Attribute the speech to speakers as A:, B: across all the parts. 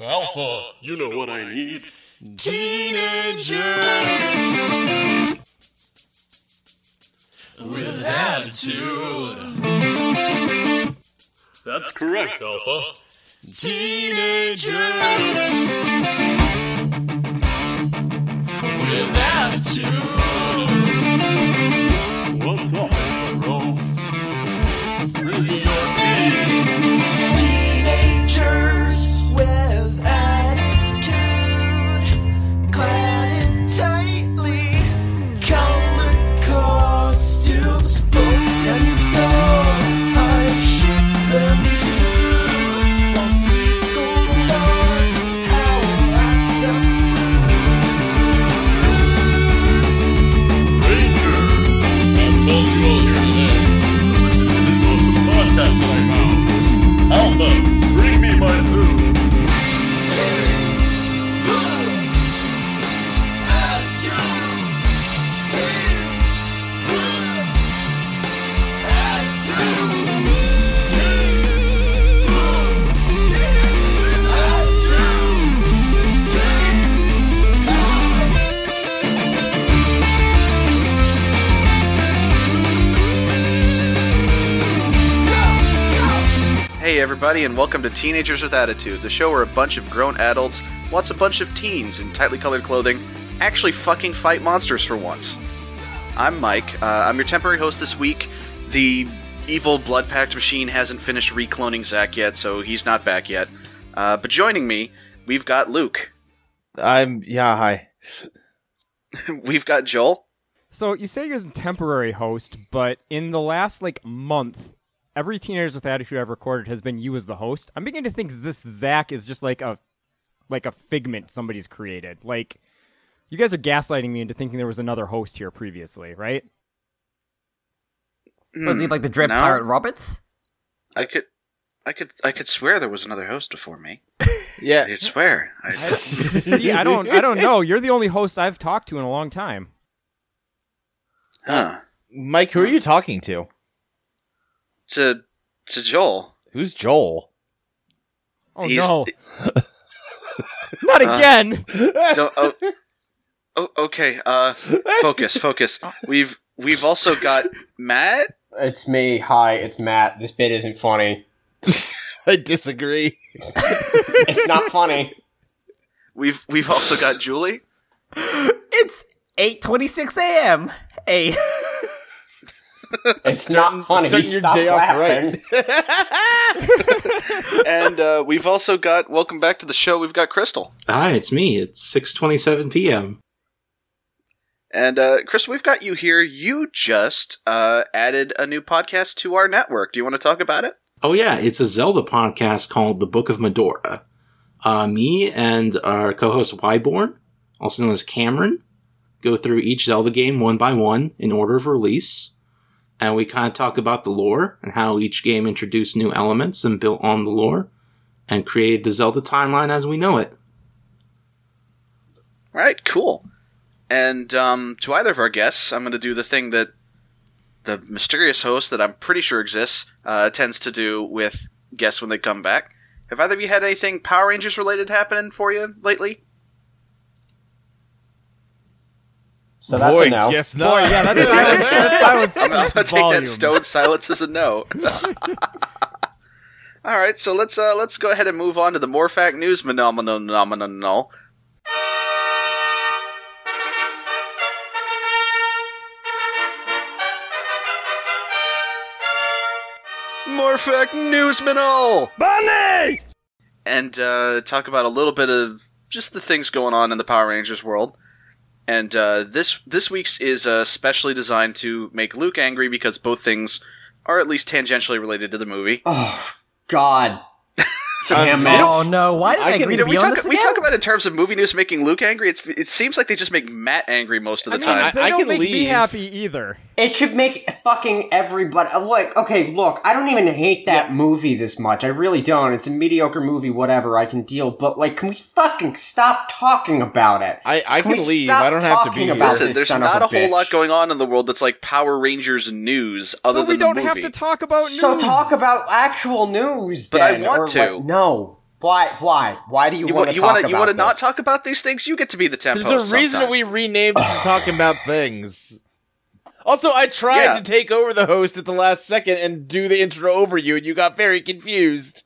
A: Alpha, you know what I need. Teenagers with attitude. That's correct, Alpha. Teenagers with attitude. What's up, Alpha?
B: Teenagers with attitude, clad in tightly colored costumes, book and skull. I ship them through all three gold guards. How I them
A: Rangers! I'm cultural here today. So listen to this awesome podcast that I found. Alpha, bring me my zoo.
C: Hey, everybody, and welcome to Teenagers with Attitude, the show where a bunch of grown adults wants a bunch of teens in tightly colored clothing actually fucking fight monsters for once. I'm Mike. Uh, I'm your temporary host this week. The evil Blood Pact machine hasn't finished recloning Zach yet, so he's not back yet. Uh, but joining me, we've got Luke,
D: I'm yeah, hi.
C: we've got Joel,
E: So you say you're the temporary host, but in the last like month, every Teenagers with Attitude I've recorded has been you as the host. I'm beginning to think this Zach is just like a like a figment somebody's created. Like you guys are gaslighting me into thinking there was another host here previously, right?
F: Was he like the Dread
C: No.
F: Pirate Roberts?
C: I could. I could I could swear there was another host before me.
D: Yeah,
C: I swear. I,
E: See, I don't I don't know. You're the only host I've talked to in a long time.
C: huh.
D: Mike, who are you talking to?
C: To to Joel.
D: Who's Joel?
E: Oh
C: He's- Uh,
E: no. Not again.
C: Don't, oh, oh, okay. Uh, focus, focus. We've we've also got Matt.
G: It's me. Hi, it's Matt. This bit isn't funny.
D: I disagree.
G: It's not funny.
C: We've we've also got Julie.
F: It's 8:26 a.m. Hey,
G: It's not funny.
D: starting your
G: Stop
D: day off
G: laughing.
C: and uh, we've also got welcome back to the show. We've got Crystal.
H: Hi, it's me. It's 6:27 p.m.
C: And uh, Crystal, we've got you here. You just uh, added a new podcast to our network. Do you want to talk about it?
H: Oh yeah, it's a Zelda podcast called The Book of Medora. Uh, me and our co-host Wyborn, also known as Cameron, go through each Zelda game one by one in order of release, and we kind of talk about the lore and how each game introduced new elements and built on the lore, and created the Zelda timeline as we know it.
C: All right, cool. And um, to either of our guests, I'm going to do the thing that the mysterious host that I'm pretty sure exists uh, tends to do with guests when they come back. Have either of you had anything Power Rangers related happening for you lately?
G: So that's
D: Boy,
G: a no.
D: guess not.
E: yeah, that's silence. That's silence.
C: I'm, I'm gonna take that
E: volumes.
C: stone silence as a no. All right, so let's uh, let's go ahead and move on to the Morfac news phenomenon. phenomenon. Morfac news phenomenon.
E: Bunny!
C: and uh, talk about a little bit of just the things going on in the Power Rangers world. And uh, this this week's is uh, specially designed to make Luke angry because both things are at least tangentially related to the movie.
G: Oh God. Damn it.
F: oh no, why did I,
D: I can-
F: agree
C: You
F: to
C: know,
F: be
C: we
F: on
C: talk
F: this
C: we
F: again?
C: talk about it in terms of movie news making Luke angry. It's it seems like they just make Matt angry most of the
E: I,
C: time.
E: they
D: I
E: don't
D: can
E: make me
D: leave.
E: happy either.
G: It should make fucking everybody uh, look. Okay, look. I don't even hate that movie this much. I really don't. It's a mediocre movie, whatever. I can deal. But like, can we fucking stop talking about it?
D: I, I
G: Can
D: can
G: we
D: leave.
G: stop
D: I don't have to
G: talking
D: be here.
G: about
C: Listen,
G: this
C: there's
G: son of
C: not
G: a
C: a, whole
G: bitch.
C: lot going on in the world that's like Power Rangers news other
E: so
C: than
E: we don't
C: the
E: have
C: movie.
E: to talk about news.
G: So talk about actual news.
C: But I
G: then,
C: want
G: or,
C: to.
G: like, no. Why? Why? Why do you,
C: You
G: want
C: want
G: to
C: you
G: talk
C: want to you
G: about
C: want to not
G: this?
C: talk about these things? You get to be the temp
D: There's
C: host
D: a reason
C: sometime.
D: we renamed it to talking about things. Also, I tried
C: Yeah.
D: to take over the host at the last second and do the intro over you, and you got very confused.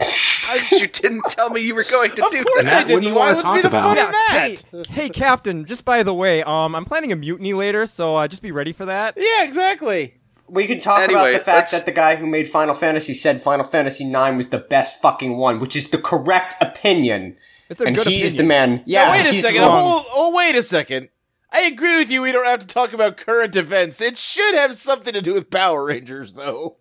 C: you didn't tell me you were going to do
D: course I
C: that.
H: Matt,
D: didn't.
H: what do you
D: Why
H: wanna
D: would
H: talk
D: be the
H: about?
D: fun in
E: Hey,
D: that?
E: hey, Captain. Just by the way, um, I'm planning a mutiny later, so uh, just be ready for that.
D: Yeah, exactly.
G: We can talk about
C: Anyway,
G: the fact
C: let's-
G: that the guy who made Final Fantasy said Final Fantasy IX was the best fucking one, which is the correct opinion.
E: It's a
G: and
E: good
G: he's
E: opinion.
G: the man. Yeah,
D: Now, wait a
G: he's
D: second.
G: The one.
D: Oh, oh, wait a second. I agree with you. We don't have to talk about current events. It should have something to do with Power Rangers, though.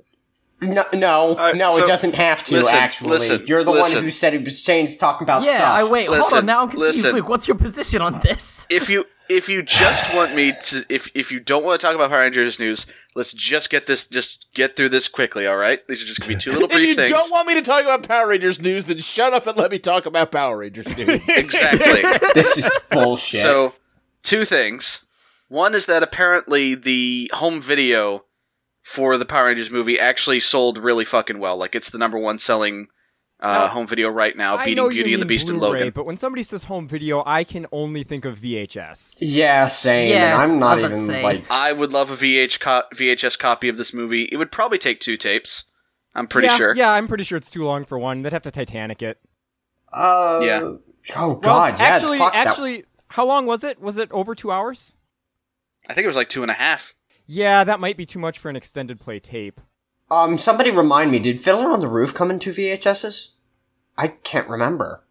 G: No, no,
C: Uh,
G: no
C: so-
G: it doesn't have to.
C: listen,
G: actually,
C: listen,
G: you're the
C: listen.
G: one who said it was changed talking about
F: Yeah,
G: stuff.
F: I wait. hold
C: Listen,
F: on. Now I'm confused.
C: listen.
F: Luke, what's your position on this?
C: If you if you just want me to if if you don't want to talk about Power Rangers news, let's just get this just get through this quickly. All right, these are just gonna be two little
D: If
C: brief
D: you
C: things.
D: don't want me to talk about Power Rangers news, then shut up and let me talk about Power Rangers news.
C: exactly.
G: This is bullshit.
C: So, two things. One is that apparently the home video for the Power Rangers movie actually sold really fucking well. Like it's the number one selling uh, home video right now,
E: Oh. I
C: beating
E: know you
C: Beauty and the
E: mean
C: Beast
E: Blu-ray,
C: and Logan.
E: But when somebody says home video, I can only think of VHS.
G: yeah, same.
F: Yes,
G: and I'm not
F: I'm about to
G: even
F: say.
G: like.
C: I would love a VH co- VHS copy of this movie. It would probably take two tapes. I'm pretty
E: yeah,
C: sure.
E: Yeah, I'm pretty sure it's too long for one. They'd have to Titanic it.
G: Uh,
C: Yeah.
G: Oh
E: Well,
G: God! yeah,
E: actually,
G: fuck that-
E: actually, how long was it? Was it over two hours?
C: I think it was like two and a half.
E: Yeah, that might be too much for an extended play tape.
G: Um, somebody remind me. Did Fiddler on the Roof come in two VHSs? I can't remember.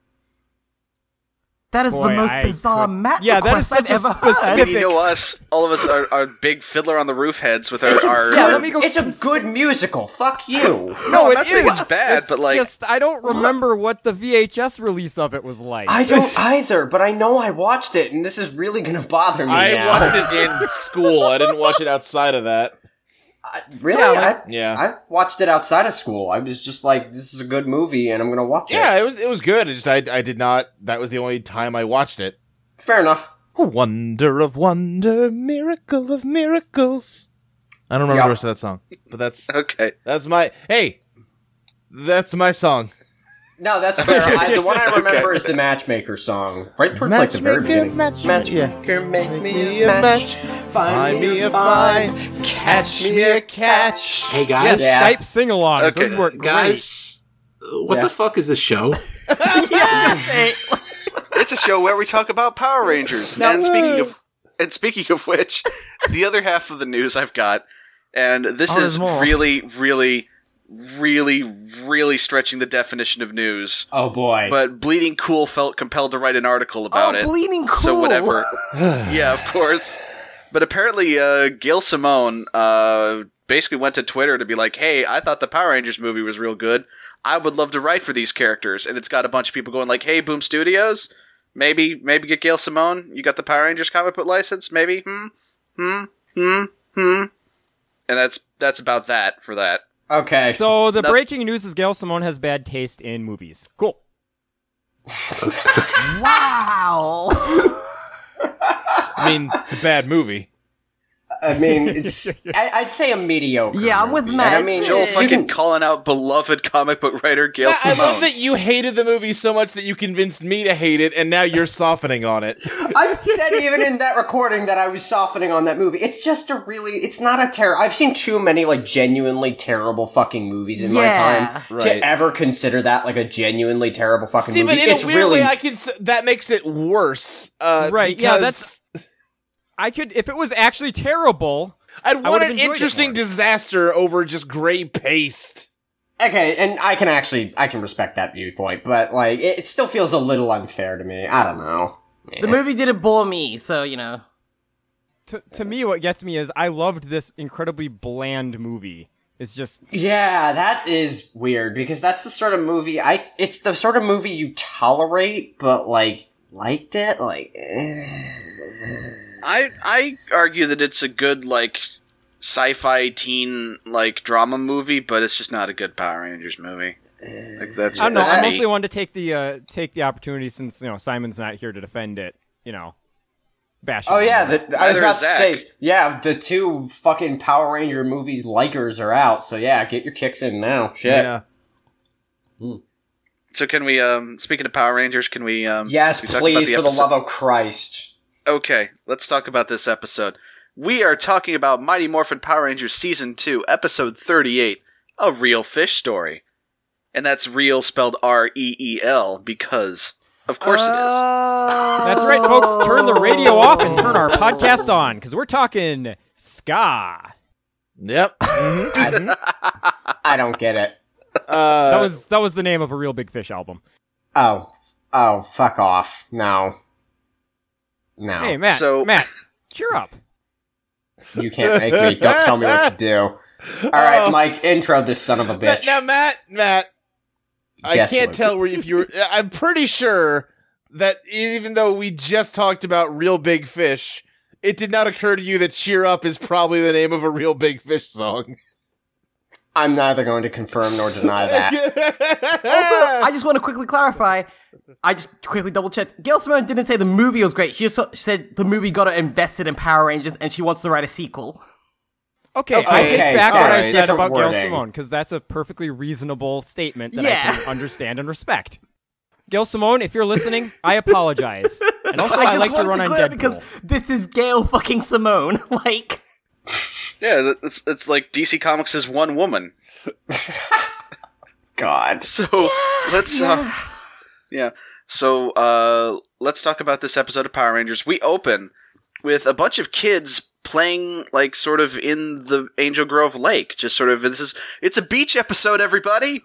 F: That is
E: Boy,
F: the most
E: I
F: bizarre
E: could-
F: map
E: Yeah, that
F: request
E: is such
F: I've ever
E: a specific-
F: heard.
C: I mean, you know us, all of us are, are big fiddler on the roof heads with our. our
E: yeah, let me go-
G: It's a good musical. Fuck you.
C: no, I'm
E: it
C: not saying
E: is.
C: it's bad,
E: It's
C: but like,
E: just I don't remember what the VHS release of it was like.
G: I don't either, but I know I watched it, and this is really gonna bother me
D: I
G: now.
D: watched it in school. I didn't watch it outside of that.
G: I- really? I,
D: yeah.
G: I watched it outside of school. I was just like, this is a good movie, and I'm gonna watch it.
D: Yeah, it was it was good. It just I I did not. That was the only time I watched it.
G: Fair enough.
D: Wonder of wonder, miracle of miracles. I don't remember
G: Yeah.
D: the rest of that song, but that's
C: okay.
D: that's my hey, that's my song.
G: No, that's fair. I, the one I remember is the Matchmaker song, right towards like the very
D: Matchmaker,
G: beginning.
D: matchmaker,
G: matchmaker, make,
D: me a match. Find me a find, catch me a catch.
H: Hey guys,
E: Yes,
G: Yeah.
E: Skype sing along.
C: Okay.
E: Those work
H: guys, uh, what
G: Yeah.
H: the fuck is this show?
C: it's a show where we talk about Power Rangers. and speaking of and speaking of which, the other half of the news I've got, and this
F: Oh, there's
C: is
F: more.
C: really, really, really, really stretching the definition of news.
G: Oh boy.
C: But Bleeding Cool felt compelled to write an article about
F: Oh,
C: it.
F: Bleeding
C: So
F: Cool.
C: whatever. yeah, of course. But apparently, uh, Gail Simone uh, basically went to Twitter to be like, "Hey, I thought the Power Rangers movie was real good. I would love to write for these characters." And it's got a bunch of people going like, "Hey, Boom Studios, maybe maybe get Gail Simone. You got the Power Rangers comic book license, maybe? Hmm, hmm, hmm, hmm." And that's that's about that for that.
G: okay.
E: great. So the
C: No-
E: breaking news is Gail Simone has bad taste in movies. Cool.
F: wow.
D: I mean, it's a bad movie.
G: I mean, it's. I, I'd say a mediocre.
F: Yeah, I'm with
G: movie.
F: Matt.
G: And I mean,
C: Joel
G: you
C: fucking
G: can-
C: calling out beloved comic book writer Gail
D: I
C: Simone.
D: love that you hated the movie so much that you convinced me to hate it, and now you're softening on it.
G: I said even in that recording that I was softening on that movie. It's just a really. It's not a terror. I've seen too many like genuinely terrible fucking movies in
F: Yeah.
G: my time
D: Right.
G: to ever consider that like a genuinely terrible fucking
D: See,
G: movie.
D: but in
G: it's
D: a weird
G: really.
D: way, I can s- that makes it worse. Uh,
E: Right, yeah,
D: because
E: I could if it was actually terrible.
D: I'd want
E: would've
D: an
E: enjoyed it
D: interesting
E: more.
D: disaster over just gray paste.
G: okay, and I can actually I can respect that viewpoint, but like it, it still feels a little unfair to me. I don't know.
F: the movie didn't bore me, so you know.
E: To, to me, what gets me is I loved this incredibly bland movie. It's just
G: Yeah, that is weird because that's the sort of movie I. It's the sort of movie you tolerate, but like liked it like. eh.
C: I I argue that it's a good like sci-fi teen like drama movie, but it's just not a good Power Rangers movie.
G: Uh,
C: Like that's
E: I don't know.
C: that's
E: I
C: me.
E: mostly wanted to take the uh, take the opportunity since you know Simon's not here to defend it. You know, bash. him
G: Oh
E: on
G: yeah,
E: that.
G: the, I was
C: Neither
G: about
C: is
G: to
C: Zach.
G: say yeah, the two fucking Power Ranger movies likers are out, so yeah, get your kicks in now. Shit.
D: Yeah.
C: So can we? Um, speaking of Power Rangers, can we? Um,
G: Yes,
C: we talk about
G: please, for the
C: episode?
G: love of Christ.
C: Okay, let's talk about this episode. We are talking about Mighty Morphin Power Rangers Season 2, Episode 38, A Real Fish Story. And that's real spelled R E E L because, of course,
G: Uh,
C: it
E: That's right, folks. Turn the radio off and turn our podcast on because we're talking ska.
D: Yep.
G: I don't get it.
D: Uh,
E: That was that was the name of a real big fish album.
G: Oh, oh, fuck off. No. No.
E: Hey, Matt.
C: so-
E: Matt, cheer up.
G: You can't make me. Don't tell me what to do. All right,
D: Oh.
G: Mike, intro this son of a
D: Ma-
G: bitch.
D: now, Matt. Matt. I
G: Yes,
D: can't
G: Luke.
D: tell where if you were. I'm pretty sure that even though we just talked about real big fish, it did not occur to you that "Cheer Up" is probably the name of a real big fish song.
G: I'm neither going to confirm nor deny that.
C: Ah.
F: Also, I just want to quickly clarify. I just quickly double checked. Gail Simone didn't say the movie was great. She just said the movie got her invested in Power Rangers and she wants to write a sequel.
E: Okay, I take
G: Okay,
E: back what I
G: alright.
E: said
G: Different
E: about Gail
G: wording.
E: Simone because that's a perfectly reasonable statement that I
F: Yeah.
E: can understand and respect. Gail Simone, if you're listening, I apologize. And also, I,
F: just
E: like to
F: wanted
E: run on
F: clear
E: Deadpool.
F: it because this is Gail fucking Simone. like,
C: is. Yeah, it's, it's like DC Comics is one woman.
G: God.
C: So let's. Uh, yeah. So uh, let's talk about this episode of Power Rangers. We open with a bunch of kids playing like sort of in the Angel Grove Lake. Just sort of this is it's a beach episode, everybody.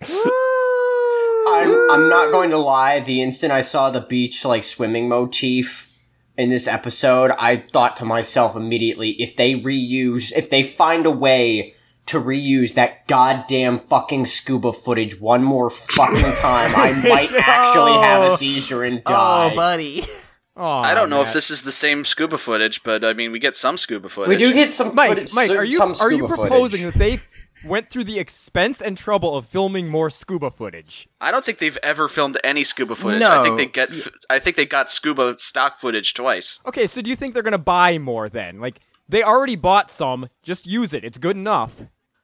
G: I'm, I'm not going to lie. The instant I saw the beach, like, swimming motif in this episode, I thought to myself immediately if they reuse, if they find a way to reuse that goddamn fucking scuba footage one more fucking time, I might actually have a seizure and die.
F: oh, buddy.
E: Aw,
C: I don't know
E: Matt.
C: if this is the same scuba footage, but I mean, we get some scuba footage.
G: we do get some
E: Mike,
G: footage,
E: Mike, are you
G: some
E: are you
G: scuba
E: proposing
G: footage.
E: that they went through the expense and trouble of filming more scuba footage?
C: I don't think they've ever filmed any scuba footage. I think
F: No.
C: they get. f- I think they got scuba stock footage twice.
E: Okay, so do you think they're gonna buy more then? Like they already bought some, just use it. It's good enough.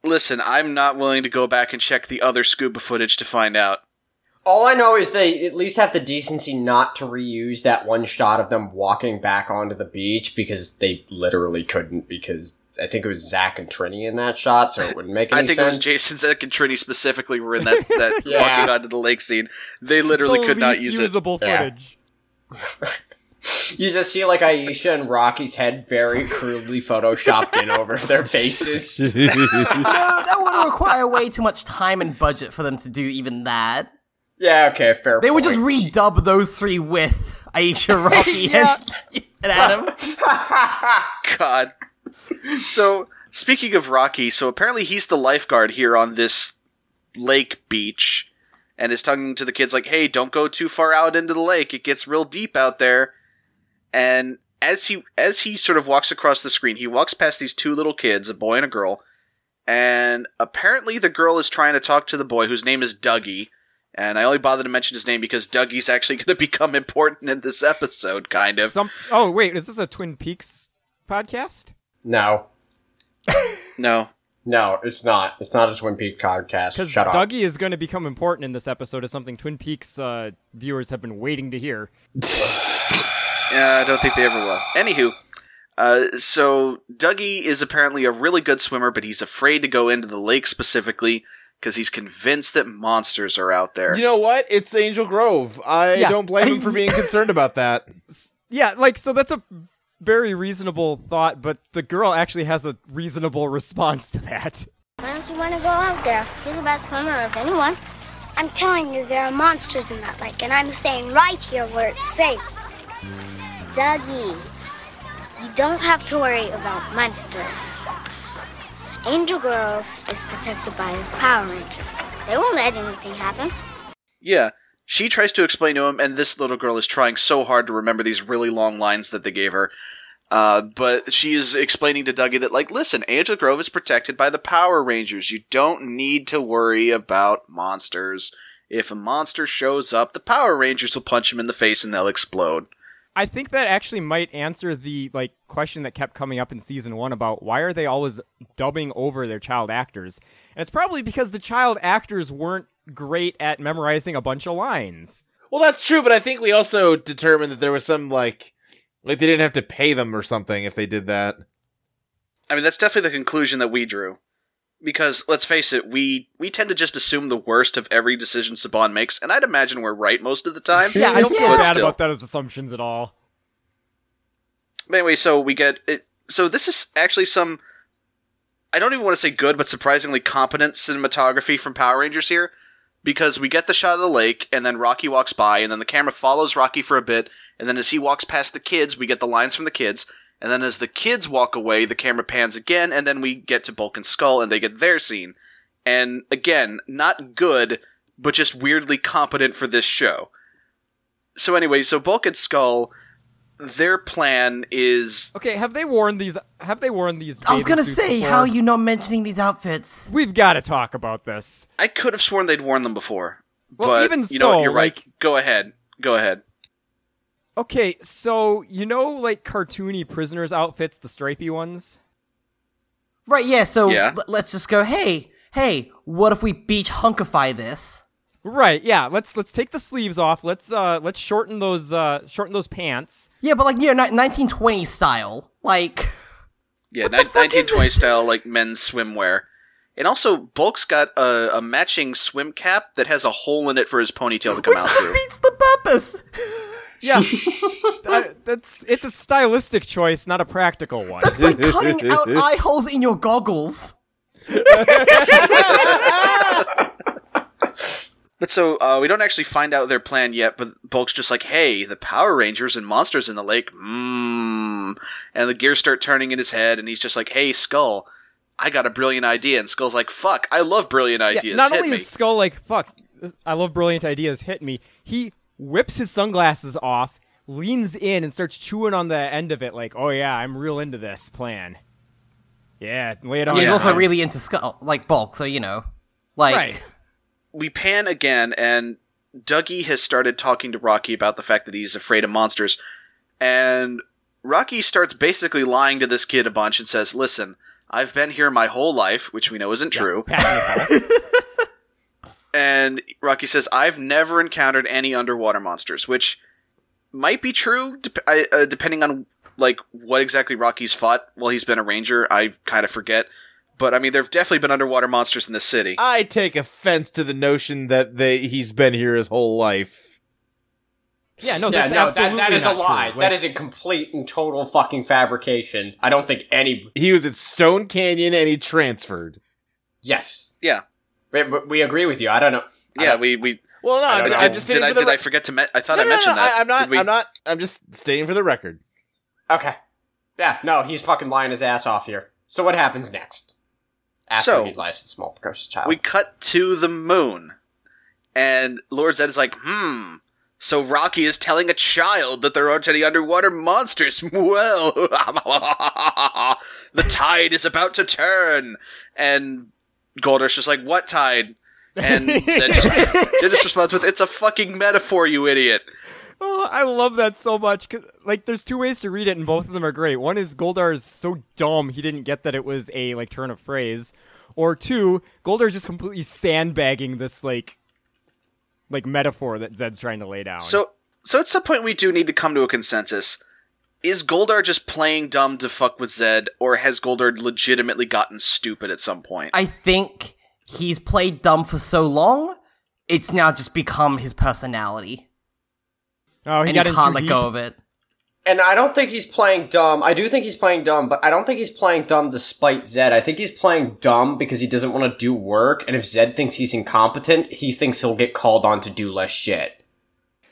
C: Listen, I'm not willing to go back and check the other scuba footage to find out.
G: All I know is they at least have the decency not to reuse that one shot of them walking back onto the beach because they literally couldn't because I think it was Zach and Trini in that shot, so it wouldn't make
C: I
G: any
C: think it was
G: sense.
C: Jason Zek and Trini specifically were in that, that
G: Yeah.
C: walking onto the lake scene. They literally
E: The
C: could not
E: least
C: use it.
E: usable
G: Yeah.
E: footage.
G: you just see like Aisha and Rocky's head very crudely photoshopped in over their faces.
F: No, that would require way too much time and budget for them to do even that.
G: Yeah, okay, fair.
F: They would
G: point.
F: just redub those three with Aisha, Rocky, and, and Adam.
C: God. So speaking of Rocky, so apparently he's the lifeguard here on this lake beach, and is talking to the kids like, "Hey, don't go too far out into the lake. It gets real deep out there." And as he as he sort of walks across the screen, he walks past these two little kids, a boy and a girl, and apparently the girl is trying to talk to the boy, whose name is Dougie. And I only bothered to mention his name because Dougie's actually going to become important in this episode, kind of.
E: Some, oh wait, is this a Twin Peaks podcast?
G: No.
C: No,
G: No, it's not. It's not a Twin Peaks podcast.
E: Because
G: Shut up.
E: Dougie is going to become important in this episode, is something Twin Peaks uh, viewers have been waiting to hear.
C: Yeah, I don't think they ever will. Anywho, uh, so Dougie is apparently a really good swimmer, but he's afraid to go into the lake specifically because he's convinced that monsters are out there.
D: you know what? It's Angel Grove. I
E: Yeah.
D: don't blame him for being concerned about that.
E: Yeah, like so that's a very reasonable thought, but the girl actually has a reasonable response to that.
I: Why don't you want to go out there? You're the best swimmer of anyone. I'm telling you, there are monsters in that lake, and I'm staying right here where it's safe. Dougie, you don't have to worry about monsters. Angel Grove is protected by the Power Rangers. They won't let anything happen.
C: yeah. She tries to explain to him, and this little girl is trying so hard to remember these really long lines that they gave her. Uh, but she is explaining to Dougie that, like, listen, Angel Grove is protected by the Power Rangers. You don't need to worry about monsters. If a monster shows up, the Power Rangers will punch him in the face and they'll explode.
E: I think that actually might answer the like question that kept coming up in season one about why are they always dubbing over their child actors? And it's probably because the child actors weren't great at memorizing a bunch of lines.
D: Well, that's true, but I think we also determined that there was some like like they didn't have to pay them or something if they did that.
C: I mean, that's definitely the conclusion that we drew. Because let's face it, we we tend to just assume the worst of every decision Saban makes, and I'd imagine we're right most of the time.
E: Yeah, I don't feel
C: But
E: bad
C: still.
E: about that as assumptions at all.
C: But anyway, so we get it. So this is actually some. I don't even want to say good, but surprisingly competent cinematography from Power Rangers here, because we get the shot of the lake, and then Rocky walks by, and then the camera follows Rocky for a bit, and then as he walks past the kids, we get the lines from the kids, and then as the kids walk away, the camera pans again, and then we get to Bulk and Skull, and they get their scene, and again, not good, but just weirdly competent for this show. So anyway, so Bulk and Skull, their plan is
E: Okay, have they worn these? Have they worn these?
F: I was
E: bathing
F: gonna
E: suits
F: say,
E: before?
F: how are you not mentioning these outfits?
E: We've got to talk about this.
C: I could have sworn they'd worn them before.
E: Well,
C: but
E: even
C: you know what,
E: so,
C: you're right.
E: like-
C: Go ahead. Go ahead.
E: Okay, so you know, like cartoony prisoners outfits, the stripy ones.
F: Right, yeah, so
C: Yeah.
F: l- let's just go, hey, hey, what if we beach hunkify this?
E: Right. Yeah. Let's let's take the sleeves off. Let's uh let's shorten those uh shorten those pants.
F: Yeah, but like, you know, ni- 1920s style. Like,
C: Yeah, ni- 1920 style like men's swimwear. And also Bulk's got a, a matching swim cap that has a hole in it for his ponytail to come
F: which
C: out through.
F: defeats the purpose.
E: Yeah. That- that's it's a stylistic choice, not a practical one.
F: It's like cutting out eye holes in your goggles.
C: But so uh, we don't actually find out their plan yet. But Bulk's just like, "Hey, the Power Rangers and monsters in the lake." Mmm. And the gears start turning in his head, and he's just like, "Hey, Skull, I got a brilliant idea." And Skull's like, "Fuck, I love brilliant
E: Yeah,
C: ideas."
E: not
C: Hit
E: only
C: me.
E: is Skull like fuck, I love brilliant ideas. Hit me. He whips his sunglasses off, leans in, and starts chewing on the end of it. Like, oh yeah, I'm real into this plan. Yeah, lay it on.
F: He's
E: me,
F: also
E: man.
F: really into skull, like bulk, so you know. Like,
E: right.
C: we pan again, and Dougie has started talking to Rocky about the fact that he's afraid of monsters. And Rocky starts basically lying to this kid a bunch and says, Listen, I've been here my whole life, which we know isn't true.
E: Pat me, Paul.
C: And Rocky says, I've never encountered any underwater monsters, which might be true, dep- I, uh, depending on like what exactly Rocky's fought while he's been a ranger. I kind of forget. But I mean, there have definitely been underwater monsters in this city.
D: I take offense to the notion that they he's been here his whole life.
E: yeah, no,
G: yeah,
E: that's
G: no, that,
E: absolutely
G: that is a
E: not true.
G: lie.
E: Like-
G: that is a complete and total fucking fabrication. I don't think any.
D: He was at Stone Canyon and he transferred.
G: Yes,
C: Yeah,
G: we, we- we agree with you. I don't know. I
C: yeah.
G: don't-
C: We we
D: Well, no,
G: I
D: I'm,
G: don't
C: Did,
G: know.
D: I'm just
C: did
D: stating
C: I
D: for the
C: did I
D: rec-
C: forget to? Me- I thought
D: No,
C: I
D: no, no,
C: mentioned
D: no,
C: that.
D: I, am not.
C: Did we-
D: I'm not. I'm just stating for the record.
G: okay. Yeah, no, he's fucking lying his ass off here. So what happens next? After
C: So-
G: he lies to the small precocious child.
C: We cut to the moon, and Lord Zed is like, "Hmm." So Rocky is telling a child that there aren't any underwater monsters. Well, the tide is about to turn, and Golder's just like, "What tide?" And Zed just, Zed just responds with, "It's a fucking metaphor, you idiot."
E: Oh, I love that so much. 'cause, like, there's two ways to read it, and both of them are great. One is Goldar is so dumb he didn't get that it was a like turn of phrase, or two, Goldar is just completely sandbagging this like, like metaphor that Zed's trying to lay down.
D: Oh,
C: So, so at some point we do need to come to a consensus. Is Goldar just playing dumb to fuck with Zed, or has Goldar legitimately gotten stupid at some point?
F: I think he's played dumb for so long, it's now just become his personality.
E: oh, he
F: and
E: got
F: he
E: in
F: can't
E: too
F: let
E: deep.
F: go of it.
G: And I don't think he's playing dumb. I do think he's playing dumb, but I don't think he's playing dumb despite Zed. I think he's playing dumb because he doesn't want to do work, and if Zed thinks he's incompetent, he thinks he'll get called on to do less shit.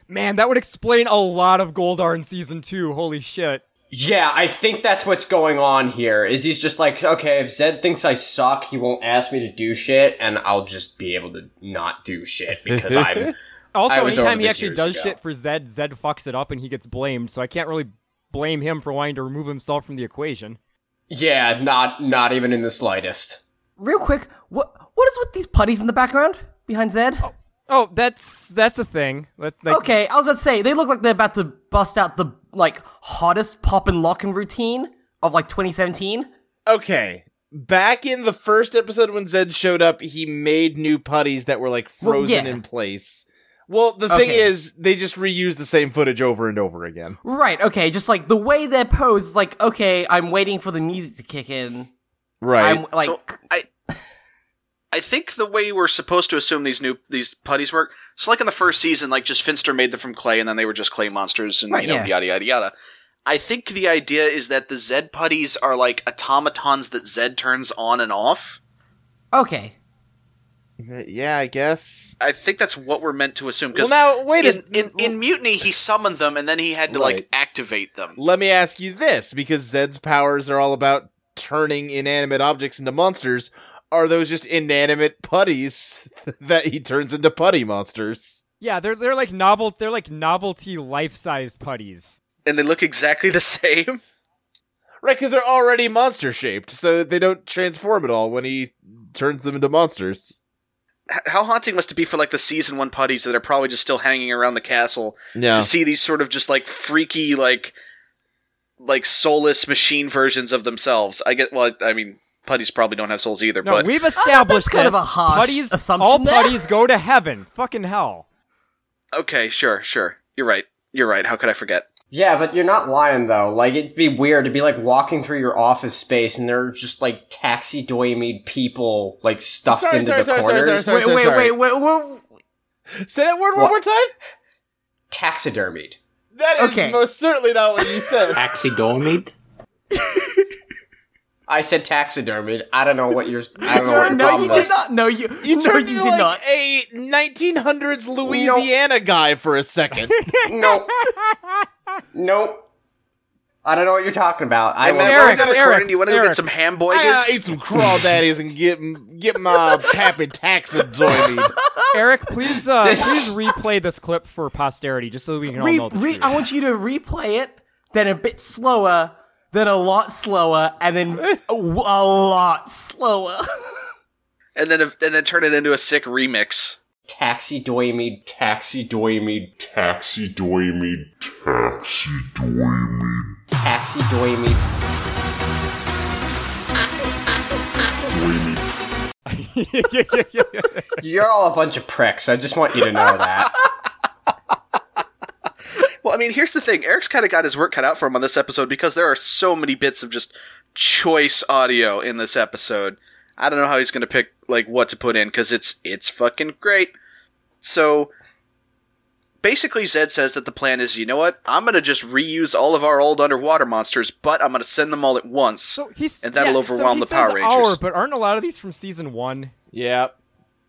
E: Man, that would explain a lot of Goldar in season two. Holy shit!
G: Yeah, I think that's what's going on here. Is he's just like, okay, if Zed thinks I suck, he won't ask me to do shit, and I'll just be able to not do shit because I'm. I
E: Also,
G: was over
E: anytime he
G: this
E: actually
G: years
E: does
G: ago.
E: shit for Zed, Zed fucks it up and he gets blamed. So I can't really blame him for wanting to remove himself from the equation.
G: yeah, not not even in the slightest.
F: Real quick, what what is with these putties in the background behind Zed?
E: Oh, that's that's a thing. That, like,
F: Okay, I was about to say they look like they're about to bust out the like hottest pop and lockin' routine of like 2017.
D: Okay, back in the first episode when Zed showed up, he made new putties that were like
F: Well,
D: frozen
F: yeah.
D: in place. Well, the thing
F: Okay.
D: is, they just reused the same footage over and over again.
F: Right, okay, just like the way they're posed, like, okay, I'm waiting for the music to kick in.
D: Right.
F: I'm like,
C: so I, I think the way we're supposed to assume these new these putties work. So, like in the first season, like just Finster made them from clay, and then they were just clay monsters, and
F: Right,
C: you know,
F: yeah.
C: yada yada yada. I think the idea is that the Zed putties are like automatons that Zed turns on and off.
F: okay.
D: yeah, I guess.
C: I think that's what we're meant to assume.
D: Well,
C: Because
D: now wait a
C: in, in, in Mutiny, he summoned them, and then he had to
D: Right.
C: like activate them.
D: Let me ask you this, because Zed's powers are all about turning inanimate objects into monsters. Are those just inanimate putties that he turns into putty monsters?
E: Yeah, they're they're like novel they're like novelty life sized putties.
C: and they look exactly the same.
D: Right, because they're already monster shaped, so they don't transform at all when he turns them into monsters.
C: H- How haunting must it be for like the season one putties that are probably just still hanging around the castle
D: Yeah.
C: to see these sort of just like freaky like like soulless machine versions of themselves? I get well, I I mean putties probably don't have souls either,
E: No,
C: but
E: we've established
F: kind of
E: this.
F: a harsh
E: putties,
F: assumption
E: all
F: there.
E: putties go to heaven. Fucking hell.
C: okay, sure, sure, you're right, you're right. How could I forget?
G: Yeah, but you're not lying though. Like it'd be weird to be like walking through your office space and there are just like taxidermied people like stuffed
D: Sorry,
G: into
D: sorry,
G: the
D: sorry, sorry,
G: corners.
D: sorry,
F: Wait,
D: so
F: wait,
D: sorry.
F: wait, wait, wait,
D: Say that word one
G: What?
D: more time.
G: Taxidermied.
D: That is
F: Okay.
D: most certainly not what you said.
H: Axidomid?
G: I said taxidermied. I don't know what you're. I don't know what
F: wait.
G: your
F: No, you did not. No, you,
G: problem is.
D: You
F: no,
D: turned
F: you
D: into
F: did
D: like
F: not.
D: a 1900s Louisiana guy for a second.
G: No. Nope. I don't know what you're talking about. I
C: Hey,
G: will
C: man,
E: Eric,
C: we're done
E: Eric,
C: recording. Do you want to go
E: Eric. uh,
C: get some ham boy?
D: I gotta eat some crawdaddies and get get my pappy taxidermied.
E: Eric, please uh,
G: This-
E: please replay this clip for posterity just so we can
F: Re-
E: all know the
F: re- uh,
E: truth.
F: I want you to replay it, then a bit slower, then a lot slower, and then a, w- a lot slower.
C: and then and then turn it into a sick remix.
G: taxidermied, taxidermied,
A: Taxidoimy. Taxidoimy.
G: taxidermied. You're all a bunch of pricks. I just want you to know that.
C: Well, I mean, here's the thing. Eric's kind of got his work cut out for him on this episode because there are so many bits of just choice audio in this episode. I don't know how he's going to pick like what to put in because it's it's fucking great. So basically, Zed says that the plan is, you know what? I'm going to just reuse all of our old underwater monsters, but I'm going to send them all at once.
E: So he's,
C: And that'll
E: yeah,
C: overwhelm
E: so he
C: the Power
E: says
C: Rangers.
E: Our, but aren't a lot of these from season one?
D: yeah.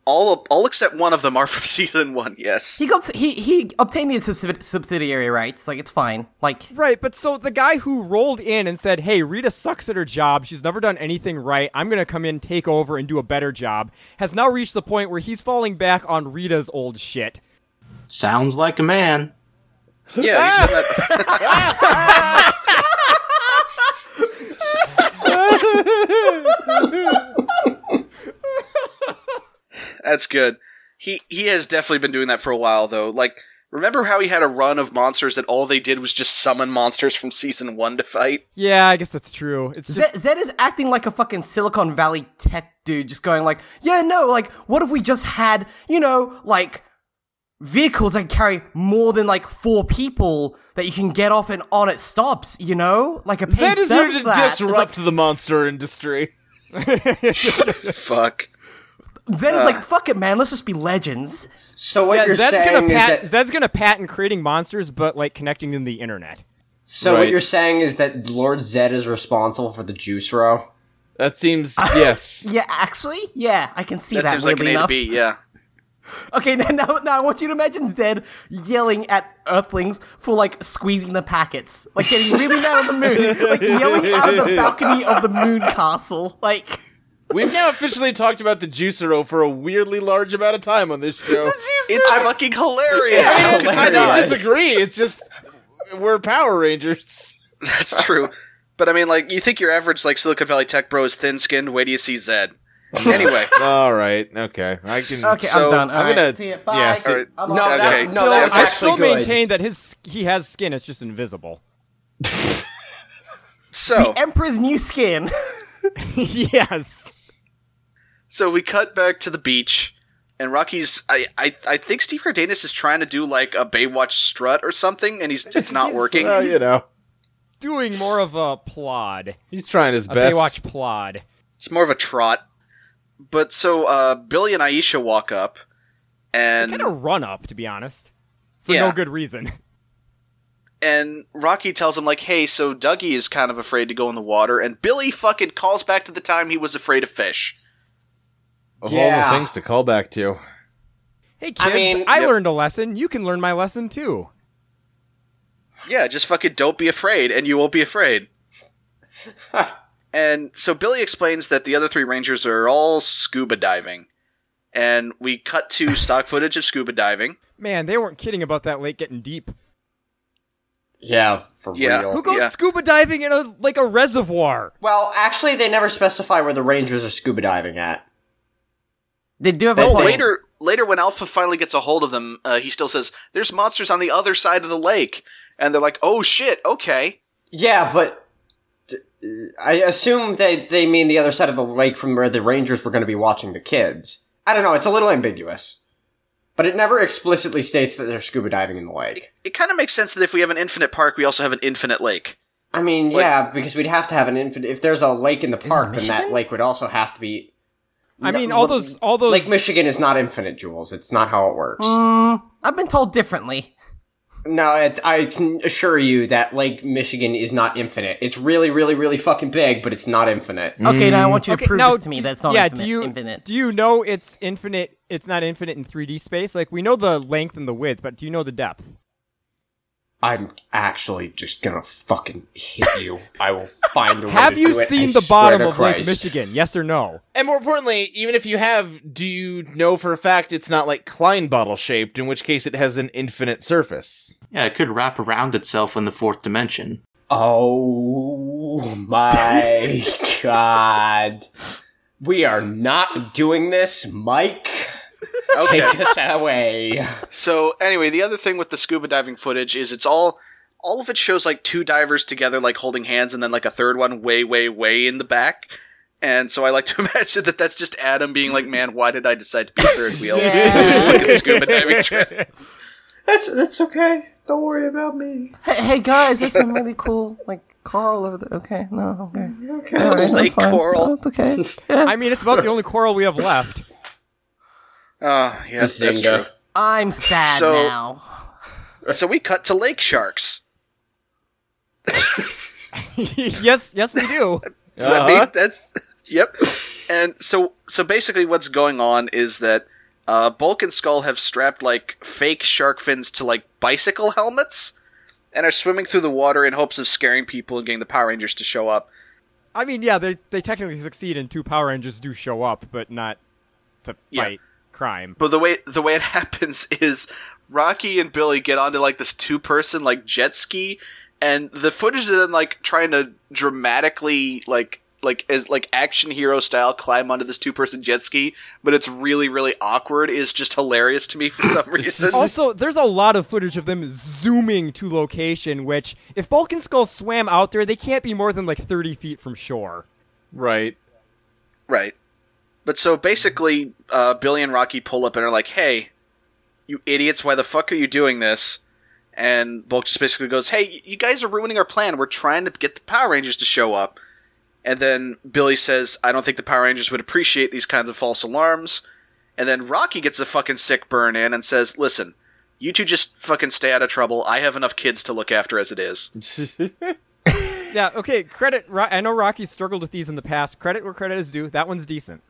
C: all all except one of them are from season one. Yes.
F: he got he he obtained these subsidi- subsidiary rights, like it's fine. Like
E: Right, but so the guy who rolled in and said, "Hey, Rita sucks at her job. She's never done anything right. I'm going to come in, take over and do a better job." Has now reached the point where he's falling back on Rita's old shit.
H: Sounds like a man.
C: Yeah. He's done that. That's good. He he has definitely been doing that for a while though. Like remember how he had a run of monsters that all they did was just summon monsters from season 1 to fight?
E: Yeah, I guess that's true. It's just
F: Zed, Zed is acting like a fucking Silicon Valley tech dude, just going like, yeah, no, like, what if we just had, you know, like vehicles that can carry more than like four people that you can get off and on at stops, you know, like a paid
D: That is here
F: service
D: to
F: for that. It's like-
D: disrupt the monster industry.
C: Fuck.
F: Zed is like, fuck it, man, let's just be legends.
G: So what
E: Yeah,
G: you're
E: Zed's
G: saying
E: gonna
G: is
E: pat-
G: that
E: Zed's gonna patent creating monsters, but like connecting them to the internet.
G: so
D: Right.
G: what you're saying is that Lord Zed is responsible for the juice row.
D: That seems yes.
F: Yeah, actually, yeah, I can see
C: That
F: that.
C: seems like an
F: weirdly
C: A to
F: enough.
C: B, yeah.
F: Okay, now, now now I want you to imagine Zed yelling at Earthlings for like squeezing the packets, like getting really mad on the moon, like yelling out of the balcony of the moon castle, like
D: We've now officially talked about the Juicero for a weirdly large amount of time on this show.
C: It's fucking hilarious.
D: I don't
G: Hilarious.
D: disagree. It's just we're Power Rangers.
C: That's true. But I mean like you think your average like Silicon Valley tech bro is thin-skinned, wait till you see Zed. Anyway,
D: All right. Okay. I can.
F: Okay,
C: So,
F: I'm done.
D: I'm
F: All right,
D: gonna-
F: see ya, Bye.
D: yeah, see-
C: all right.
G: No, that-
C: Okay.
G: no,
E: Still,
G: that was
E: I
G: actually
E: still
G: good.
E: maintain that his he has skin; it's just invisible.
C: so
F: Emperor's new skin.
E: yes.
C: So we cut back to the beach, and Rocky's. I, I, I think Steve Cardenas is trying to do like a Baywatch strut or something, and he's uh, it's not working.
D: Well, uh, you know,
E: Doing more of a plod.
D: he's trying his
E: A
D: best.
E: Baywatch plod.
C: It's more of a trot. But so uh, Billy and Aisha walk up, and
E: Kind of run up, to be honest. For
C: Yeah.
E: no good reason.
C: and Rocky tells him like, "Hey, so Dougie is kind of afraid to go in the water," and Billy fucking calls back to the time he was afraid of fish.
D: Of all
G: Yeah.
D: the things to call back to.
E: Hey kids,
G: I
E: I,
G: mean-
C: Yep.
E: learned a lesson. You can learn my lesson too.
C: Yeah, just fucking don't be afraid, and you won't be afraid. and so Billy explains that the other three Rangers are all scuba diving, and we cut to stock footage of scuba diving.
E: Man, they weren't kidding about that lake getting deep.
G: Yeah, for
C: Yeah.
G: real.
E: Who goes
C: Yeah.
E: scuba diving in a like a reservoir?
G: Well, actually, they never specify where the Rangers are scuba diving at.
F: They do have a
C: Oh,
F: plan.
C: later, later when Alpha finally gets a hold of them, uh, he still says, "There's monsters on the other side of the lake," and they're like, "Oh shit, okay."
G: Yeah, but th- I assume they they mean the other side of the lake from where the Rangers were going to be watching the kids. I don't know. It's a little ambiguous, but it never explicitly states that they're scuba diving in the lake.
C: It kind of makes sense that if we have an infinite park, we also have an infinite lake.
G: I mean,
C: Like-
G: yeah, because we'd have to have an infinite. If there's a lake in the park, then that
F: Michigan?
G: lake would also have to be.
E: I
G: No,
E: mean, all
G: look,
E: those, all those. Mm.
G: Lake Michigan is not infinite, Jules. It's not how it works.
F: I've been told differently.
G: No, it's, I can assure you that Lake Michigan is not infinite. It's really, really, really fucking big, but it's not infinite.
F: Okay,
C: Mm.
F: now I want you to
E: Okay,
F: prove
E: now,
F: this to me.
E: do-
F: That's not
E: yeah,
F: infinite.
E: do you
F: infinite.
E: do you know it's infinite? It's not infinite in 3D space. Like we know the length and the width, but do you know the depth?
G: I'm actually just gonna fucking hit you. I will find a way
E: Have
G: to
E: you
G: do it, I
E: seen the
G: swear
E: bottom
G: to
E: of Lake
G: Christ.
E: Michigan? Yes or no?
D: And more importantly, even if you have, do you know for a fact it's not like Klein bottle shaped, in which case it has an infinite surface?
H: Yeah, it could wrap around itself in the fourth dimension.
G: Oh my god. We are not doing this, Mike.
C: Okay.
G: Take us away.
C: So anyway, the other thing with the scuba diving footage is it's all all of it shows like two divers together like holding hands and then like a third one way way way in the back. And so I like to imagine that that's just Adam being like, "Man, why did I decide to be a third wheel on this fucking scuba diving trip?"
G: That's that's okay. Don't worry about me.
F: Hey, hey guys, there's some really cool like coral over there. Okay, no, okay, okay,
C: Lake coral.
F: That's okay.
E: I mean, it's about the only coral we have left.
C: Oh, yeah, that's true.
F: I'm sad
C: So-
F: now.
C: So we cut to lake sharks.
E: yes, yes, we do.
C: I mean, that's yep. And so so basically, what's going on is that uh, Bulk and Skull have strapped like fake shark fins to like bicycle helmets, and are swimming through the water in hopes of scaring people and getting the Power Rangers to show up.
E: I mean, yeah, they they technically succeed, and two Power Rangers do show up, but not to
C: Yeah.
E: fight crime.
C: But the way the way it happens is Rocky and Billy get onto like this two person like jet ski, and the footage of them like trying to dramatically like like as like action hero style climb onto this two person jet ski, but it's really really awkward is just hilarious to me for some reason.
E: Also, there's a lot of footage of them zooming to location, which, if Bulk and Skull swam out there, they can't be more than like 30 feet from shore.
D: Right.
C: Right. But so basically, uh, Billy and Rocky pull up and are like, hey, you idiots, why the fuck are you doing this? And Bulk just basically goes, hey, y- you guys are ruining our plan. We're trying to get the Power Rangers to show up. And then Billy says, I don't think the Power Rangers would appreciate these kinds of false alarms. And then Rocky gets a fucking sick burn in and says, listen, you two just fucking stay out of trouble. I have enough kids to look after as it is.
E: Yeah, okay, credit. Ro- I know Rocky struggled with these in the past. Credit where credit is due. That one's decent.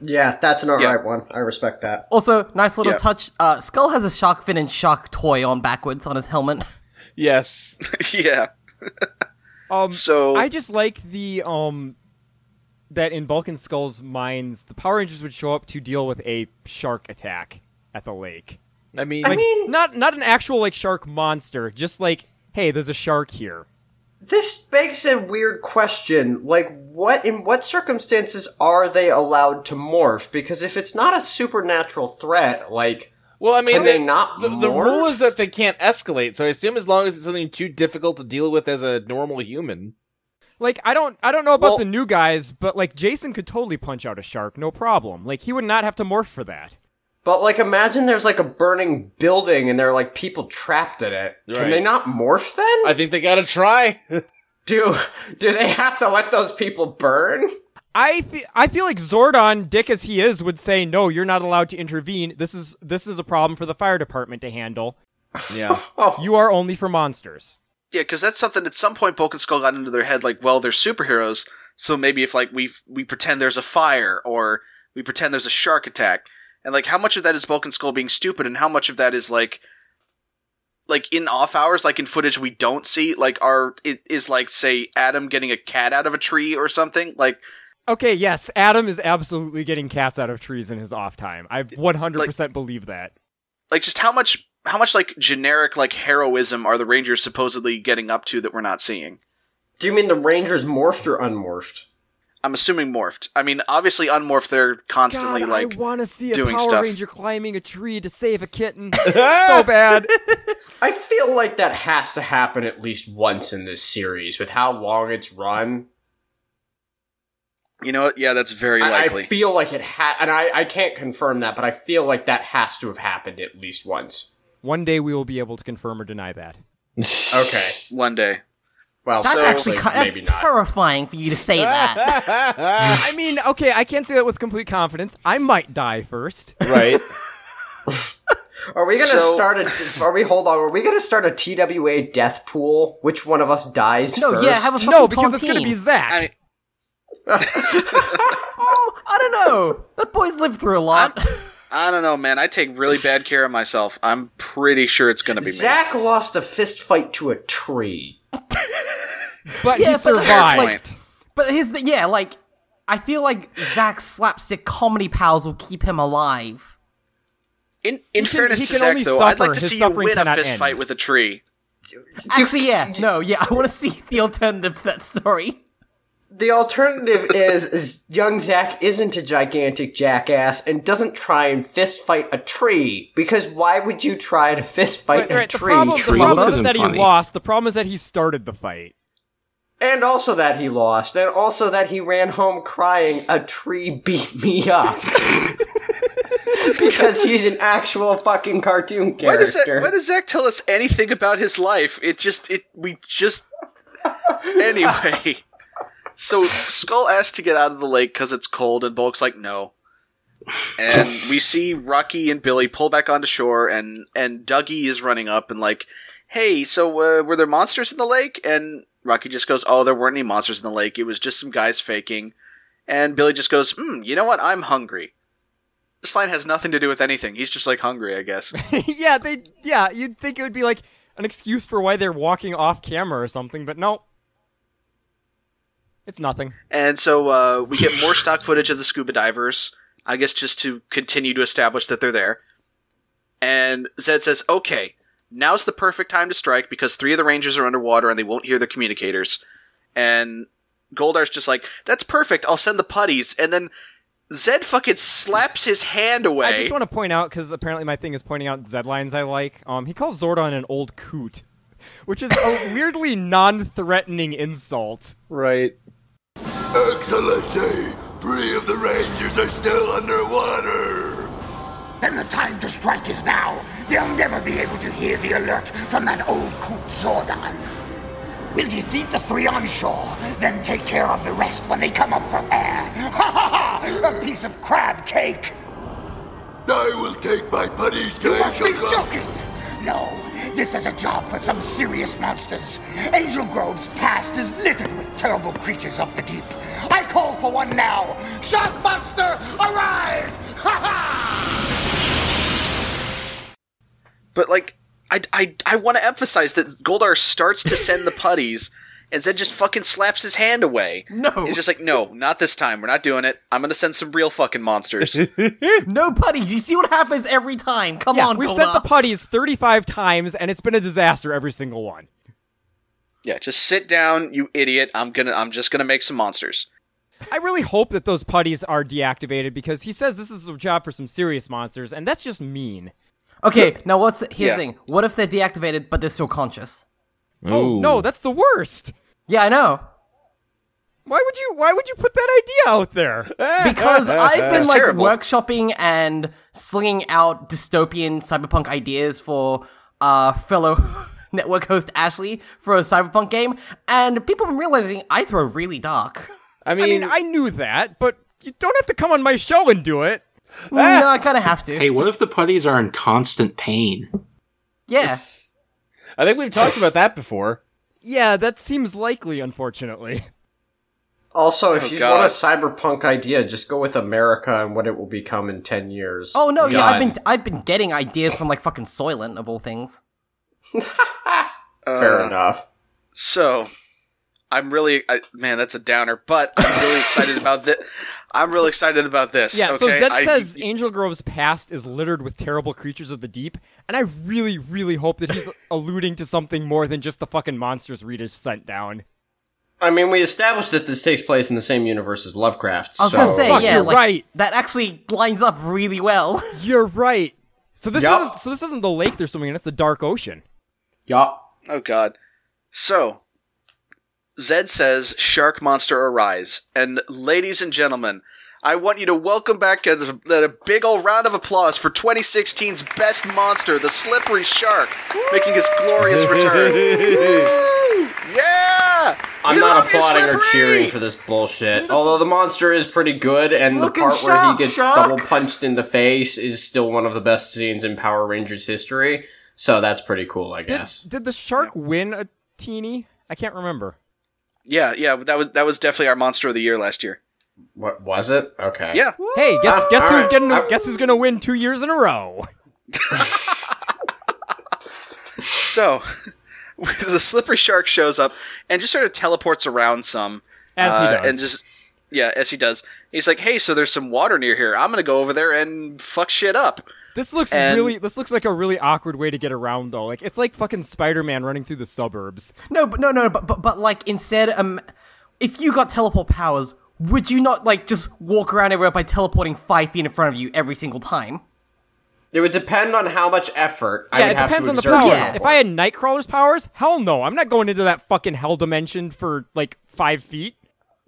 G: Yeah, that's an
C: Yeah.
G: alright one. I respect that.
F: Also, nice little
C: Yeah.
F: touch. Uh, Skull has a shark fin and shark toy on backwards on his helmet.
D: Yes.
C: yeah.
E: Um,
C: So-
E: I just like the um that in Bulk and Skull's minds, the Power Rangers would show up to deal with a shark attack at the lake.
D: I mean,
G: I mean,
E: Not not an actual like shark monster, just like hey, there's a shark here.
G: This begs a weird question. Like, what in what circumstances are they allowed to morph? Because if it's not a supernatural threat, like,
D: well, I mean,
G: Can they not
D: The, the
G: morph?
D: rule is that they can't escalate, so I assume as long as it's something too difficult to deal with as a normal human.
E: Like I don't I don't know about
C: Well-
E: the new guys, but like Jason could totally punch out a shark, no problem. Like he would not have to morph for that.
G: But like, imagine there's like a burning building and there are like people trapped in it.
D: Right.
G: Can they not morph then?
D: I think they gotta try.
G: do do they have to let those people burn?
E: I fe- I feel like Zordon, dick as he is, would say no. You're not allowed to intervene. This is this is a problem for the fire department to handle.
D: yeah.
G: Oh,
E: You are only for monsters.
C: Yeah, because that's something at some point Bulk and Skull got into their head, like, well, they're superheroes, so maybe if like we we pretend there's a fire or we pretend there's a shark attack, and like how much of that is Bulk and Skull being stupid, and how much of that is like, like in off hours, like in footage we don't see, like our it is like say Adam getting a cat out of a tree or something, like
E: Okay, yes, Adam is absolutely getting cats out of trees in his off time. I 100% believe that.
C: like just how much how much like generic like heroism are the Rangers supposedly getting up to that we're not seeing.
G: Do you mean the Rangers morphed or unmorphed?
C: I'm assuming morphed. I mean, obviously unmorphed. They're constantly
E: God,
C: like
E: I want to see a
C: doing
E: Power
C: stuff.
E: Ranger climbing a tree to save a kitten so bad.
G: I feel like that has to happen at least once in this series with how long it's run.
C: You know what? Yeah, that's very
G: I, I
C: likely.
G: feel like it ha and I, I can't confirm that, but I feel like that has to have happened at least once.
E: One day we will be able to confirm or deny that.
G: Okay.
C: One day.
G: Well,
F: That's
G: so
F: actually ki-
G: maybe
F: that's
G: not.
F: terrifying for you to say that.
C: Ah.
E: Uh, I mean, okay, I can't say that with complete confidence. I might die first.
D: Right.
G: Are we gonna
C: So-
G: start a? Are we hold on? Are we gonna start a TWA death pool? Which one of us dies
F: No,
G: first?
F: yeah, have a fucking
E: no, because it's
F: tontine.
E: going to be Zach.
C: I mean,
F: Oh, I don't know. That boy's lived through a lot.
C: I don't know, man. I take really bad care of myself. I'm pretty sure it's going to be
G: Zach lost a fist fight to a tree.
E: but
F: Yeah,
E: he
F: but that's like-
E: survived.
C: me. Point.
F: But here's the yeah, like I feel like Zach's slapstick comedy pals will keep him alive.
C: In, in
E: He can-
C: fairness
E: he
C: to
E: can
C: Zach,
E: only
C: though, I'd
E: suffer.
C: like to
E: His
C: see you
E: suffering
C: win a
E: cannot
C: fist
E: end.
C: fight with a tree.
F: Actually, yeah, no, yeah, I want to see the alternative to that story.
G: The alternative is, is young Zach isn't a gigantic jackass and doesn't try and fist fight a tree because why would you try to fist fight
E: Right,
G: a
E: right, the
G: tree?
E: problem, the
H: Tree
E: problem
H: would've
E: isn't that
H: been funny.
E: he lost. The problem is that he started the fight.
G: And also that he lost, and also that he ran home crying, a tree beat me up. because he's an actual fucking cartoon character.
C: Why does, that, why does Zach tell us anything about his life? It just, it we just. anyway. So Skull asks to get out of the lake because it's cold, and Bulk's like, no. And we see Rocky and Billy pull back onto shore, and, and Dougie is running up and like, hey, so uh, were there monsters in the lake? And Rocky just goes, oh, there weren't any monsters in the lake. It was just some guys faking. And Billy just goes, hmm, you know what? I'm hungry. This line has nothing to do with anything. He's just like hungry, I guess.
E: yeah, they. Yeah, you'd think it would be like an excuse for why they're walking off camera or something, but no. It's nothing.
C: And so uh, we get more stock footage of the scuba divers, I guess just to continue to establish that they're there. And Zed says, okay, now's the perfect time to strike because three of the Rangers are underwater and they won't hear their communicators. And Goldar's just like, that's perfect, I'll send the putties. And then Zed fucking slaps his hand
E: I
C: away.
E: just want to point out because apparently my thing is pointing out Zed lines I like. Um, he calls Zordon an old coot, which is a weirdly non-threatening insult.
D: Right.
A: Excellency, three of the Rangers are still underwater.
J: Then the time to strike is now. They'll never be able to hear the alert from that old coot Zordon. We'll defeat the three on shore, then take care of the rest when they come up for air. Ha ha ha! A piece of crab cake!
A: I will take my putties to
J: You must be
A: Angel Grove.
J: joking! No, this is a job for some serious monsters. Angel Grove's past is littered with terrible creatures of the deep. I call for one now! Shark monster, arise! Ha ha!
C: But like, I, I, I want to emphasize that Goldar starts to send the putties, and Zed just fucking slaps his hand away. No, it's just like, no, not this time. We're not doing it. I'm gonna send some real fucking monsters.
F: No putties. You see what happens every time. Come
E: yeah,
F: on,
E: we've
F: Golda.
E: sent the putties 35 times and it's been a disaster every single one.
C: yeah, just sit down, you idiot. I'm gonna, I'm just gonna make some monsters.
E: I really hope that those putties are deactivated because he says this is a job for some serious monsters, and that's just mean.
F: Okay, now what's the, here's
C: Yeah.
F: the thing? What if they're deactivated but they're still conscious?
E: Oh no, that's the worst.
F: Yeah, I know.
E: Why would you? Why would you put that idea out there?
C: Ah,
F: because I've been
C: That's
F: like
C: terrible.
F: workshopping and slinging out dystopian cyberpunk ideas for uh, fellow network host Ashley for a cyberpunk game, and people have been realizing I throw really dark.
D: I mean,
E: I mean, I knew that, but you don't have to come on my show and do it.
F: No, I kind of have to.
H: Hey, what if the putties are in constant pain?
F: yeah,
D: I think we've talked about that before.
E: Yeah, that seems likely. Unfortunately,
G: Also, if
C: Oh,
G: you
C: God.
G: want a cyberpunk idea, just go with America and what it will become in ten years.
F: Oh no, yeah, I've
G: Done.
F: been I've been getting ideas from like fucking Soylent of all things.
G: Fair enough.
C: Uh, So, I'm really I, man, that's a downer, but I'm really excited about this. I'm really excited about this.
E: yeah.
C: Okay?
E: so Zed
C: I-
E: says Angel Grove's past is littered with terrible creatures of the deep, and I really, really hope that he's alluding to something more than just the fucking monsters Rita sent down.
G: I mean, we established that this takes place in the same universe as Lovecraft.
F: I was
G: so.
F: gonna say,
E: Fuck,
F: yeah,
E: you're
F: like,
E: right.
F: That actually lines up really well.
E: You're right. So this
G: Yup.
E: isn't. So this isn't the lake they're swimming in. It's the dark ocean.
G: yeah,
C: Oh God. So, Zed says, "Shark monster arise!" And ladies and gentlemen, I want you to welcome back a, a big old round of applause for 2016's best monster, the slippery shark, making his glorious return. yeah!
G: I'm
C: We
G: not
C: love you,
G: applauding or
C: Slippery!
G: cheering for this bullshit. Although the monster is pretty good, and the
F: Looking
G: part where he
F: sharp,
G: gets
F: Shock.
G: double punched in the face is still one of the best scenes in Power Rangers history. So that's pretty cool, I
E: Did,
G: guess.
E: did the shark win a teeny? I can't remember.
C: Yeah, yeah, that was that was definitely our monster of the year last year.
G: What was it? Okay.
C: Yeah.
E: Hey, guess
C: Uh,
E: guess
G: all
E: who's
G: right.
E: getting
G: I-
E: guess who's gonna win two years in a row?
C: So, the slippery shark shows up and just sort of teleports around some,
E: As he
C: uh,
E: does.
C: and just yeah, as he does. He's like, "Hey, so there's some water near here. I'm gonna go over there and fuck shit up."
E: This looks
C: And-
E: really. This looks like a really awkward way to get around, though. Like it's like fucking Spider-Man running through the suburbs.
F: No, but no, no, but but, but like instead, um, if you got teleport powers, would you not like just walk around everywhere by teleporting five feet in front of you every single time?
G: It would depend on how much effort I
E: Yeah,
G: would
E: it
G: have
E: depends
G: to
E: on the
G: exert.
E: powers.
F: Yeah.
E: If I had Nightcrawler's powers, hell no, I'm not going into that fucking hell dimension for like five feet.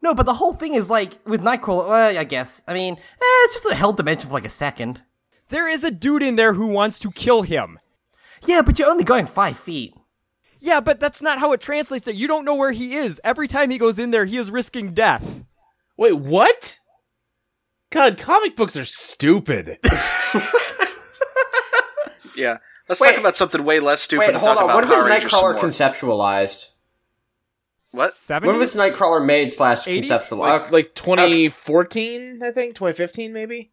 F: No, but the whole thing is like with Nightcrawler. Uh, I guess. I mean, eh, it's just a hell dimension for like a second.
E: There is a dude in there who wants to kill him.
F: Yeah, but you're only going five feet.
E: Yeah, but that's not how it translates. There, you don't know where he is. Every time he goes in there, he is risking death.
D: Wait, what? God, comic books are stupid.
C: Yeah. Let's
G: Wait.
C: talk about something way less stupid.
G: Wait,
C: and
G: hold
C: talk
G: on.
C: About
G: What was
C: Power Rangers some
G: Nightcrawler
C: more.
G: conceptualized?
C: What?
E: Seven.
G: When was Nightcrawler made slash uh,
E: 80s?
G: conceptualized?
D: like, like 2014, I think 2015, maybe.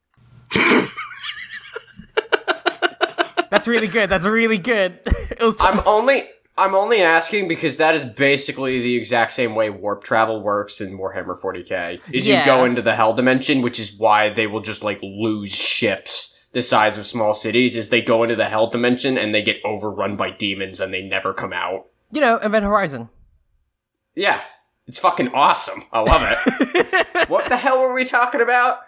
F: That's really good. That's really good. it was.
G: I'm only I'm only asking because that is basically the exact same way warp travel works in Warhammer 40k. Is
F: Yeah.
G: you go into the hell dimension, which is why they will just like lose ships the size of small cities. Is they go into the hell dimension and they get overrun by demons and they never come out.
F: you know, Event Horizon.
G: Yeah, it's fucking awesome. I love it. what the hell were we talking about?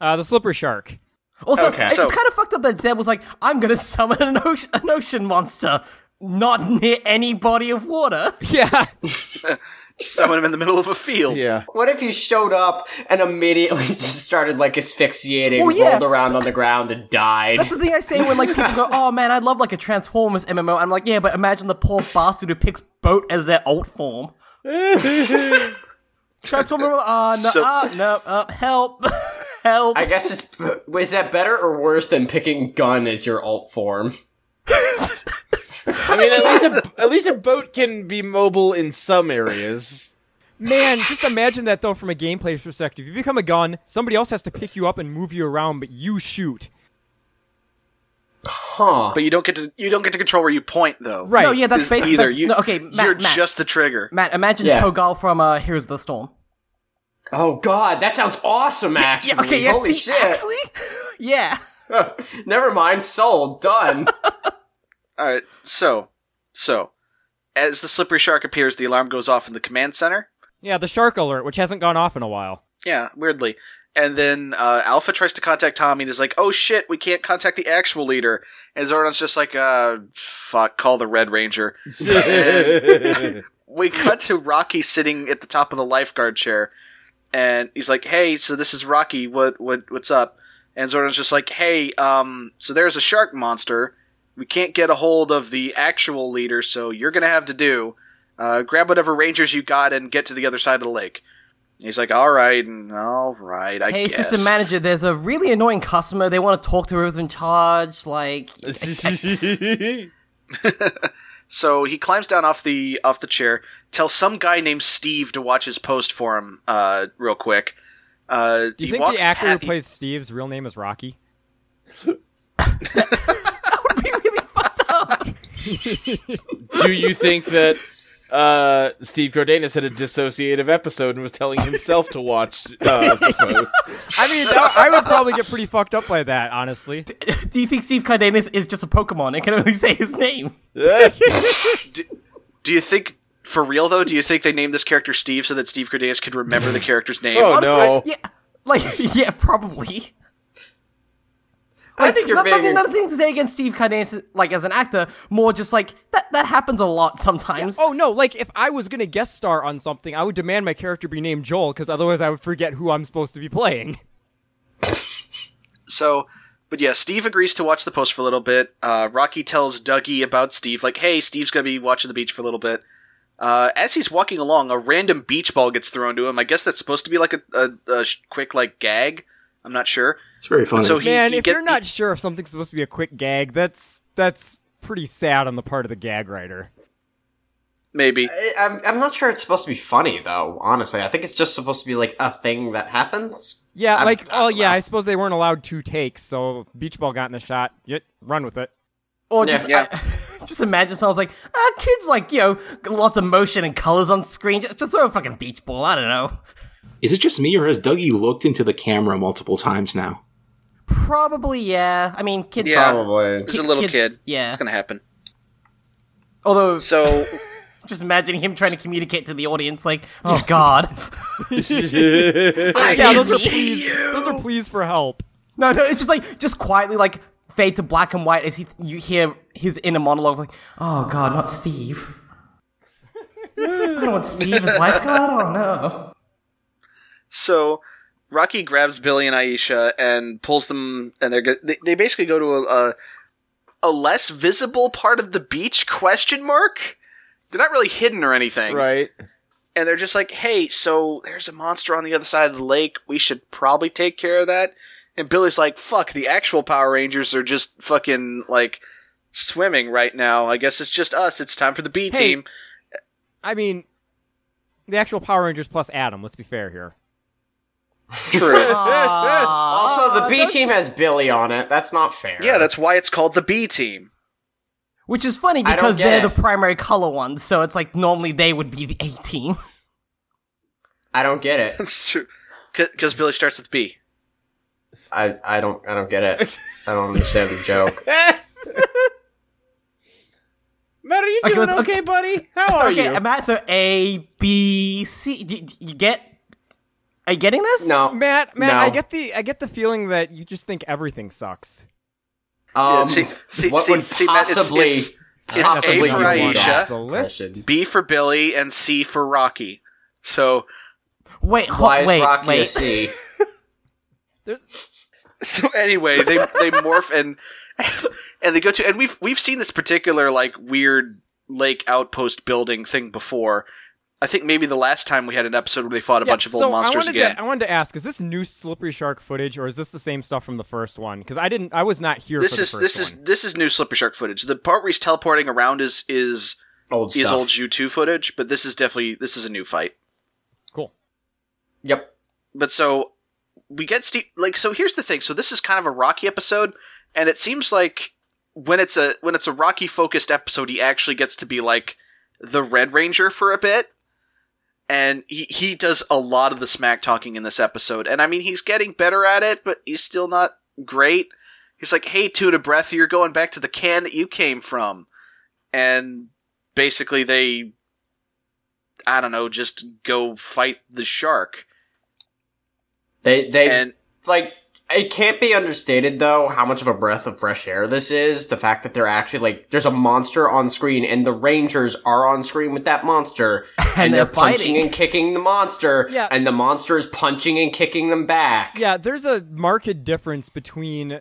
E: Uh, the slippery shark.
F: Also,
G: Okay.
F: it's
C: So-
F: kind of fucked up that Zeb was like, "I'm gonna summon an ocean, an ocean monster, not near any body of water."
E: Yeah.
C: Just Summon him in the middle of a field.
D: Yeah.
G: What if you showed up and immediately just started like asphyxiating,
F: Well, yeah.
G: rolled around on the ground, and died?
F: That's the thing I say when like people go, "Oh man, I'd love like a Transformers MMO." I'm like, "Yeah, but imagine the poor bastard who picks boat as their alt form." Transformer, uh, no,
C: So-
F: uh, no, uh, help, help.
G: I guess it's was that better or worse than picking gun as your alt form?
D: I mean, at least a, at least a boat can be mobile in some areas.
E: Man, just imagine that though from a gameplay perspective. You become a gun, somebody else has to pick you up and move you around, but you shoot.
G: Huh.
C: But you don't get to you don't get to control where you point though.
E: Right.
F: no, yeah, that's
C: Is
F: basically
C: either
F: that's-
C: you.
F: no, okay, Matt,
C: you're
F: Matt,
C: just the trigger.
F: Matt. Imagine
G: Yeah.
F: Togal from uh, Heroes of the Storm.
G: Oh god, that sounds awesome actually.
F: Yeah, okay, yeah,
G: Holy
F: see,
G: shit.
F: actually, yeah.
G: Never mind, sold, done.
C: All right. So, so as the slippery shark appears, the alarm goes off in the command center.
E: Yeah, the shark alert, which hasn't gone off in a while.
C: Yeah, weirdly. And then uh, Alpha tries to contact Tommy and is like, "Oh shit, we can't contact the actual leader." And Zordon's just like, "Uh, fuck, call the Red Ranger." we cut to Rocky sitting at the top of the lifeguard chair, and he's like, "Hey, so this is Rocky. What what what's up?" And Zordon's just like, "Hey, um, so there's a shark monster. We can't get a hold of the actual leader, so you're gonna have to do. Uh, grab whatever rangers you got and get to the other side of the lake." And he's like, "All right, and all right, I
F: Hey,
C: guess."
F: system manager, there's a really annoying customer. They want to talk to whoever's in charge. Like,
C: So he climbs down off the off the chair, tells some guy named Steve to watch his post for him, uh, real quick. Uh,
E: Do you
C: he
E: think
C: walks
E: the actor
C: pa-
E: who plays Steve's real name is Rocky?
D: Do you think that uh, Steve Cardenas had a dissociative episode and was telling himself to watch uh, the post?
E: I mean, that, I would probably get pretty fucked up by that, honestly.
F: do you think Steve Cardenas is just a Pokemon and can only say his name?
C: Do you think for real though? Do you think they named this character Steve so that Steve Cardenas could remember the character's name?
D: Oh,
F: Honestly,
D: no.
F: yeah, like, yeah, probably.
G: I think you're
F: Not- nothing,
G: being.
F: nothing to say against Steve Cardenas, like as an actor. More just like that. That happens a lot sometimes.
E: Oh no! Like if I was gonna guest star on something, I would demand my character be named Joel, because otherwise I would forget who I'm supposed to be playing.
C: So, but yeah, Steve agrees to watch the post for a little bit. Uh, Rocky tells Dougie about Steve, like, "Hey, Steve's gonna be watching the beach for a little bit." Uh, as he's walking along, a random beach ball gets thrown to him. I guess that's supposed to be like a, a, a sh- quick like gag. I'm not sure.
H: It's very funny.
C: So he,
E: Man,
C: he
E: if
C: get-
E: you're not sure if something's supposed to be a quick gag, that's that's pretty sad on the part of the gag writer.
C: maybe
G: I- I'm, I'm not sure it's supposed to be funny though. Honestly, I think it's just supposed to be like a thing that happens.
E: Yeah,
G: I'm-
E: like
G: I
E: oh
G: don't
E: yeah,
G: know.
E: I suppose they weren't allowed two takes, so beach ball got in the shot. Yet run with it.
F: or just
C: yeah.
F: I- just imagine someone's like, ah, kids like you know, got lots of motion and colors on screen. Just, just throw a fucking beach ball. I don't know.
H: Is it just me, or has Dougie looked into the camera multiple times now?
F: Probably yeah. I mean, kid.
C: Yeah.
G: Probably.
C: He's a little
F: Kids-
C: kid.
F: yeah.
C: it's gonna happen.
F: Although,
C: So
F: just imagining him trying to communicate to the audience, like, oh god.
E: yeah, those are pleas. Those are pleas for help.
F: No, no, it's just like just quietly like fade to black and white as he you hear his inner monologue like, "Oh God, not Steve." I don't want Steve as lifeguard. Oh no.
C: So Rocky grabs Billy and Aisha and pulls them, and they're go- they, they basically go to a, a a less visible part of the beach? Question mark. They're not really hidden or anything,
D: right.
C: and they're just like, "Hey, so there's a monster on the other side of the lake. We should probably take care of that." And Billy's like, "Fuck, the actual Power Rangers are just fucking like swimming right now. I guess it's just us. It's time for the B
E: Hey.
C: team."
E: I mean, the actual Power Rangers plus Adam. Let's be fair here. uh,
C: True.
G: Also, the B team has Billy on it. That's not fair.
C: yeah, that's why it's called the B team.
F: Which is funny
G: don't
F: because
G: get
F: they're
G: it.
F: the primary color ones, so it's like normally they would be the A team.
G: I don't get it.
C: That's true. Because Billy starts with B.
G: I, I don't I don't get it. I don't understand the joke.
D: Matt, are you
F: Okay,
D: doing
F: let's-
D: okay, buddy? How are
F: okay,
D: you?
F: Matt, so A, B, C. d- d- You get? Are you getting this?
G: No,
E: Matt, Matt,
G: No.
E: I get the I get the feeling that you just think everything sucks.
G: Um,
C: Yeah, see- see-
G: what
C: see-
G: would
C: see, Matt, it's-
G: possibly
C: it's- it's
G: possibly
C: A for
G: be wrong with
C: Aisha.
G: that
E: The list?
G: question?
C: B for Billy and C for Rocky. So
F: Wait, ho-
G: Why is
F: wait,
G: Rocky a
F: wait.
G: C?
C: so anyway, they they morph and and they go to and we've we've seen this particular like weird lake outpost building thing before. I think maybe the last time we had an episode where they fought a
E: Yeah,
C: bunch of old
E: so I
C: monsters
E: wanted
C: again.
E: To, I wanted to ask: Is this new Slippery Shark footage, or is this the same stuff from the first one? Because I didn't, I was not here.
C: this
E: for
C: is
E: the
C: this
E: first
C: is
E: one.
C: this is new Slippery Shark footage. The part where he's teleporting around is is
G: Old
C: is
G: stuff.
C: old U two footage, but this is definitely this is a new fight.
E: cool.
G: Yep.
C: but so we get Steve. Like, so here's the thing. So this is kind of a Rocky episode, and it seems like when it's a when it's a Rocky focused episode, he actually gets to be like the Red Ranger for a bit, and he he does a lot of the smack talking in this episode. And I mean, he's getting better at it, but he's still not great. He's like, "Hey, tuna breath, you're going back to the can that you came from," and basically they. I don't know, just go fight the shark.
G: They they
C: And
G: like It can't be understated though how much of a breath of fresh air this is. The fact that they're actually like there's a monster on screen and the Rangers are on screen with that monster and,
F: And
G: they're,
F: they're
G: punching
F: fighting.
G: and kicking the monster
E: Yeah.
G: and the monster is punching and kicking them back.
E: Yeah, there's a marked difference between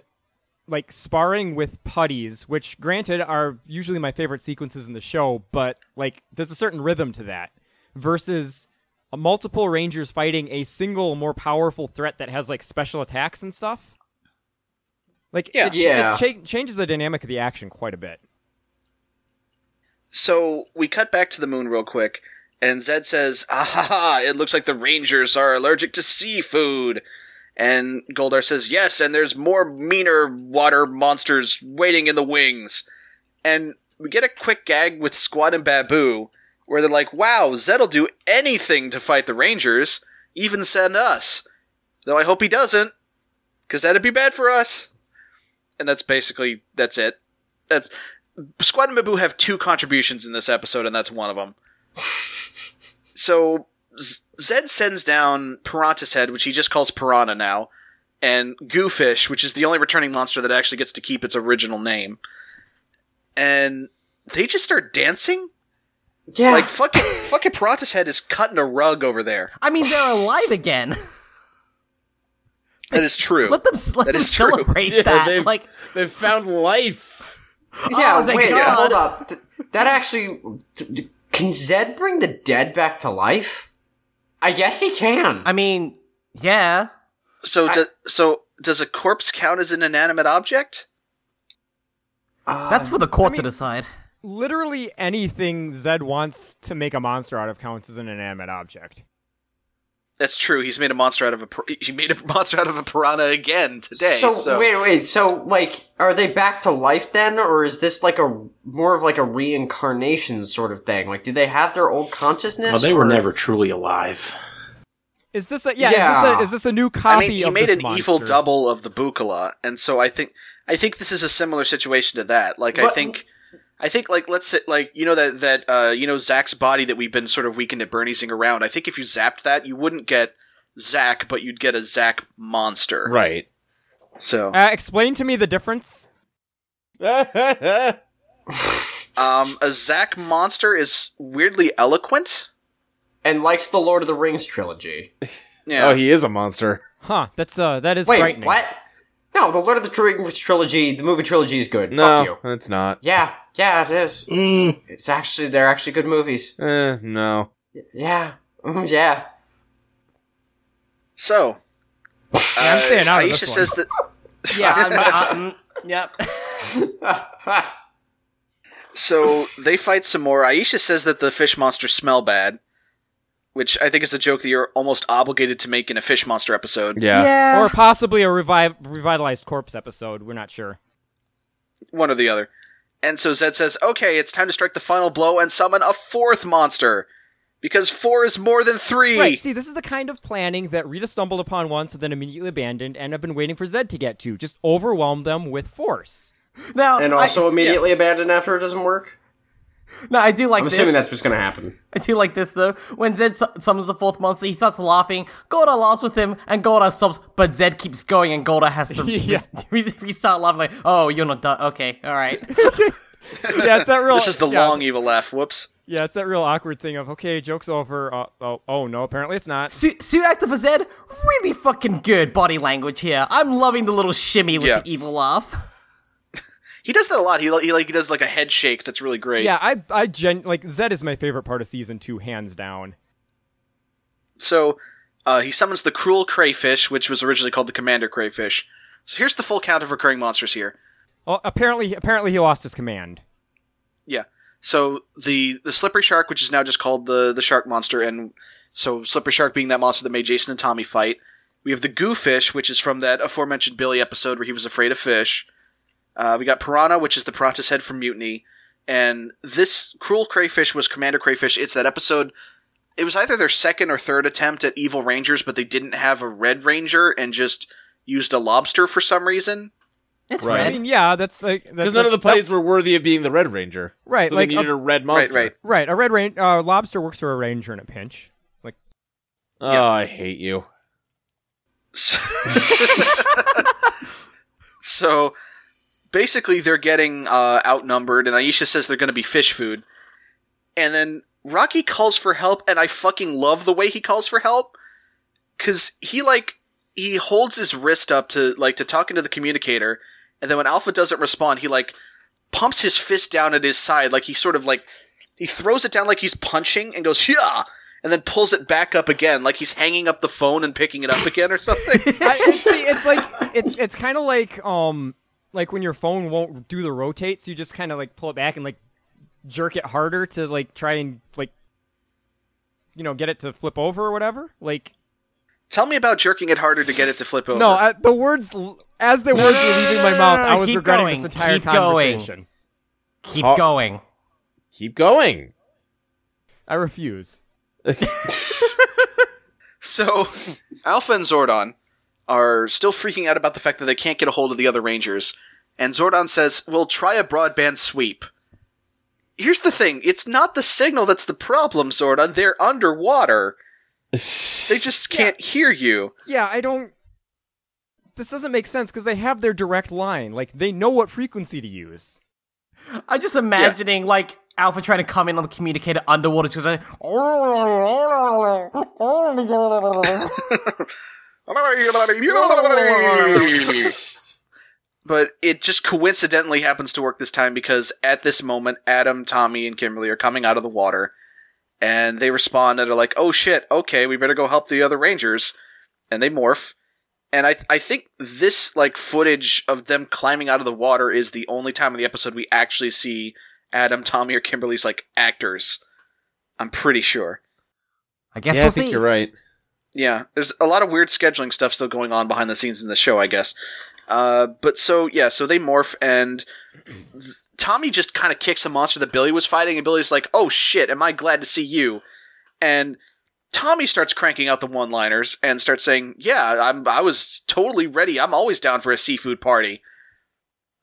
E: like sparring with putties, which granted are usually my favorite sequences in the show, but like there's a certain rhythm to that versus a multiple rangers fighting a single more powerful threat that has like special attacks and stuff. Like
C: Yeah.
E: it, ch-
G: Yeah.
E: it cha- changes the dynamic of the action quite a bit.
C: So we cut back to the moon real quick, and Zed says, "Ah ha ha! It looks like the Rangers are allergic to seafood." And Goldar says, "Yes, and there's more meaner water monsters waiting in the wings." And we get a quick gag with Squad and Babu, where they're like, "Wow, Zed'll do anything to fight the Rangers, even send us." Though I hope he doesn't, because that'd be bad for us. And that's basically that's it. That's Squad and Babu have two contributions in this episode, and that's one of them. so Z- Zed sends down Piranha's head, which he just calls Piranha now, and Goofish, which is the only returning monster that actually gets to keep its original name. And they just start dancing.
G: Yeah.
C: Like fucking fucking Piranha's head is cutting a rug over there.
F: I mean, they're alive again.
C: That is true.
F: let them let
C: That
F: them
C: is true.
F: celebrate
D: Yeah,
F: that.
D: they've-
F: Like,
D: They've found life.
G: yeah,
F: oh, thank
G: wait,
F: God.
G: hold up. Th- that actually th- th- can Zed bring the dead back to life? I guess he can.
F: I mean, yeah.
C: So do, so does a corpse count as an inanimate object?
G: Ah.
F: That's for the court to decide.
E: Literally anything Zed wants to make a monster out of counts as an inanimate object.
C: That's true. He's made a monster out of a pir- he made a monster out of a piranha again today.
G: so,
C: So,
G: wait, wait. So like, are they back to life then, or is this like a more of like a reincarnation sort of thing? Like, do they have their old consciousness?
H: Well, they were
G: or-
H: never truly alive.
E: Is this a yeah, Is,
G: Yeah.
E: this a, is this a new
C: I
E: copy
C: mean, he
E: of
C: made
E: this
C: an evil
E: monster?
C: double of the Bukala, and so I think I think this is a similar situation to that. Like I
G: But-
C: think I think like let's say like you know that that uh, you know Zach's body that we've been sort of weakened at Bernie'sing around. I think if you zapped that, you wouldn't get Zach, but you'd get a Zach monster.
D: Right.
C: So
E: Uh, explain to me the difference.
D: Oh,
C: um, a Zach monster is weirdly eloquent.
G: and likes the Lord of the Rings trilogy.
C: Yeah.
D: Oh, he is a monster.
E: Huh? That's uh, that is
G: Wait,
E: frightening.
G: what? No, the Lord of the Rings trilogy, the movie trilogy is good. Fuck
D: No,
G: you.
D: it's not.
G: Yeah, yeah, it is.
H: Mm,
G: It's actually they're actually good movies.
D: Eh, no.
G: Yeah, Mm, yeah.
C: So.
E: I'm
C: uh,
E: staying out of this
C: Aisha
E: one.
C: says that
F: Yeah. I'm- uh, mm, yep.
C: So they fight some more. Aisha says that the fish monsters smell bad, which I think is a joke that you're almost obligated to make in a fish monster episode.
D: Yeah.
E: Or possibly a revive revitalized corpse episode. We're not sure.
C: One or the other. And so Zed says, okay, it's time to strike the final blow and summon a fourth monster. Because four is more than three.
E: Right. See, this is the kind of planning that Rita stumbled upon once and then immediately abandoned, and I've been waiting for Zed to get to. Just overwhelm them with force.
F: Now,
G: And also immediately abandoned after it doesn't work.
F: I, no, I do like
G: I'm
F: this.
G: assuming that's what's gonna happen.
F: I do like this though. When Zed su- summons the fourth monster, he starts laughing. Gorda laughs with him, and Gorda stops. But Zed keeps going, and Gorda has to re-
E: Yeah.
F: re- restart laughing. Like, oh, you're not done. Okay, all right.
E: yeah, it's that real.
C: This is the
E: yeah,
C: long evil laugh. Whoops.
E: Yeah, it's that real awkward thing of okay, joke's over. Uh, oh, oh no, apparently it's not.
F: Suit, suit actor for Zed, really fucking good body language here. I'm loving the little shimmy with
C: Yeah.
F: the evil laugh.
C: He does that a lot. He, li- he like he does like a head shake that's really great.
E: Yeah, I, I gen like Zed is my favorite part of season two, hands down.
C: So uh, he summons the cruel crayfish, which was originally called the commander crayfish. So here's the full count of recurring monsters here.
E: Oh, apparently, apparently he lost his command.
C: Yeah. So the the slippery shark, which is now just called the the shark monster, and so slippery shark being that monster that made Jason and Tommy fight. We have the goofish, which is from that aforementioned Billy episode where he was afraid of fish. Uh, we got piranha, which is the piranha's head from Mutiny, and this cruel crayfish was Commander Crayfish. It's that episode. It was either their second or third attempt at evil rangers, but they didn't have a red ranger and just used a lobster for some reason.
F: It's
D: Right.
E: I
F: red.
E: mean, yeah, that's like
D: Because none of the plays were worthy of being the Red Ranger.
E: Right,
D: So
E: like,
D: they needed
E: uh,
D: a red monster.
C: Right, right.
E: Right, a red ranger. Uh, lobster works for a ranger in a pinch.
D: Oh,
C: Yeah.
D: I hate you.
C: so basically, they're getting uh, outnumbered, and Aisha says they're going to be fish food. And then Rocky calls for help, and I fucking love the way he calls for help because he like he holds his wrist up to like to talk into the communicator, and then when Alpha doesn't respond, he like pumps his fist down at his side, like he sort of like he throws it down like he's punching and goes yeah, and then pulls it back up again, like he's hanging up the phone and picking it up again or something.
E: I, it's, see, it's like it's it's kind of like um like when your phone won't do the rotate, so you just kind of like pull it back and like jerk it harder to like try and like you know get it to flip over or whatever. Like
C: Tell me about jerking it harder to get it to flip over.
E: no, I, the words l- as the words were leaving my mouth, I was
F: Ah, keep
E: regretting
F: going,
E: this entire
F: keep going.
E: conversation.
F: Keep
G: Uh,
D: Oh.
F: going.
D: Keep going.
E: I refuse.
C: So, Alpha and Zordon are still freaking out about the fact that they can't get a hold of the other Rangers, and Zordon says, We'll try a broadband sweep. Here's the thing it's not the signal that's the problem, Zordon. They're underwater. They just can't hear you.
E: Yeah, I don't. This doesn't make sense because they have their direct line. Like they know what frequency to use.
F: I'm just imagining like Alpha trying to come in on the communicator underwater because like,
C: But it just coincidentally happens to work this time because at this moment, Adam, Tommy, and Kimberly are coming out of the water, and they respond and are like, "Oh shit! Okay, we better go help the other Rangers," and they morph. And I, I think this like footage of them climbing out of the water is the only time in the episode we actually see Adam, Tommy, or Kimberly's like actors. I'm pretty sure.
F: I guess
D: yeah,
F: we'll
D: I think
F: see.
D: you're right.
C: Yeah, there's a lot of weird scheduling stuff still going on behind the scenes in the show, I guess. Uh, but so yeah, so they morph and th- Tommy just kind of kicks a monster that Billy was fighting, and Billy's like, "Oh shit, am I glad to see you?" And Tommy starts cranking out the one-liners and starts saying, "Yeah, I'm. I was totally ready. I'm always down for a seafood party."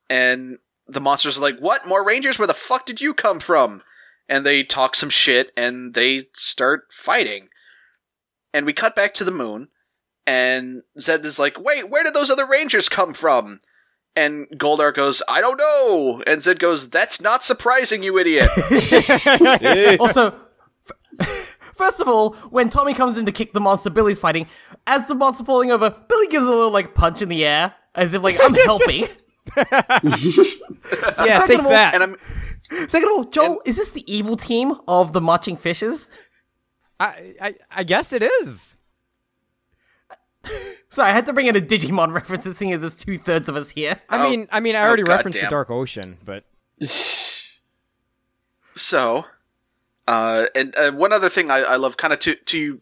C: And the monsters are like, "What? More rangers? Where the fuck did you come from?" And they talk some shit and they start fighting and we cut back to the moon and zed is like wait where did those other rangers come from and goldar goes i don't know and zed goes that's not surprising you idiot
D: Eh.
F: also, f- first of all, when Tommy comes in to kick the monster Billy's fighting, as the monster falling over, Billy gives a little like punch in the air as if like I'm helping.
E: yeah,
F: second
E: take
F: of all-
E: that.
C: and i'm
F: Second of all, Joel, is this the evil team of the marching fishes?
E: I, I I guess it is.
F: So I had to bring in a Digimon reference, seeing as there's two thirds of us here.
E: I
C: Oh.
E: mean, I mean, I already
C: Oh,
E: referenced
C: goddamn.
E: the Dark Ocean, but
C: so uh and uh, one other thing i, I love kind of to to you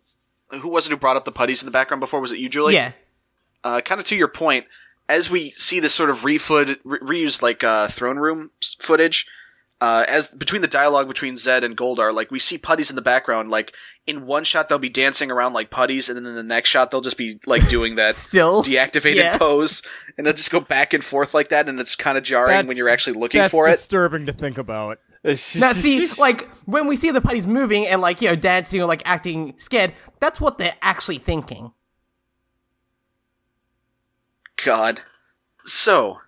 C: who was it who brought up the putties in the background before was it you julie
F: yeah.
C: uh, kind of to your point, as we see this sort of refood, re- reused like uh, throne room s- footage, uh, as between the dialogue between Zed and Goldar, like we see putties in the background. Like in one shot, they'll be dancing around like putties, and then in the next shot, they'll just be like doing that
F: Still.
C: deactivated
F: Yeah.
C: pose, and they'll just go back and forth like that, and it's kind of jarring
E: That's-
C: when you're actually looking
E: that's
C: for it.
E: disturbing to think about.
F: Now, see, like when we see the putties moving and like you know dancing or like acting scared, that's what they're actually thinking.
C: God. So,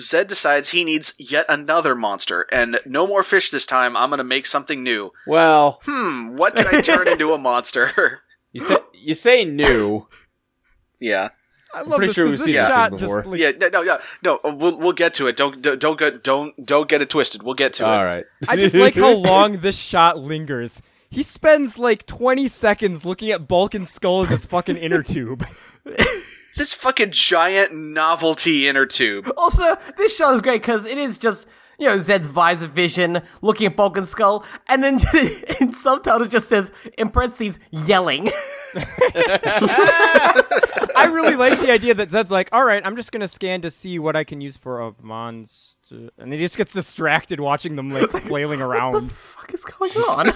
C: Zed decides he needs yet another monster, and no more fish this time. I'm gonna make something new.
D: well,
C: Hmm, what can I turn into a monster?
D: you say you say new.
C: yeah,
E: I love
D: pretty
E: this
D: sure
E: 'cause
D: we've
E: this
D: seen
E: is
D: this
E: not
D: thing
E: just
D: before.
E: like,
C: yeah, no, no, yeah, no. uh, We'll we'll get to it. Don't don't- don't get don't don't get it twisted. We'll get to it.
D: All right.
E: I just like how long this shot lingers. He spends like 20 seconds looking at Bulk and Skull in his fucking inner tube.
C: This fucking giant novelty inner tube.
F: Also, this show is great because it is just you know Zed's visor vision looking at Bulk and Skull, and then in subtitles just says in parentheses yelling.
E: I really like the idea that Zed's like, all right, I'm just gonna scan to see what I can use for a monster, and he just gets distracted watching them like flailing around.
F: Fuck is going on?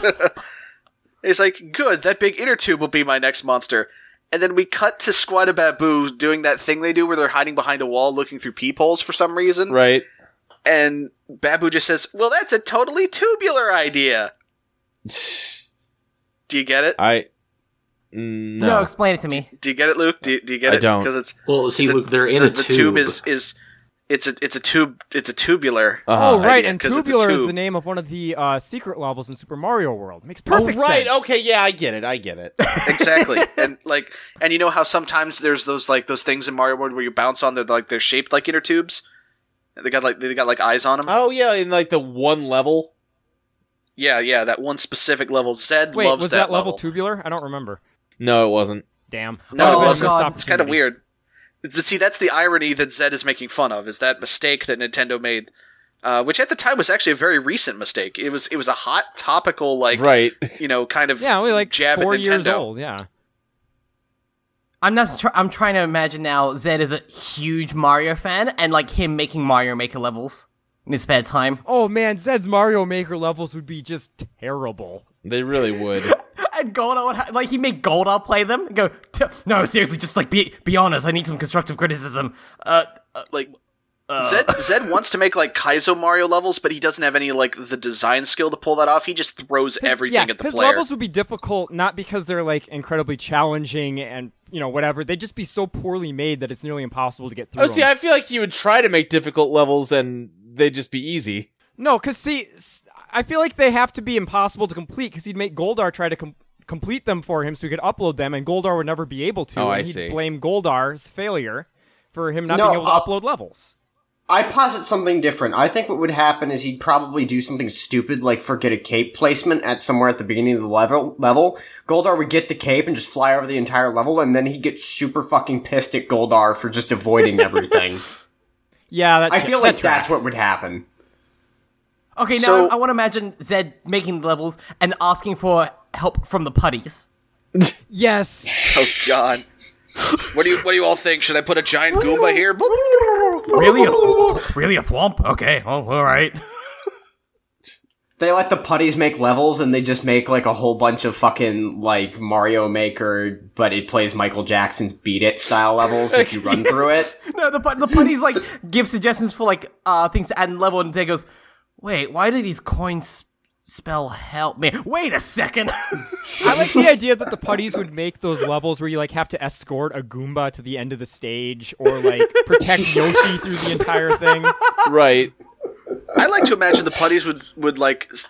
C: It's like good. That big inner tube will be my next monster. And then we cut to Squad of Baboos doing that thing they do where they're hiding behind a wall looking through peepholes for some reason.
D: Right.
C: And Babu just says, "Well, that's a totally tubular idea." Do you get it?
D: I
F: No, explain it to me.
C: Do you get it, Luke? Do you, do you get
K: I
C: it?
K: don't.
C: Because it's
H: Well, see,
C: it's a-
H: Luke, they're in
C: the,
H: a
C: the
H: tube.
C: tube is is it's a it's a tube it's a tubular.
K: Uh-huh.
E: Oh right,
C: idea,
E: and
C: Uh, 'cause it's a
E: tubular is
C: tube.
E: the name of one of the uh, secret levels in Super Mario World. Makes
K: Oh,
E: perfect
K: right.
E: sense.
K: Okay. Yeah, I get it. I get it.
C: exactly and like and you know how sometimes there's those like those things in mario world where you bounce on they're like they're shaped like inner tubes And they got like they got like eyes on them
K: oh yeah, in like the one level.
C: yeah yeah that one specific level zed
E: Wait,
C: loves
E: was that, level
C: level
E: tubular? I don't remember.
K: No, it wasn't.
E: Damn.
C: No,
E: Would've
F: it
E: been a
F: wasn't.
E: missed
C: it's kind of
E: opportunity.
C: weird but see that's the irony that zed is making fun of is that mistake that nintendo made uh, which at the time was actually a very recent mistake it was it was a hot topical like
D: Right.
C: you know kind of
E: Yeah, we like
C: jab
E: four
C: at nintendo
E: years old. Yeah.
F: I'm not. Tr- I'm trying to imagine now. Zed is a huge Mario fan, and like him making Mario Maker levels in his spare time.
E: Oh man, Zed's Mario Maker levels would be just terrible.
K: They really would.
F: And Golda would ha- like he made Golda play them. And go "T- no, seriously, just like be be honest. I need some constructive criticism. Uh,
C: like Zed Zed wants to make like Kaizo Mario levels, but he doesn't have any like the design skill to pull that off. He just throws
E: His-
C: everything
E: yeah,
C: at the
E: his
C: player.
E: levels would be difficult not because they're like incredibly challenging and you know whatever. They'd just be so poorly made that it's nearly impossible to get through.
K: oh, see,
E: 'em.
K: I feel like you would try to make difficult levels, and they'd just be easy.
E: No, because see, s- I feel like they have to be impossible to complete because he'd make Goldar try to com- complete them for him so he could upload them, and Goldar would never be able to.
K: Oh,
E: and
K: I
E: he'd
K: see.
E: blame Goldar's failure for him not
G: No, uh,
E: being able to
G: I'll-
E: upload levels.
G: I posit something different. I think what would happen is he'd probably do something stupid, like forget a cape placement at somewhere at the beginning of the level. Level Goldar would get the cape and just fly over the entire level, and then he'd get super fucking pissed at Goldar for just avoiding everything.
E: Yeah, that
G: I
E: tra-
G: feel
E: that
G: like that's
E: tracks.
G: what would happen.
F: okay, now
C: So-
F: I, I want to imagine Zed making levels and asking for help from the putties.
E: Yes.
C: oh god. What do you what do you all think? Should I put a giant Goomba here?
F: Really, a, really a thwomp? Okay, oh, all right.
G: They let the putties make levels, and they just make like a whole bunch of fucking like Mario Maker, but it plays Michael Jackson's "Beat It" style levels if you run through it.
F: No, the put- the putties like give suggestions for like uh things to add in level, and Zed goes, "Wait, why do these coins spell help me? Wait a second.
E: I like the idea that the putties would make those levels where you like have to escort a Goomba to the end of the stage or like protect Yoshi through the entire thing.
K: Right.
C: I like to imagine the putties would would like s-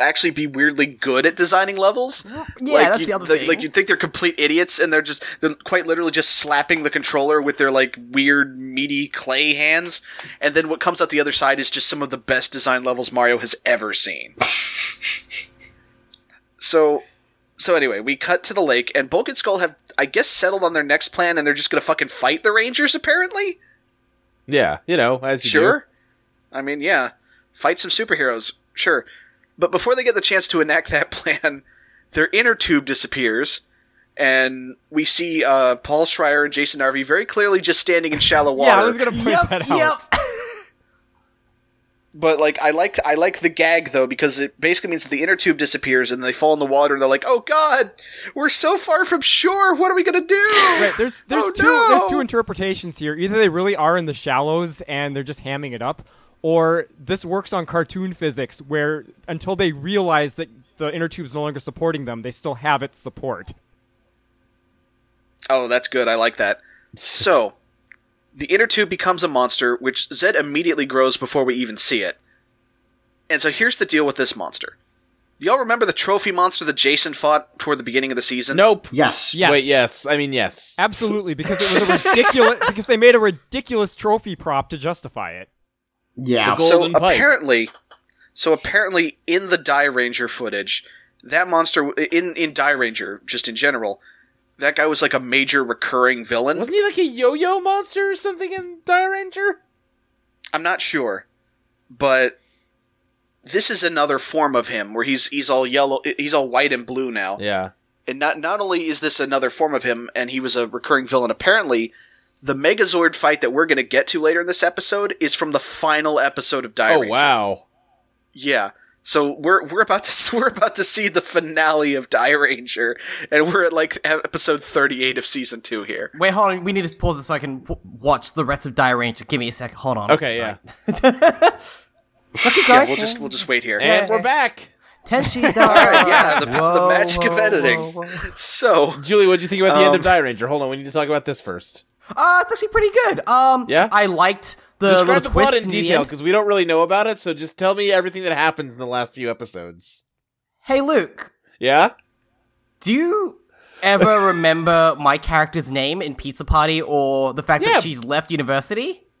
C: actually be weirdly good at designing levels.
F: yeah,
C: like,
F: that's
C: you,
F: the other
C: like,
F: thing.
C: Like you'd think they're complete idiots, and they're just they're quite literally just slapping the controller with their like weird meaty clay hands. And then what comes out the other side is just some of the best design levels Mario has ever seen. so, so anyway, we cut to the lake, and Bulk and Skull have I guess settled on their next plan, and they're just gonna fucking fight the Rangers apparently.
K: Yeah. You know, as you
C: Sure. I mean, yeah. Fight some superheroes, sure. But before they get the chance to enact that plan, their inner tube disappears, and we see uh, Paul Schreier and Jason Narvey very clearly just standing in shallow water.
E: Yeah, I was gonna point
F: yep,
E: that out.
F: yep.
C: But like, I like I like the gag though because it basically means that the inner tube disappears and they fall in the water and they're like, "Oh God, we're so far from shore. What are we gonna do?"
E: Right, there's there's
C: Oh,
E: two there's
C: no!
E: two interpretations here. Either they really are in the shallows and they're just hamming it up, or this works on cartoon physics where until they realize that the inner tube's no longer supporting them, they still have its support.
C: Oh, that's good. I like that. So, the inner tube becomes a monster, which Zed immediately grows before we even see it. And so here's the deal with this monster. Y'all remember the trophy monster that Jason fought toward the beginning of the season?
K: do. Nope.
G: Yes.
E: Yes.
K: Wait. Yes. I mean, yes.
E: Absolutely, because it was a ridiculous because they made a ridiculous trophy prop to justify it.
G: Yeah.
K: The
C: so
K: Golden Pike.
C: apparently, so apparently in the Die Ranger footage, that monster in in Die Ranger just in general, that guy was like a major recurring villain.
K: Wasn't he like a yo-yo monster or something in Die Ranger?
C: I'm not sure, but this is another form of him where he's he's all yellow, he's all white and blue now.
K: Yeah.
C: And not not only is this another form of him, and he was a recurring villain. Apparently, the Megazord fight that we're going to get to later in this episode is from the final episode of Dire
K: oh wow.
C: Yeah. So we're we're about to we're about to see the finale of Dire Ranger, and we're at like e-, episode thirty eight of season two here.
F: Wait, hold on. We need to pause this so I can w- watch the rest of Dire Ranger. Give me a second. Hold on.
K: Okay. Yeah.
C: Yeah, we'll just we'll just wait here.
K: And we're back.
F: Tenchi All
C: right, yeah, the- the magic of editing. So,
D: Julie, what do you think about the end
C: Um,
D: of Die Ranger? Hold on, we need to talk about this first.
F: Uh, it's actually pretty good. Um,
D: Yeah?
F: I liked the Uh, little
D: Describe the
F: twist
D: plot in
F: the
D: detail
F: end.
D: because we don't really know about it. So just tell me everything that happens in the last few episodes.
F: Hey, Luke,
D: Yeah.
F: do you ever remember my character's name in Pizza Party or the fact
D: Yeah.
F: that she's left university?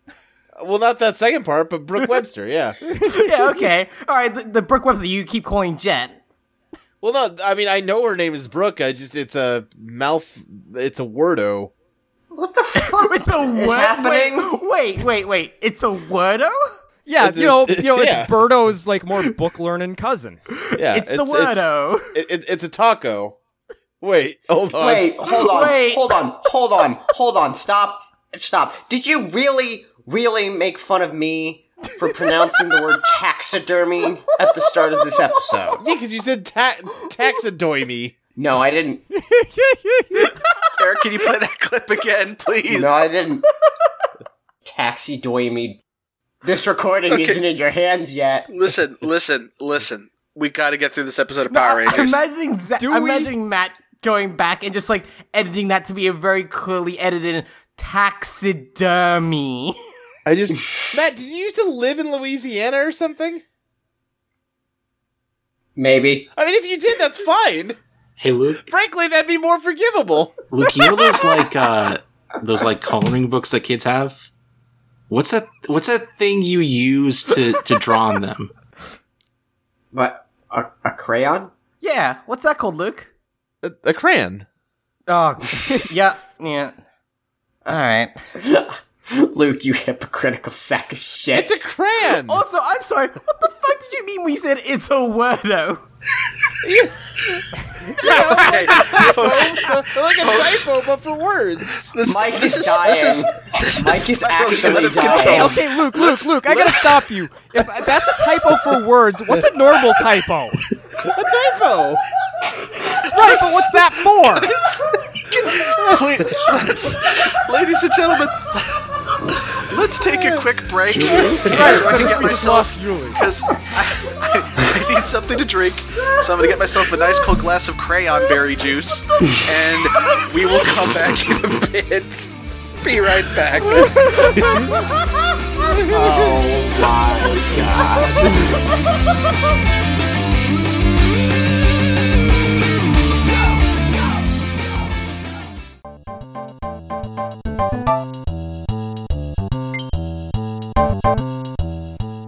D: Well, not that second part, but Brooke Webster. Yeah.
F: yeah, okay. All right, the, the Brooke Webster you keep calling Jet.
D: Well, no, I mean I know her name is Brooke. I just it's a mouth. It's a wordo.
G: What the fuck
F: It's a
G: is
F: word-
G: happening?
F: Wait, wait, wait, wait. It's a wordo?
E: Yeah,
D: It's-
E: you know,
D: it's-
E: you know,
D: yeah.
E: it's Birdo's like more book learning cousin.
D: Yeah.
F: it's, a wordo.
D: It's, it, it's a taco. Wait, hold on.
G: Wait, hold on,
F: Wait.
G: hold on, hold on, hold on. Stop, stop. Did you really, really make fun of me for pronouncing the word taxidermy at the start of this episode?
D: Yeah, because you said ta- taxidoimy.
G: No, I didn't.
C: Eric, can you play that clip again, please?
G: No, I didn't. Taxidermy. This recording isn't in your hands yet.
C: listen, listen, listen. We got to get through this episode of Power
F: I'm
C: Rangers.
F: imagining, Za-
E: Do
F: I'm
E: we-
F: imagining Matt going back and just like editing that to be a very clearly edited taxidermy.
D: I just Matt, did you used to live in Louisiana or something?
G: Maybe.
D: I mean, if you did, that's fine.
H: Hey, Luke.
D: Frankly, that'd be more forgivable.
H: Luke, you know those like uh, those like coloring books that kids have. What's that? What's that thing you use to to draw on them?
G: But a, a crayon?
F: Yeah, what's that called, Luke?
D: A, a crayon.
F: Oh, yeah, yeah. All right.
G: Luke, you hypocritical sack of shit.
D: It's a crayon.
F: Also, I'm sorry. What the fuck did you mean we said it's a wordo?
C: Okay, folks,
D: like a
E: Oh,
C: Folks.
D: typo, but for words.
C: this,
G: Mike
C: this
G: is dying.
C: This is, this
G: Mike is
C: spiraling
G: actually
C: out of
G: dying.
E: Okay,
C: control.
E: okay, Luke, Luke, Luke, I gotta stop you. If that's a typo for words, what's a normal typo?
D: A typo.
E: Right, but what's that for?
C: Please, let's, ladies and gentlemen, let's take a quick break so I can get myself because I, I, I need something to drink. So I'm gonna get myself a nice cold glass of crayon berry juice, and we will come back in a bit. Be right back.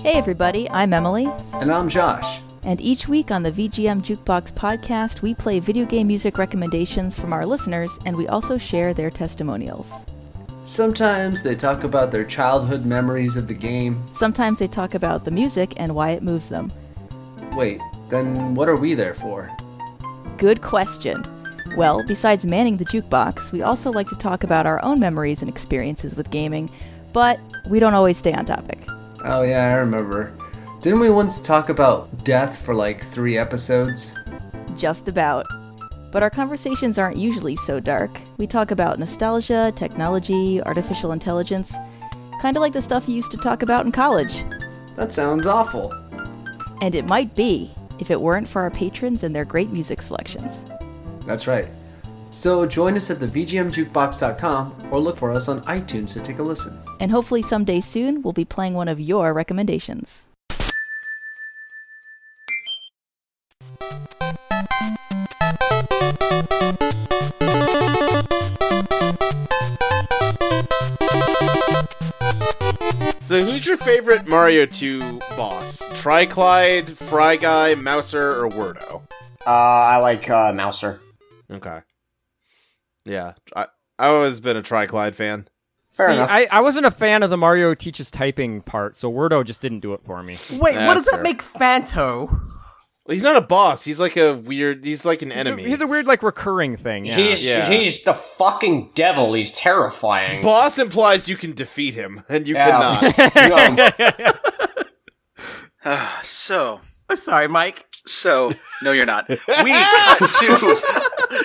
L: Hey, everybody, I'm Emily,
G: And I'm Josh.
L: and each week on the VGM Jukebox podcast, we play video game music recommendations from our listeners and we also share their testimonials.
B: Sometimes they talk about their childhood memories of the game.
L: Sometimes they talk about the music and why it moves them.
B: Wait, then what are we there for?
L: Good question. Well, besides manning the jukebox, we also like to talk about our own memories and experiences with gaming, but we don't always stay on topic.
B: Oh, yeah, I remember. Didn't we once talk about death for like three episodes?
L: Just about. But our conversations aren't usually so dark. We talk about nostalgia, technology, artificial intelligence, kind of like the stuff you used to talk about in college.
B: That sounds awful.
L: And it might be if it weren't for our patrons and their great music selections.
B: That's right. So join us at the VGMjukebox.com or look for us on iTunes to take a listen.
L: And hopefully, someday soon, we'll be playing one of your recommendations.
D: So, who's your favorite Mario 2 boss? Triclide, Fry Guy, Mouser, or Wordo?
G: Uh, I like uh, Mouser.
D: Okay. Yeah, I, I've always been a Triclide fan.
G: Fair
E: See,
G: enough.
E: I, I wasn't a fan of the Mario teaches typing part, so Wordo just didn't do it for me.
F: Wait, what
D: That's
F: does that
D: fair.
F: make Fanto?
D: Well, he's not a boss. He's like a weird. He's like an
E: He's a,
D: enemy.
E: he's a weird, like, recurring thing. Yeah.
G: He's
D: Yeah.
G: he's the fucking devil. He's terrifying.
D: boss implies you can defeat him, and you
G: Yeah.
D: cannot.
G: No.
C: So,
F: I'm sorry, Mike.
C: so no, you're not. We cut to.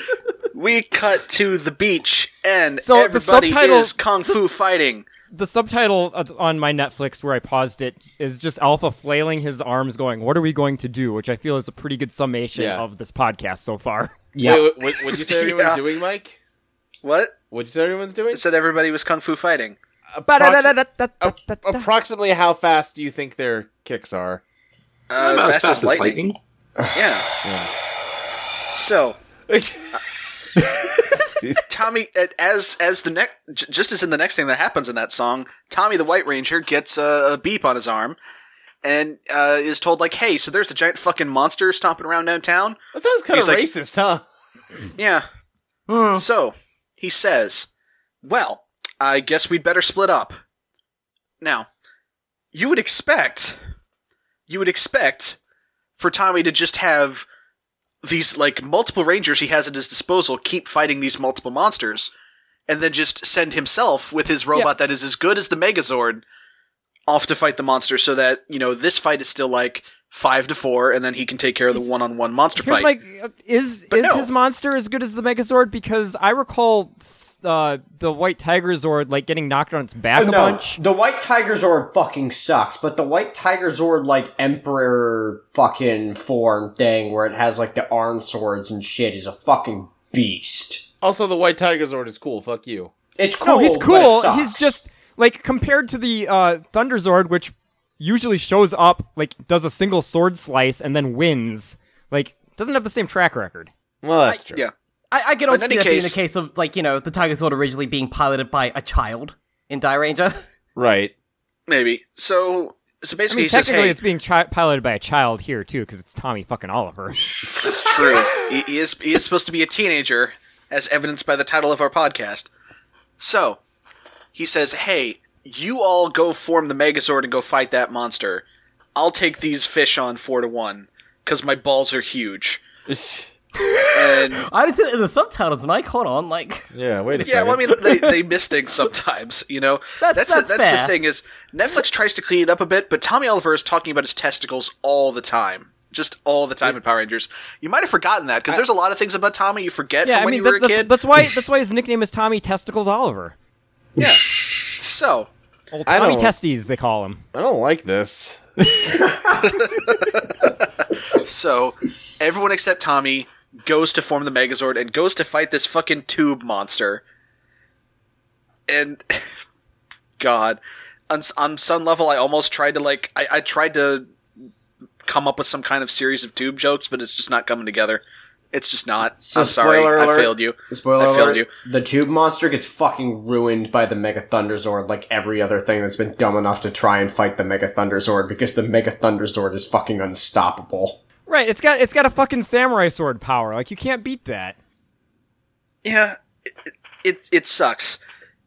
C: We cut to the beach, and
E: So the
C: everybody
E: subtitle-
C: is kung fu fighting.
E: the subtitle that's on my Netflix where I paused it is just Alpha flailing his arms, going, "What are we going to do?" Which I feel is a pretty good summation
D: Yeah.
E: of this podcast so far.
D: Wait, what, what'd you say everyone's
C: Yeah.
D: doing, Mike?
C: What?
D: What'd you say everyone's doing?
C: It said everybody was kung fu fighting.
D: Approxi- a- approximately how fast do you think their kicks are?
C: Uh,
H: About as fast as lightning.
C: Yeah. So, Tommy, a- as as the next, just as in the next thing that happens in that song, Tommy the White Ranger gets a, a beep on his arm, and uh, is told like, "Hey, so there's a giant fucking monster stomping around downtown."
D: That was kind
C: He's
D: of
C: like-
D: racist, huh?
C: Yeah. So he says, "Well, I guess we'd better split up." Now, you would expect, you would expect, for Tommy to just have these like multiple rangers he has at his disposal keep fighting these multiple monsters, and then just send himself with his robot that is as good as the Megazord off to fight the monster, so that you know this fight is still like five to four, and then he can take care of the one-on-one monster
E: Here's
C: fight.
E: my uh, is
C: But
E: is
C: no.
E: his monster as good as the Megazord? Because I recall s- uh, the White Tiger Zord like getting knocked on its back a
G: no,
E: bunch.
G: the White Tiger Zord fucking sucks, but the White Tiger Zord like Emperor fucking form thing where it has like the arm swords and shit is a fucking beast.
D: Also, the White Tiger Zord is cool. Fuck you.
G: It's cool.
E: no, he's
G: but it
E: cool.
G: sucks.
E: He's just like compared to the uh, Thunder Zord, which usually shows up like does a single sword slice and then wins. Like doesn't have the same track record.
D: Well, that's true.
C: yeah.
F: I, I get
C: But
F: on
C: in any
F: that being the
C: case-
F: case of like you know the Tiger Sword originally being piloted by a child in Die Ranger.
D: Right.
C: Maybe. So so
E: I
C: basically
E: mean,
C: he says,
E: technically,
C: "Hey,
E: it's being chi- piloted by a child here too, because it's Tommy fucking Oliver.
C: it's true. he, he is he is supposed to be a teenager, as evidenced by the title of our podcast." So he says, "Hey, you all go form the Megazord and go fight that monster. I'll take these fish on four to one because my balls are huge." And
F: I didn't see it in the subtitles, Mike. Hold on, like
D: yeah. Wait a
C: yeah,
D: second.
C: well, I mean, they, they miss things sometimes, you know.
F: That's- that's
C: the, that's the
F: fair.
C: thing is Netflix tries to clean it up a bit, but Tommy Oliver is talking about his testicles all the time, just all the time in Power Rangers. You might have forgotten that because there's a lot of things about Tommy you forget
E: yeah,
C: from
E: I
C: when
E: mean
C: you
E: that-
C: were a
E: that's,
C: kid.
E: that's why that's why his nickname is Tommy Testicles Oliver.
C: yeah. So
E: Old
D: I
E: Tommy
D: don't-
E: Testes, they call him.
D: I don't like this.
C: so everyone except Tommy goes to form the Megazord and goes to fight this fucking tube monster. And God, on, s- on some level, I almost tried to like I, I tried to come up with some kind of series of tube jokes, but it's just not coming together. It's just not.
G: So
C: I'm sorry,
G: spoiler
C: I
G: alert.
C: failed you.
G: Spoiler
C: I failed
G: alert, The tube monster gets fucking ruined by the Mega Thunderzord like every other thing that's been dumb enough to try and fight the Mega Thunderzord because the Mega Thunderzord is fucking unstoppable.
E: Right, it's got it's got a fucking samurai sword power. Like you can't beat that.
C: Yeah, it, it it sucks,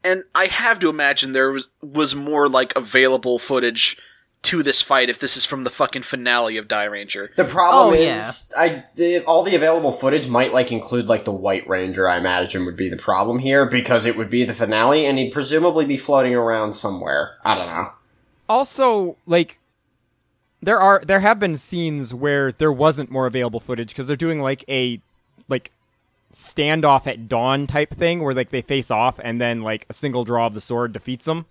C: and I have to imagine there was was more like available footage to this fight if this is from the fucking finale of Die Ranger.
G: The problem
F: Oh, yeah.
G: is, I the- all the available footage might like include like the White Ranger. I imagine would be the problem here because it would be the finale, and he'd presumably be floating around somewhere. I don't know.
E: Also, like there are there have been scenes where there wasn't more available footage because they're doing like a like standoff at dawn type thing where like they face off and then like a single draw of the sword defeats them.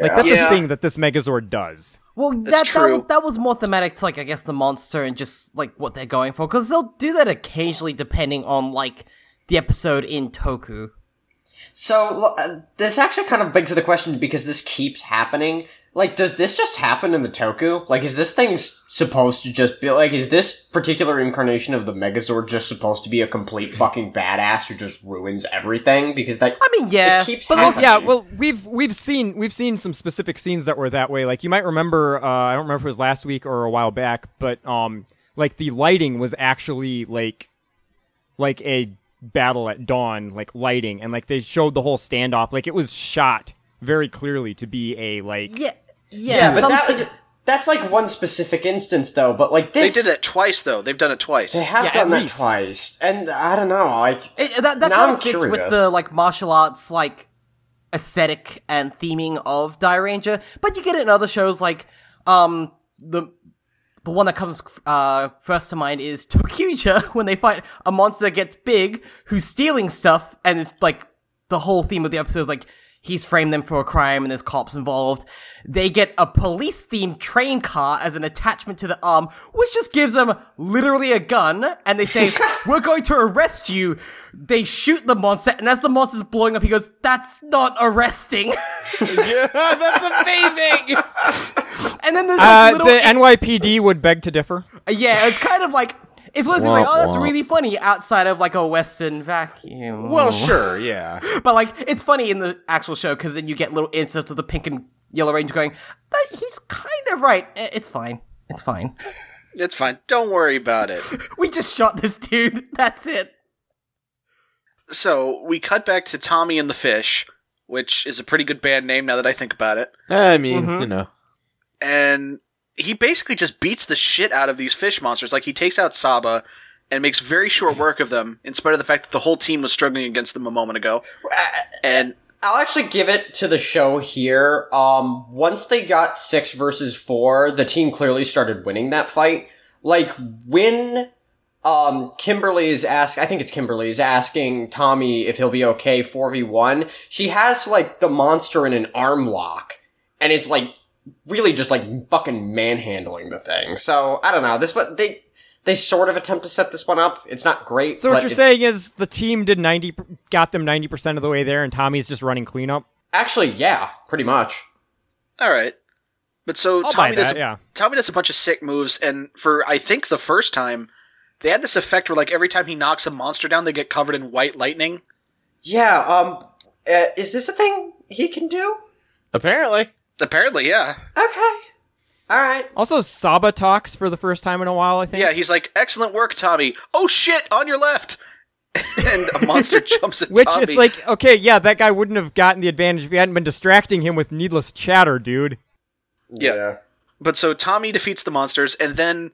E: Like that's
C: Yeah.
E: a thing that this Megazord does.
F: Well, that,
C: true.
F: That, was, that was more thematic to, like, I guess the monster and just, like, what they're going for. Because they'll do that occasionally depending on, like, the episode in Toku.
G: So uh, this actually kind of begs the question because this keeps happening. Like, does this just happen in the Toku? Like, is this thing s- supposed to just be like? Is this particular incarnation of the Megazord just supposed to be a complete fucking badass who just ruins everything? Because that
F: I mean, yeah.
G: It keeps
F: but also,
G: happening.
E: yeah, well, we've we've seen we've seen some specific scenes that were that way. Like you might remember, uh, I don't remember if it was last week or a while back, but um, like the lighting was actually like like a battle at dawn, like lighting, and like they showed the whole standoff. Like it was shot very clearly to be a like
F: yeah. Yeah,
G: yeah, but
F: some
G: that
F: se-
G: was that's like one specific instance though. But like
C: They
G: this,
C: did it twice, though. They've done it twice.
G: They have
E: Yeah,
G: done
E: at
G: that
E: least.
G: twice, and I don't know. Like,
F: It, that that
G: Now
F: kind
G: I'm
F: of fits
G: curious.
F: with the like martial arts like aesthetic and theming of Die Ranger, but you get it in other shows like um the the one that comes uh, first to mind is Tokuja when they fight a monster that gets big who's stealing stuff and it's like the whole theme of the episode is like He's framed them for a crime and there's cops involved. They get a police themed train car as an attachment to the arm, which just gives them literally a gun. And they say, We're going to arrest you. They shoot the monster. And as the monster's blowing up, he goes, That's not arresting.
K: yeah, that's amazing.
F: and then there's like,
E: Uh,
F: little.
E: the NYPD would beg to differ.
F: yeah, it's kind of like. It's one of those things like,
E: Womp
F: oh, that's
E: womp.
F: really funny outside of like a Western vacuum.
D: Well, sure, yeah.
F: but like it's funny in the actual show because then you get little inserts of the pink and yellow ranger going but he's kind of right Eh, it's fine it's fine
C: It's fine. Don't worry about it.
F: we just shot this dude that's it
C: So we cut back to Tommy and the Fish, which is a pretty good band name now that I think about it.
D: I mean, you know.
C: And he basically just beats the shit out of these fish monsters. Like he takes out Saba and makes very short work of them, in spite of the fact that the whole team was struggling against them a moment ago. And
G: I'll actually give it to the show here. Um, once they got six versus four, the team clearly started winning that fight. Like when um, Kimberly is ask, I think it's Kimberly is asking Tommy if he'll be okay four v one. She has like the monster in an arm lock, and it's like really just like fucking manhandling the thing. So I don't know this, but they they sort of attempt to set this one up. It's not great.
E: So what
G: but
E: you're
G: it's-
E: saying is the team did 90, per- got them 90 percent of the way there, and Tommy's just running cleanup.
G: Actually, yeah, pretty much.
C: all right, but so
E: I'll
C: Tommy
E: buy
C: does
E: that, yeah.
C: Tommy does a bunch of sick moves, and for I think the first time, they had this effect where like every time he knocks a monster down, they get covered in white lightning.
G: Yeah. Um, uh, is this a thing he can do?
D: Apparently.
C: Apparently, yeah.
G: Okay. All right.
E: Also, Saba talks for the first time in a while. I think.
C: Yeah, he's like, excellent work, Tommy. Oh shit, on your left! and a monster jumps at
E: Which
C: Tommy.
E: it's like, okay, yeah, that guy wouldn't have gotten the advantage if you hadn't been distracting him with needless chatter, dude.
C: Yeah. But so Tommy defeats the monsters, and then,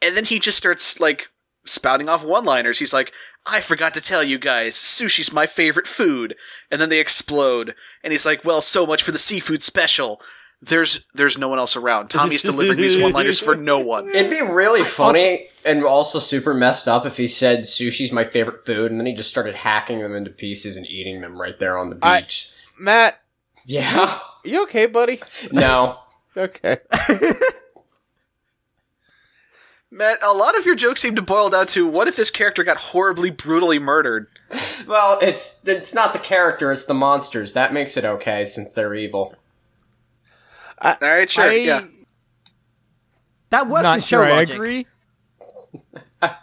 C: and then he just starts like spouting off one-liners. He's like, "I forgot to tell you guys, sushi's my favorite food." And then they explode, and he's like, "Well, so much for the seafood special." There's there's no one else around. Tommy's delivering these one-liners for no one.
G: It'd be really funny and also super messed up if he said sushi's my favorite food and then he just started hacking them into pieces and eating them right there on the
D: I-
G: beach.
D: Matt,
G: yeah.
D: you okay, buddy?
G: No.
D: Okay.
C: Matt, a lot of your jokes seem to boil down to what if this character got horribly brutally murdered?
G: Well, it's it's not the character, it's the monsters. That makes it okay since they're evil.
C: All right, sure,
D: I-
C: yeah.
F: that works in
E: Not
F: show
E: sure I
F: logic
E: agree.
F: that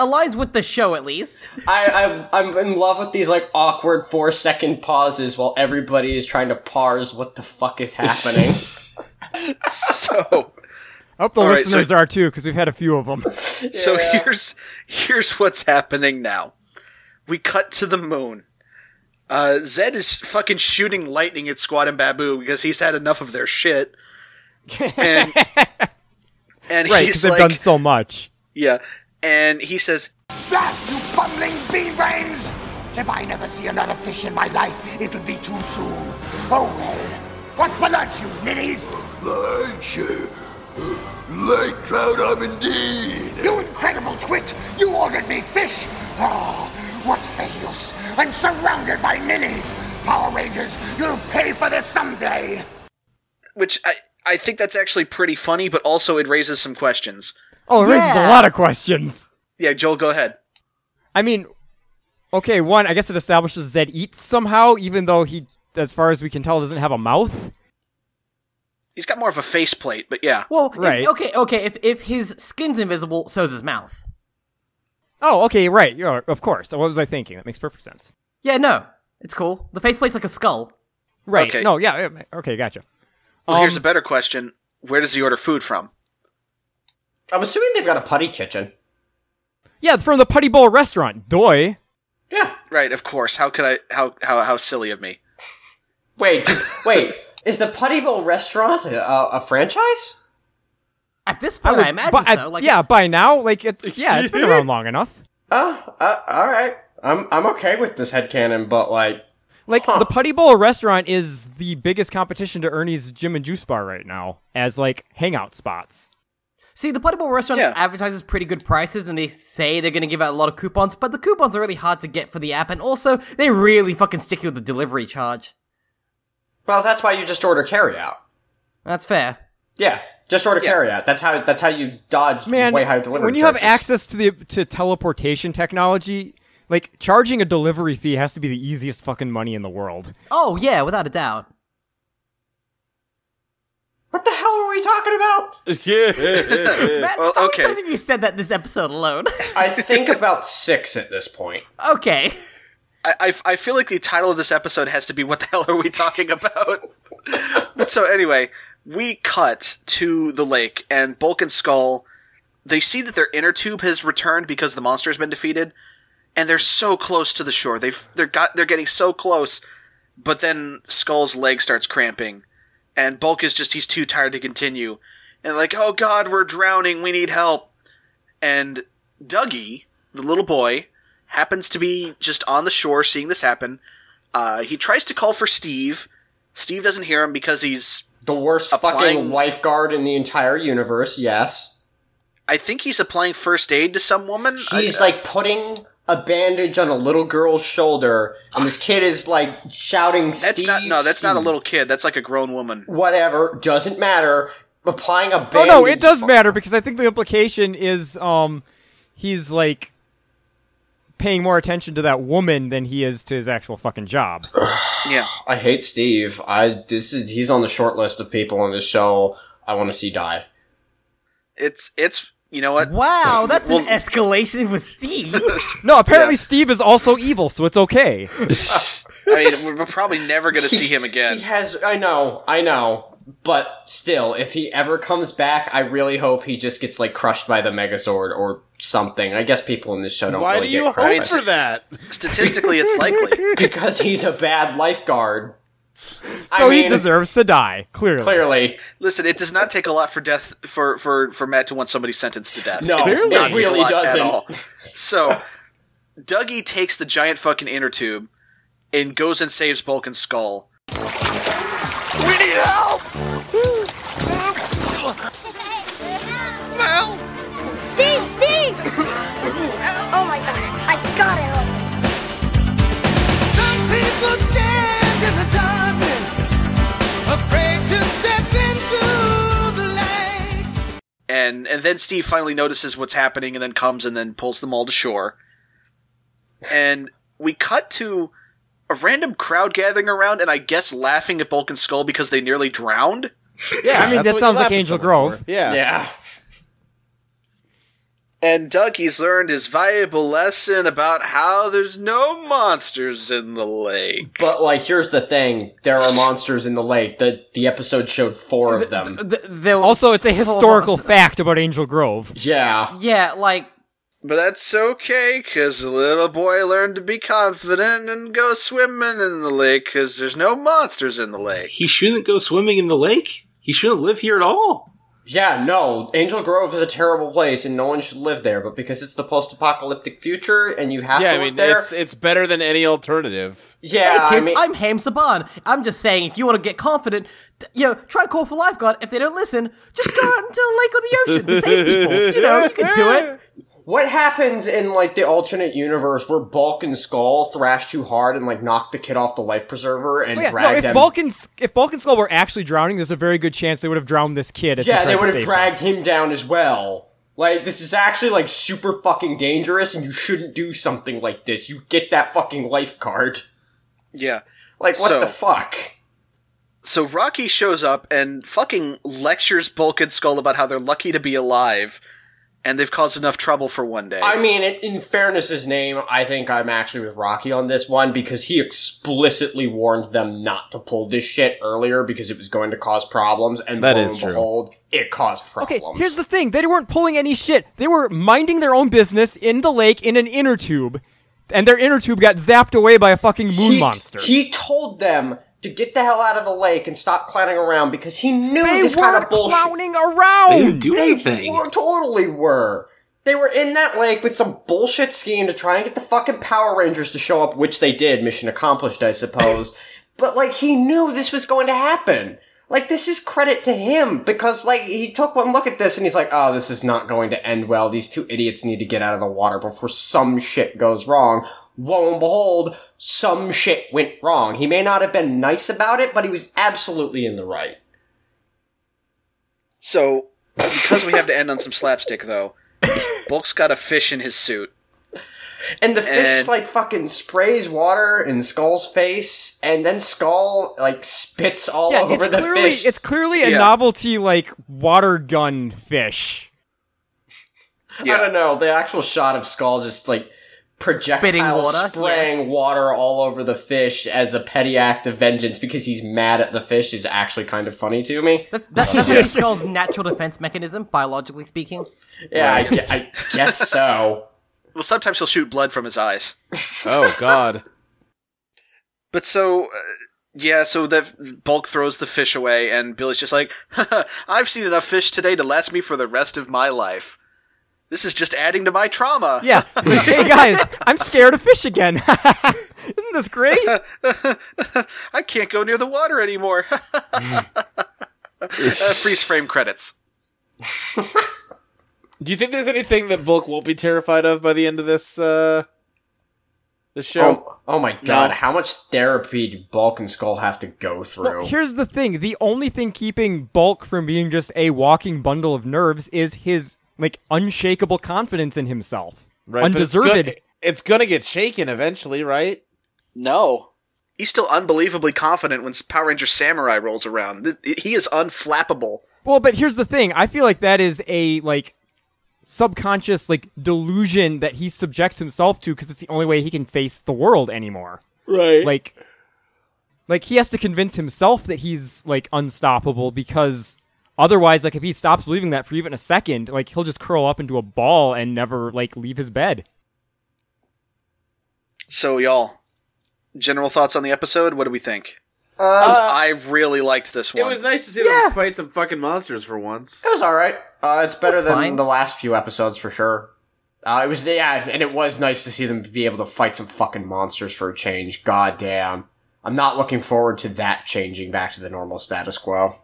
F: aligns with the show at least
G: I, I I'm in love with these like awkward four second pauses while everybody is trying to parse what the fuck is happening.
C: So
E: I hope the
C: All right, so-
E: listeners are too, because we've had a few of them.
C: so here's here's what's happening now. We cut to the moon. Uh, Zed is fucking shooting lightning at Squad and Babu because he's had enough of their shit. And, and
E: right, because
C: he's
E: they've
C: like,
E: done so much.
C: yeah. And he says,
J: That, you bumbling bee brains! If I never see another fish in my life, it would be too soon. Oh well. What's for lunch, you ninnies?
A: Lunch, like trout I'm indeed.
J: You incredible twit! You ordered me fish! Oh, what's the use? I'm surrounded by ninnies! Power Rangers, you'll pay for this someday!
C: which I I think that's actually pretty funny, but also it raises some questions.
E: Oh, it raises
F: Yeah.
E: a lot of questions.
C: Yeah, Joel, go ahead.
E: I mean, okay, one, I guess it establishes Zed eats somehow, even though he, as far as we can tell, doesn't have a mouth.
C: He's got more of a faceplate, but yeah.
F: well if-
E: Right.
F: okay okay if, if his skin's invisible so's his mouth
E: Oh, okay, right. you are- of course. What was I thinking? That makes perfect sense.
F: yeah no it's cool the faceplate's like a skull
E: Right.
C: Okay.
E: No, yeah. yeah, Okay, gotcha.
C: Well, here's a
E: Um,
C: better question: Where does he order food from?
G: I'm assuming they've got a putty kitchen.
E: Yeah, it's from the Putty Bowl restaurant. Doi.
G: Yeah.
C: Right, of course. How could I? How how how silly of me.
G: Wait, wait. Is the Putty Bowl restaurant a, a franchise?
F: at this point i, imagine
E: but I-
F: so like
E: yeah, by now, like it's yeah, it's been around long enough.
G: Oh, uh, all right. I'm I'm okay with this headcanon, but like,
E: Like the Putty Bowl restaurant is the biggest competition to Ernie's Gym and Juice Bar right now as like hangout spots.
F: See, the Potty Bowl restaurant advertises pretty good prices and they say they're going to give out a lot of coupons, but the coupons are really hard to get for the app, and also they really fucking stick you with the delivery charge.
G: Well, that's why you just order carryout.
F: That's fair.
G: Yeah, just order carryout. That's how that's how you dodge
E: Man,
G: way higher delivery
E: when you
G: charges.
E: have access to the to teleportation technology, like charging a delivery fee has to be the easiest fucking money in the world.
F: Oh, yeah, without a doubt.
G: What the hell are we talking about?
F: Matt,
C: well,
F: how many
C: okay.
F: times have you said that this episode alone?
G: I think about six at this point.
F: okay.
C: I, I, I feel like the title of this episode has to be "What the hell are we talking about?" but so anyway, we cut to the lake, and Bulk and Skull they see that their inner tube has returned because the monster has been defeated, and they're so close to the shore. They've they're got they're getting so close, but then Skull's leg starts cramping, and Bulk is just he's too tired to continue, and like oh god we're drowning we need help, and Dougie the little boy happens to be just on the shore seeing this happen. Uh, he tries to call for Steve. Steve doesn't hear him because he's
G: the worst fucking lifeguard in the entire universe. Yes,
C: I think he's applying first aid to some woman.
G: he's like putting a bandage on a little girl's shoulder, and this kid is like shouting.
C: That's not
G: "Steve,
C: no. That's not a
G: Steve."
C: little kid. That's like a grown woman.
G: Whatever doesn't matter. Applying a bandage.
E: Oh no, it does matter because I think the implication is um he's like paying more attention to that woman than he is to his actual fucking job.
C: Yeah.
G: I hate Steve. I this is he's on the short list of people on this show I want to see die.
C: It's it's you know what?
F: Wow, that's an
C: Well-
F: escalation with Steve.
E: No, apparently Steve is also evil, so it's okay.
C: I mean, we're- we're probably never going to see him
G: He
C: again.
G: has. I know. I know. But still, if he ever comes back, I really hope he just gets like crushed by the Megazord or something. I guess people in this show don't
D: Why
G: really
D: do you hope
G: get crushed
D: for that?
C: Statistically, it's likely.
G: because he's a bad lifeguard. I
E: so he
G: mean,
E: deserves to die, clearly.
G: Clearly,
C: Listen, it does not take a lot for death for for for Matt to want somebody sentenced to death.
G: No,
C: it, does
G: it
C: not take a
G: really
C: lot at
G: doesn't.
C: all. So, Dougie takes the giant fucking inner tube and goes and saves Bulk and Skull.
J: We need help!
I: Well, Steve, Steve! oh my gosh, I gotta help.
C: And and then Steve finally notices what's happening and then comes and then pulls them all to shore. And we cut to a random crowd gathering around and I guess laughing at Bulk and Skull because they nearly drowned.
E: Yeah, I mean that
D: what
E: sounds
D: you laugh
E: like
D: at
E: Angel
D: someone
E: Grove.
D: for. Yeah.
G: yeah.
C: And Dougie's learned his valuable lesson about how there's no monsters in the lake.
G: But like, here's the thing: there are monsters in the lake. The the episode showed four of them.
F: Th- there was-
E: Also, it's a historical fact about Angel Grove.
G: Yeah.
F: Yeah, like,
C: But that's okay, 'cause the little boy learned to be confident and go swimming in the lake, 'cause there's no monsters in the lake.
H: He shouldn't go swimming in the lake. He shouldn't live here at all.
G: Yeah, no, Angel Grove is a terrible place and no one should live there, but because it's the post apocalyptic future and you have
D: Yeah,
G: to
D: I
G: live
D: mean,
G: there.
D: it's it's better than any alternative.
G: yeah,
F: hey
G: I
F: kids,
G: mean,
F: I'm Ham Saban. I'm just saying, if you want to get confident, t- you know, try and call for lifeguard. If they don't listen, just go out into the lake or the ocean to save people. You know, you can do it.
G: what happens in like the alternate universe where Bulk and Skull thrash too hard and like knock the kid off the life preserver and
E: Oh, yeah, no,
G: drag
E: if
G: them?
E: Balkans if Balkan Skull were actually drowning, there's a very good chance they would have drowned this kid. As he
G: yeah,
E: tried
G: they
E: to
G: would have
E: save
G: dragged him down as well. Like this is actually like super fucking dangerous, and you shouldn't do something like this. You get that fucking lifeguard.
C: Yeah.
G: Like what
C: So-
G: the fuck?
C: So Rocky shows up and fucking lectures Bulk and Skull about how they're lucky to be alive, and they've caused enough trouble for one day.
G: I mean, it, in fairness's name, I think I'm actually with Rocky on this one because he explicitly warned them not to pull this shit earlier because it was going to cause problems, and
D: That
G: lo
D: is
G: and
D: true.
G: behold, it caused
E: Okay,
G: problems.
E: here's the thing. They weren't pulling any shit. They were minding their own business in the lake in an inner tube, and their inner tube got zapped away by a fucking moon
G: he,
E: monster.
G: He told them to get the hell out of the lake and stop clowning around because he knew
E: they
G: this kind
E: were
G: of bullshit.
E: clowning
H: They
E: around.
H: didn't do anything.
G: Were- totally were. They were in that lake with some bullshit scheme to try and get the fucking Power Rangers to show up, which they did. Mission accomplished, I suppose. but like, he knew this was going to happen. Like this is credit to him because like he took one look at this and he's like, "Oh, this is not going to end well. These two idiots need to get out of the water before some shit goes wrong." Lo and behold, some shit went wrong. He may not have been nice about it, but he was absolutely in the right.
C: So, because we have to end on some slapstick, though, Bulk's got a fish in his suit.
G: And the fish
C: And-
G: like fucking sprays water in Skull's face, and then Skull like spits all
E: yeah,
G: over
E: it's
G: the
E: clearly
G: fish.
E: it's clearly a novelty like water gun fish.
G: I don't know. The actual shot of Skull just like projectile
F: Spitting water,
G: spraying water all over the fish as a petty act of vengeance because he's mad at the fish is actually kind of funny to me.
F: That's, that, that's actually Skull's natural defense mechanism, biologically speaking.
G: yeah, I, gue- I guess so.
C: Well, sometimes he'll shoot blood from his eyes.
D: Oh God.
C: But so, uh, yeah, so that Bulk throws the fish away, and Billy's just like, "I've seen enough fish today to last me for the rest of my life. This is just adding to my trauma."
E: Yeah. hey guys, I'm scared of fish again. Isn't this great?
C: I can't go near the water anymore. Uh, freeze frame credits.
D: Do you think there's anything that Bulk won't be terrified of by the end of this uh this show?
G: Oh, oh my god, how much therapy do Bulk and Skull have to go through?
E: Well, here's the thing: the only thing keeping Bulk from being just a walking bundle of nerves is his like unshakable confidence in himself,
D: but it's
E: undeserved.
D: go- It's gonna get shaken eventually, right?
C: No. He's still unbelievably confident when Power Ranger Samurai rolls around. Th- He is unflappable.
E: Well, but here's the thing: I feel like that is a like subconscious like delusion that he subjects himself to because it's the only way he can face the world anymore.
D: Right.
E: Like, like he has to convince himself that he's like unstoppable because otherwise, like if he stops believing that for even a second, like he'll just curl up into a ball and never like leave his bed.
C: So, y'all, general thoughts on the episode? What do we think? 'Cause I really liked this
K: Uh, It
C: one.
K: was nice to see them fight some fucking monsters for once.
G: It was all right. Uh, it's better
F: That's
G: than
F: fine.
G: the last few episodes for sure. Uh, it was yeah, and it was nice to see them be able to fight some fucking monsters for a change. God damn, I'm not looking forward to that changing back to the normal status quo.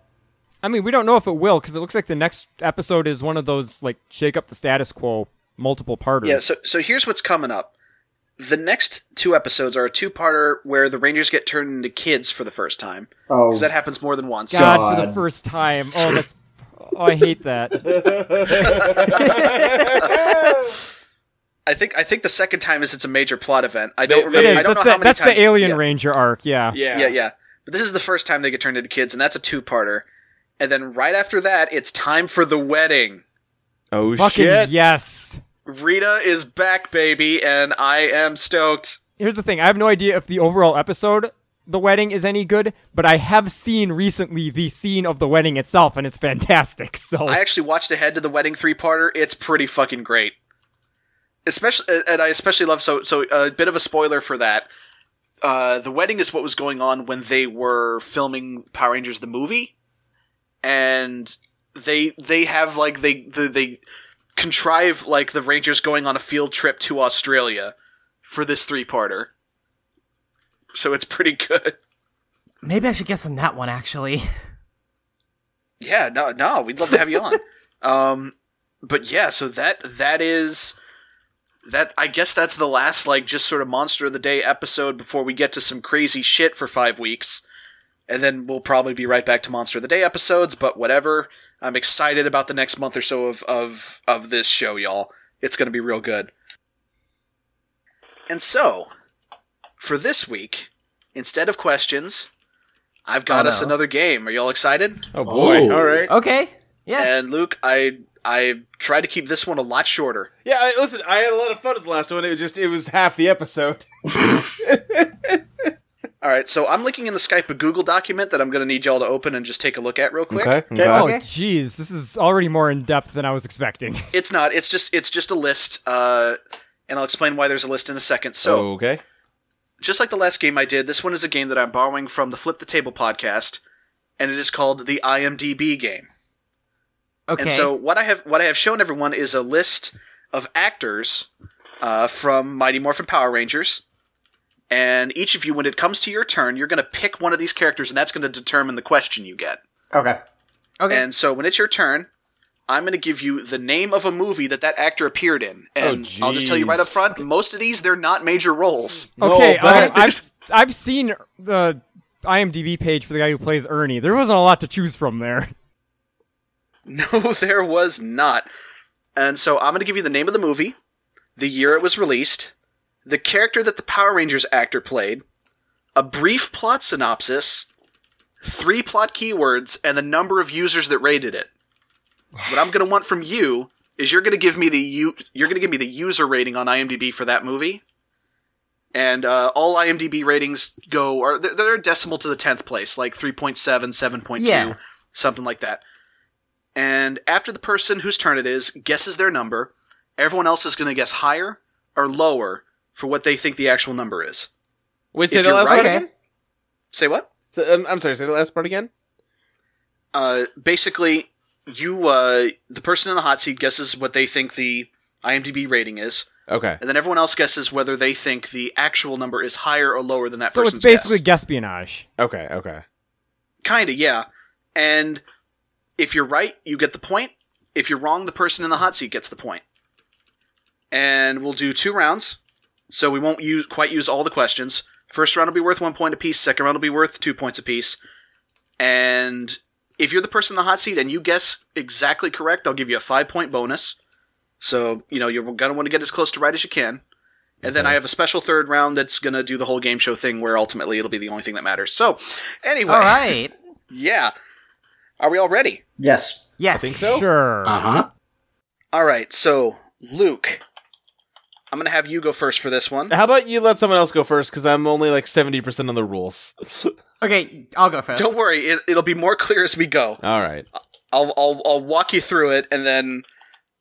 E: I mean, we don't know if it will because it looks like the next episode is one of those like shake up the status quo multiple parters.
C: Yeah, so so here's what's coming up. The next two episodes are a two-parter where the Rangers get turned into kids for the first time.
G: Oh.
C: 'Cause that happens more than once.
E: God, for the first time. Oh, that's. Oh, I hate that.
C: I think I think the second time is it's a major plot event. I don't
E: It
C: remember.
E: is.
C: I don't
E: That's,
C: know how
E: the,
C: many
E: that's
C: times.
E: the Alien
C: yeah,
E: Ranger arc. Yeah.
K: Yeah.
C: yeah, yeah. But this is the first time they get turned into kids, and that's a two-parter. And then right after that, it's time for the wedding.
D: Oh
E: Fucking
D: shit.
E: yes.
C: Rita is back, baby, and I am stoked.
E: Here's the thing. I have no idea if the overall episode, the wedding, is any good, but I have seen recently the scene of the wedding itself, and it's fantastic. So
C: I actually watched ahead to the wedding three-parter. It's pretty fucking great. Especially, and I especially love so so a bit of a spoiler for that. Uh, the wedding is what was going on when they were filming Power Rangers the movie, and they they have like they they, they contrive like the Rangers going on a field trip to Australia for this three-parter. So it's pretty good.
F: Maybe I should guess on that one, actually.
C: Yeah, no, no, we'd love to have you on. Um, but yeah, so that that is that. I guess that's the last like just sort of monster of the day episode before we get to some crazy shit for five weeks, and then we'll probably be right back to monster of the day episodes. But whatever, I'm excited about the next month or so of of of this show, y'all. It's gonna be real good. And so, for this week, instead of questions, I've got us another game. Are y'all excited?
D: Oh boy.
H: Oh.
D: All right.
F: Okay. Yeah.
C: And Luke, I I tried to keep this one a lot shorter.
D: Yeah. I, listen, I had a lot of fun with the last one. It was just it was half the episode.
C: All right, so I'm linking in the Skype a Google document that I'm going to need y'all to open and just take a look at real quick.
E: oh,
F: Okay.
E: jeez, this is already more in depth than I was expecting.
C: It's not. It's just it's just a list, uh, and I'll explain why there's a list in a second. So
D: okay.
C: just like the last game I did, this one is a game that I'm borrowing from the Flip the Table podcast, and it is called the IMDb game.
F: Okay.
C: And so what I have what I have shown everyone is a list of actors uh, from Mighty Morphin Power Rangers, and each of you, when it comes to your turn, you're going to pick one of these characters, and that's going to determine the question you get.
G: Okay.
F: Okay.
C: And so when it's your turn, I'm going to give you the name of a movie that that actor appeared in, and I'll just tell you right up
E: jeez.
C: front. Most of these, they're not major roles.
E: Okay, uh, I've, I've seen uh, the IMDb page for the guy who plays Ernie. There wasn't a lot to choose from there.
C: No, there was not. And so I'm going to give you the name of the movie, the year it was released, the character that the Power Rangers actor played, a brief plot synopsis, three plot keywords, and the number of users that rated it. What I'm going to want from you is you're going to give me the u- you're going to give me the user rating on IMDb for that movie. And uh, all IMDb ratings go are they're- they're decimal to the tenth place, like 3.7, 7.2,
F: Yeah.
C: something like that and after the person whose turn it is guesses their number, everyone else is going to guess higher or lower for what they think the actual number is.
K: Wait,
C: If
K: say the
C: you're
K: last part
C: right-
K: again?
C: Say what?
K: So, um, I'm sorry, say the last part again?
C: Uh, basically, you uh, the person in the hot seat guesses what they think the IMDb rating is,
K: Okay.
C: and then everyone else guesses whether they think the actual number is higher or lower than that
E: So it's
C: person's
E: basically
C: guess.
E: Gaspionage.
K: Okay, okay.
C: Kinda, yeah. And if you're right, you get the point. If you're wrong, the person in the hot seat gets the point. And we'll do two rounds, so we won't use quite use all the questions. First round will be worth one point apiece. Second round will be worth two points apiece. And if you're the person in the hot seat and you guess exactly correct, I'll give you a five point bonus. So you know you're gonna want to get as close to right as you can. And then I have a special third round that's gonna do the whole game show thing, where ultimately it'll be the only thing that matters. So anyway,
F: All right.
C: yeah. Are we all ready?
G: Yes.
F: Yes.
E: Sure.
H: Uh huh.
C: All right, so Luke, I'm going to have you go first for this one.
K: How about you let someone else go first? Because I'm only like 70% on the rules.
F: Okay, I'll go first.
C: Don't worry, it, it'll be more clear as we go.
K: All right.
C: I'll, I'll I'll walk you through it and then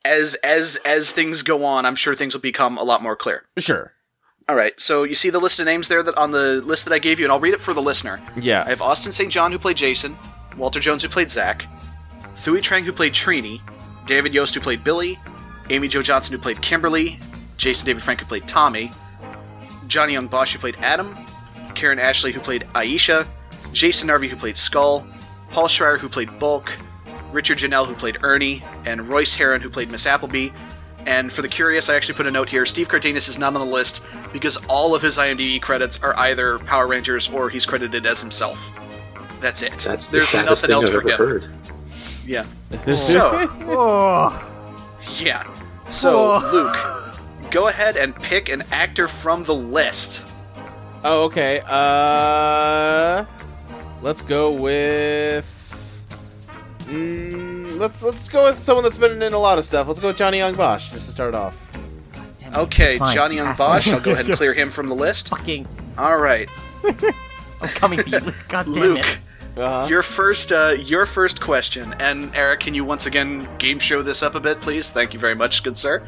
C: as as as things go on, I'm sure things will become a lot more clear.
K: Sure.
C: All right, so you see the list of names there that on the list that I gave you, and I'll read it for the listener. I
K: Yeah.
C: have Austin St. John who played Jason, Walter Jones who played Zach, Thuy Trang who played Trini, David Yost who played Billy, Amy Jo Johnson who played Kimberly, Jason David Frank who played Tommy, Johnny Young Bosch who played Adam, Karen Ashley who played Aisha, Jason Narvi who played Skull, Paul Schreier who played Bulk, Richard Janelle who played Ernie, and Royce Heron who played Miss Appleby. And for the curious, I actually put a note here. Steve Cardenas is not on the list because all of his IMDb credits are either Power Rangers or he's credited as himself. That's it.
H: That's the
C: There's
H: saddest
C: nothing
H: thing
C: else
H: I've
C: for
H: ever
C: him.
H: heard.
C: Yeah. So
F: Oh,
C: yeah. So
F: Oh.
C: Luke, go ahead and pick an actor from the list.
K: Oh, okay. Uh, let's go with. Mm, let's let's go with someone that's been in a lot of stuff. Let's go with Johnny Young Bosch just to start off.
F: damn it.
C: Okay,
F: Fine.
C: Johnny Young
F: Asshole.
C: Bosch. I'll go ahead and clear him from the list.
F: Fucking,
C: All right,
F: I'm coming for you. Luke. God damn
C: Luke.
F: it.
K: Uh-huh.
C: Your first, uh, your first question, and Eric, can you once again game show this up a bit, please? Thank you very much, good sir.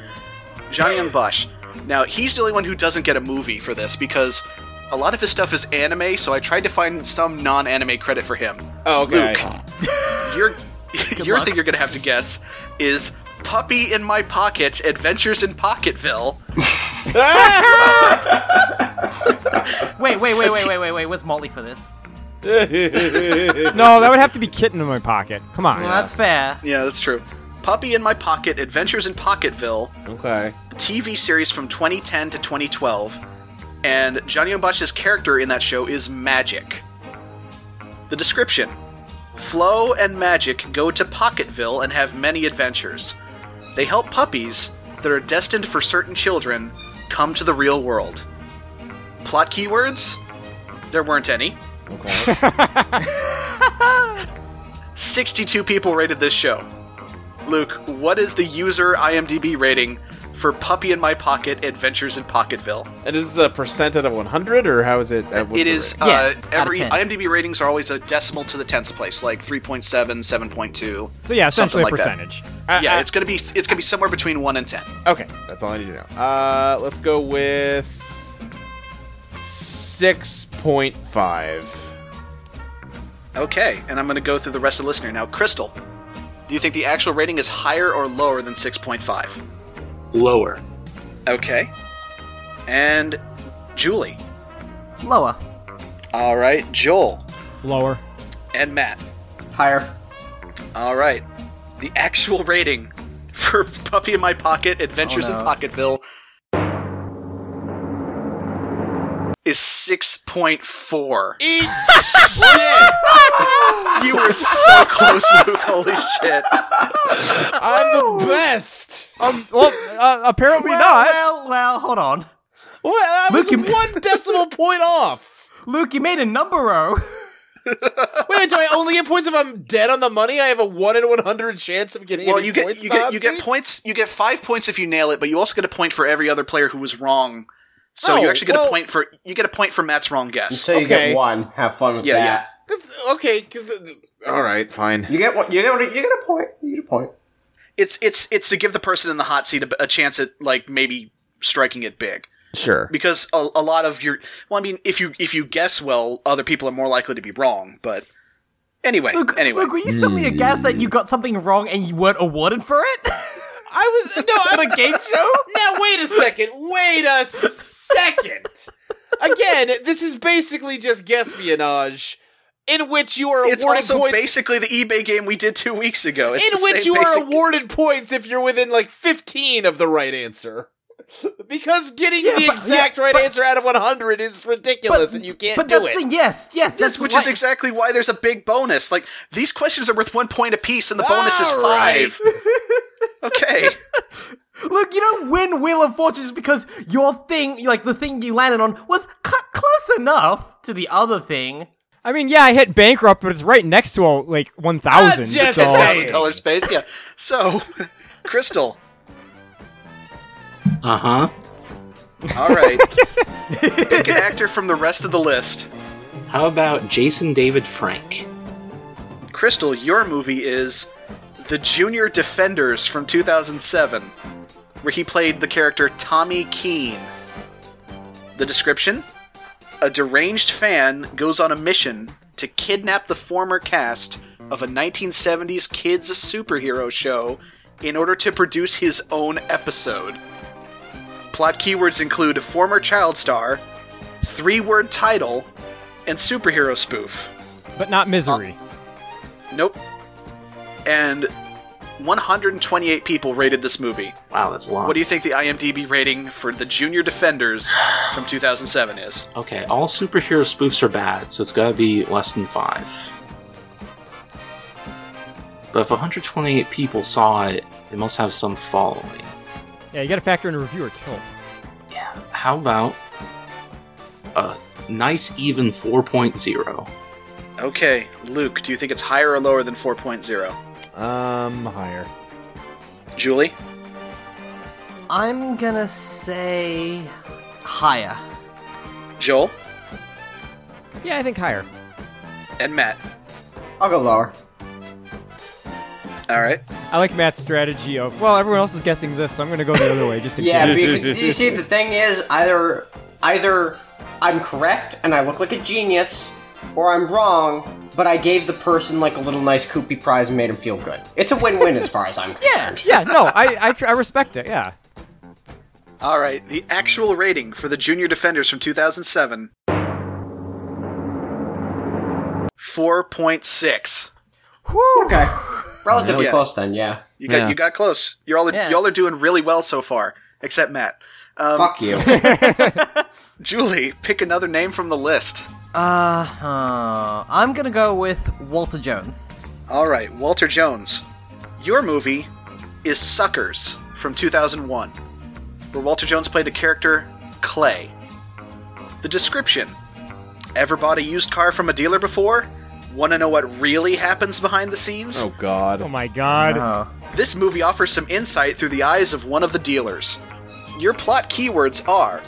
C: Johnny Young Bosch. Now he's the only one who doesn't get a movie for this because a lot of his stuff is anime. So I tried to find some non-anime credit for him.
K: Oh, okay.
C: Your, your
F: luck.
C: thing you're gonna have to guess is "Puppy in My Pocket: Adventures in Pocketville."
F: Wait, wait, wait, wait, wait, wait, wait. Where's Molly for this?
E: No, that would have to be Kitten in my pocket. Come on.
F: Well, that's fair.
C: Yeah, that's true. "Puppy in My Pocket: Adventures in Pocketville."
K: okay.
C: TV series from 2010 to 2012, and Johnny Bosch's character in that show is Magic. The description Flo and Magic go to Pocketville and have many adventures. They help puppies that are destined for certain children come to the real world. Plot keywords? There weren't any. 62 people rated this show. Luke, what is the user IMDb rating for Puppy in My Pocket Adventures in Pocketville?
K: And is this a percent out of 100, or how is it? uh, what's
C: it
K: the
C: is
K: rate?
F: Yeah,
C: uh,
F: out of
C: every
F: 10.
C: IMDb ratings are always a decimal to the tenths place, like 3.7, 7.2.
E: So yeah,
C: something
E: essentially
C: like
E: a
C: that.
E: percentage.
K: Uh,
C: yeah,
K: uh,
C: it's gonna be it's gonna be somewhere between one and ten.
K: ah, Okay, that's all I need to know. Uh, let's go with six point five.
C: Okay, and I'm gonna go through the rest of the listener now. Crystal, do you think the actual rating is higher or lower than 6.5?
H: Lower.
C: Okay, and Julie.
F: Lower.
C: All right, Joel
E: Lower.
C: and Matt.
G: Higher.
C: All right. The actual rating for Puppy in My Pocket Adventures
G: Oh,
C: in
G: no.
C: Pocketville is 6.4. Eat shit! you were so close, Luke. Holy shit.
D: I'm the best.
E: Um, well, uh, apparently
F: well,
E: not.
F: Well, well, hold on.
D: Well, I
F: Luke, you-
D: was one decimal point off.
F: Luke, you made a number oh.
D: Wait, do I only get points if I'm dead on the money? I have a one in one hundred chance of getting.
C: Well,
D: any
C: you get
D: points,
C: you get you
D: Bobsy?
C: get points. You get five points if you nail it, but you also get a point for every other player who was wrong. So you
D: Oh,
C: actually get
D: well-
C: a point for you get a point for Matt's wrong guess.
G: So you
D: Okay.
G: get one. Have fun with
C: Yeah,
G: that.
C: yeah.
D: Okay, uh, because all right, fine.
G: You get one. You get one, you get a point. You get a point.
C: It's it's it's to give the person in the hot seat a, a chance at like maybe striking it big
D: Sure.
C: because a, a lot of your well, I mean, if you if you guess well, other people are more likely to be wrong. But anyway,
F: Luke,
C: anyway,
F: Luke, were you suddenly aghast that you got something wrong and you weren't awarded for it?
D: I was no
F: At
D: I,
F: a game show?
D: Now wait a second. Wait a second. Again, this is basically just espionage, in which you are
C: it's
D: awarded
C: also
D: points.
C: basically the eBay game we did two weeks ago. It's
D: in
C: the
D: which
C: same
D: you are
C: basic-
D: awarded points if you're within like 15 of the right answer. Because getting
F: Yeah,
D: the
F: but-
D: exact
F: yeah,
D: right
F: but-
D: answer out of 100 is ridiculous and you can't
F: but
D: do
F: that's
D: it.
F: the yes, yes, that's
C: Yes, which
F: why-
C: is exactly why there's a big bonus. Like these questions are worth one point apiece, and the bonus is
D: All
C: five. okay,
F: Look, you don't win Wheel of Fortune just because your thing, like the thing you landed on, was cut close enough to the other thing.
E: I mean, yeah, I hit bankrupt, but it's right next to a, like one thousand.
D: just
E: so-
D: saying.
C: thousand dollar space. Yeah. So, Crystal.
H: Uh huh.
C: All right. Pick an actor from the rest of the list.
H: How about Jason David Frank?
C: Crystal, your movie is The Junior Defenders from 2007, where he played the character Tommy Keene. The description A deranged fan goes on a mission to kidnap the former cast of a 1970s kids superhero show in order to produce his own episode. Plot keywords include former child star, three word title, and superhero spoof.
E: but not misery.
C: Nope. And 128 people rated this movie.
H: Wow, that's long.
C: What do you think the IMDb rating for The Junior Defenders from 2007 is?
H: Okay, all superhero spoofs are bad, so it's gotta be less than five. But if 128 people saw it, it must have some following.
E: yeah, you got to factor in reviewer tilt.
H: How about a nice even 4.0?
C: Okay, Luke, do you think it's higher or lower than 4.0?
D: Um, higher.
C: Julie?
F: I'm gonna say higher.
C: Joel?
E: Yeah, I think higher.
C: And Matt.
G: I'll go lower.
C: All right.
E: I like Matt's strategy of well, everyone else is guessing this, so I'm going to go the other way. Just to
G: Yeah,
E: keep-
G: because you see, the thing is, either either I'm correct and I look like a genius, or I'm wrong, but I gave the person like a little nice koopy prize and made him feel good. It's a win-win as far as I'm concerned.
E: yeah. No, I, I I respect it. Yeah.
C: All right, the actual rating for The Junior Defenders from 2007 4.6.
G: Okay. Relatively
C: Yeah.
G: close then, yeah.
C: You got
D: Yeah.
C: you got close. You're all
F: Yeah.
C: y'all are doing really well so far, except Matt. Um,
G: Fuck you.
C: Julie, pick another name from the list.
F: Uh huh. I'm gonna go with Walter Jones.
C: All right, Walter Jones. Your movie is Suckers from 2001, where Walter Jones played the character Clay. The description Ever bought a used car from a dealer before? Want to know what really happens behind the scenes?
E: Oh my God.
F: Uh-huh.
C: This movie offers some insight through the eyes of one of the dealers. Your plot keywords are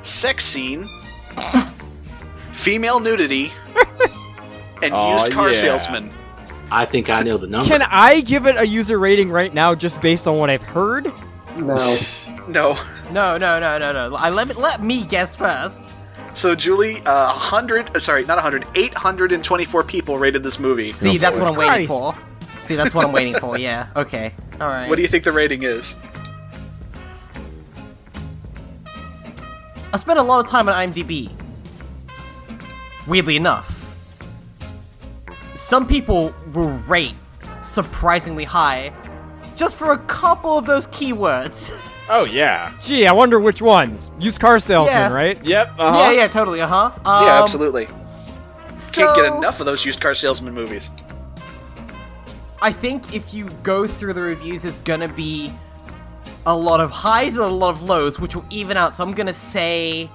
C: sex scene, female nudity, and
D: Aw,
C: used car
D: yeah.
C: salesman.
H: I think I know the number.
E: Can I give it a user rating right now just based on what I've heard?
G: no.
C: No.
F: No, no, no, no, no. I let me, let me guess first.
C: So, Julie, uh, 100, uh, sorry, not 100, 824 people rated this movie.
F: See, that's what I'm waiting for.
E: Christ.
F: See, that's what I'm waiting for. Yeah. Okay. All right.
C: What do you think the rating is?
F: I spent a lot of time on IMDb. Weirdly enough. some people will rate surprisingly high just for a couple of those keywords.
D: Oh yeah.
E: Gee, I wonder which ones. Used car salesman,
F: Yeah.
E: right?
D: Yep. uh-huh.
F: Yeah, yeah, totally. Uh huh.
C: Uh-huh. yeah, absolutely.
F: So,
C: Can't get enough of those used car salesman movies.
F: I think if you go through the reviews, there's gonna be a lot of highs and a lot of lows, which will even out. So I'm gonna say,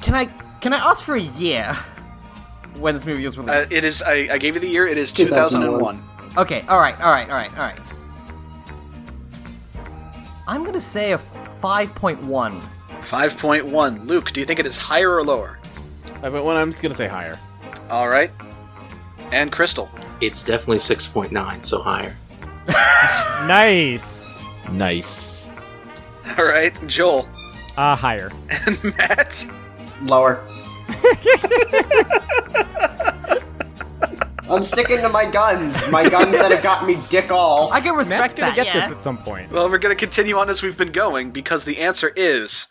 F: can I can I ask for a year when this movie was
C: Uh,
F: released?
C: it is. I, I gave you the year. It is 2001.
F: okay. All right. All right. All right. All right. I'm gonna say a 5.1.
C: 5.1. Luke, do you think it is higher or lower?
D: I went one. Uh, I'm just gonna say higher.
C: All right. And Crystal.
H: It's definitely 6.9, so higher.
E: Nice.
D: Nice.
C: All right. Joel
E: Uh, higher.
C: and Matt.
G: Lower. I'm sticking to my guns. My guns that have got me dick all.
F: I can respect
E: Matt's gonna
F: that.
E: get
F: yeah.
E: this at some point.
C: Well, we're going to continue on as we've been going because the answer is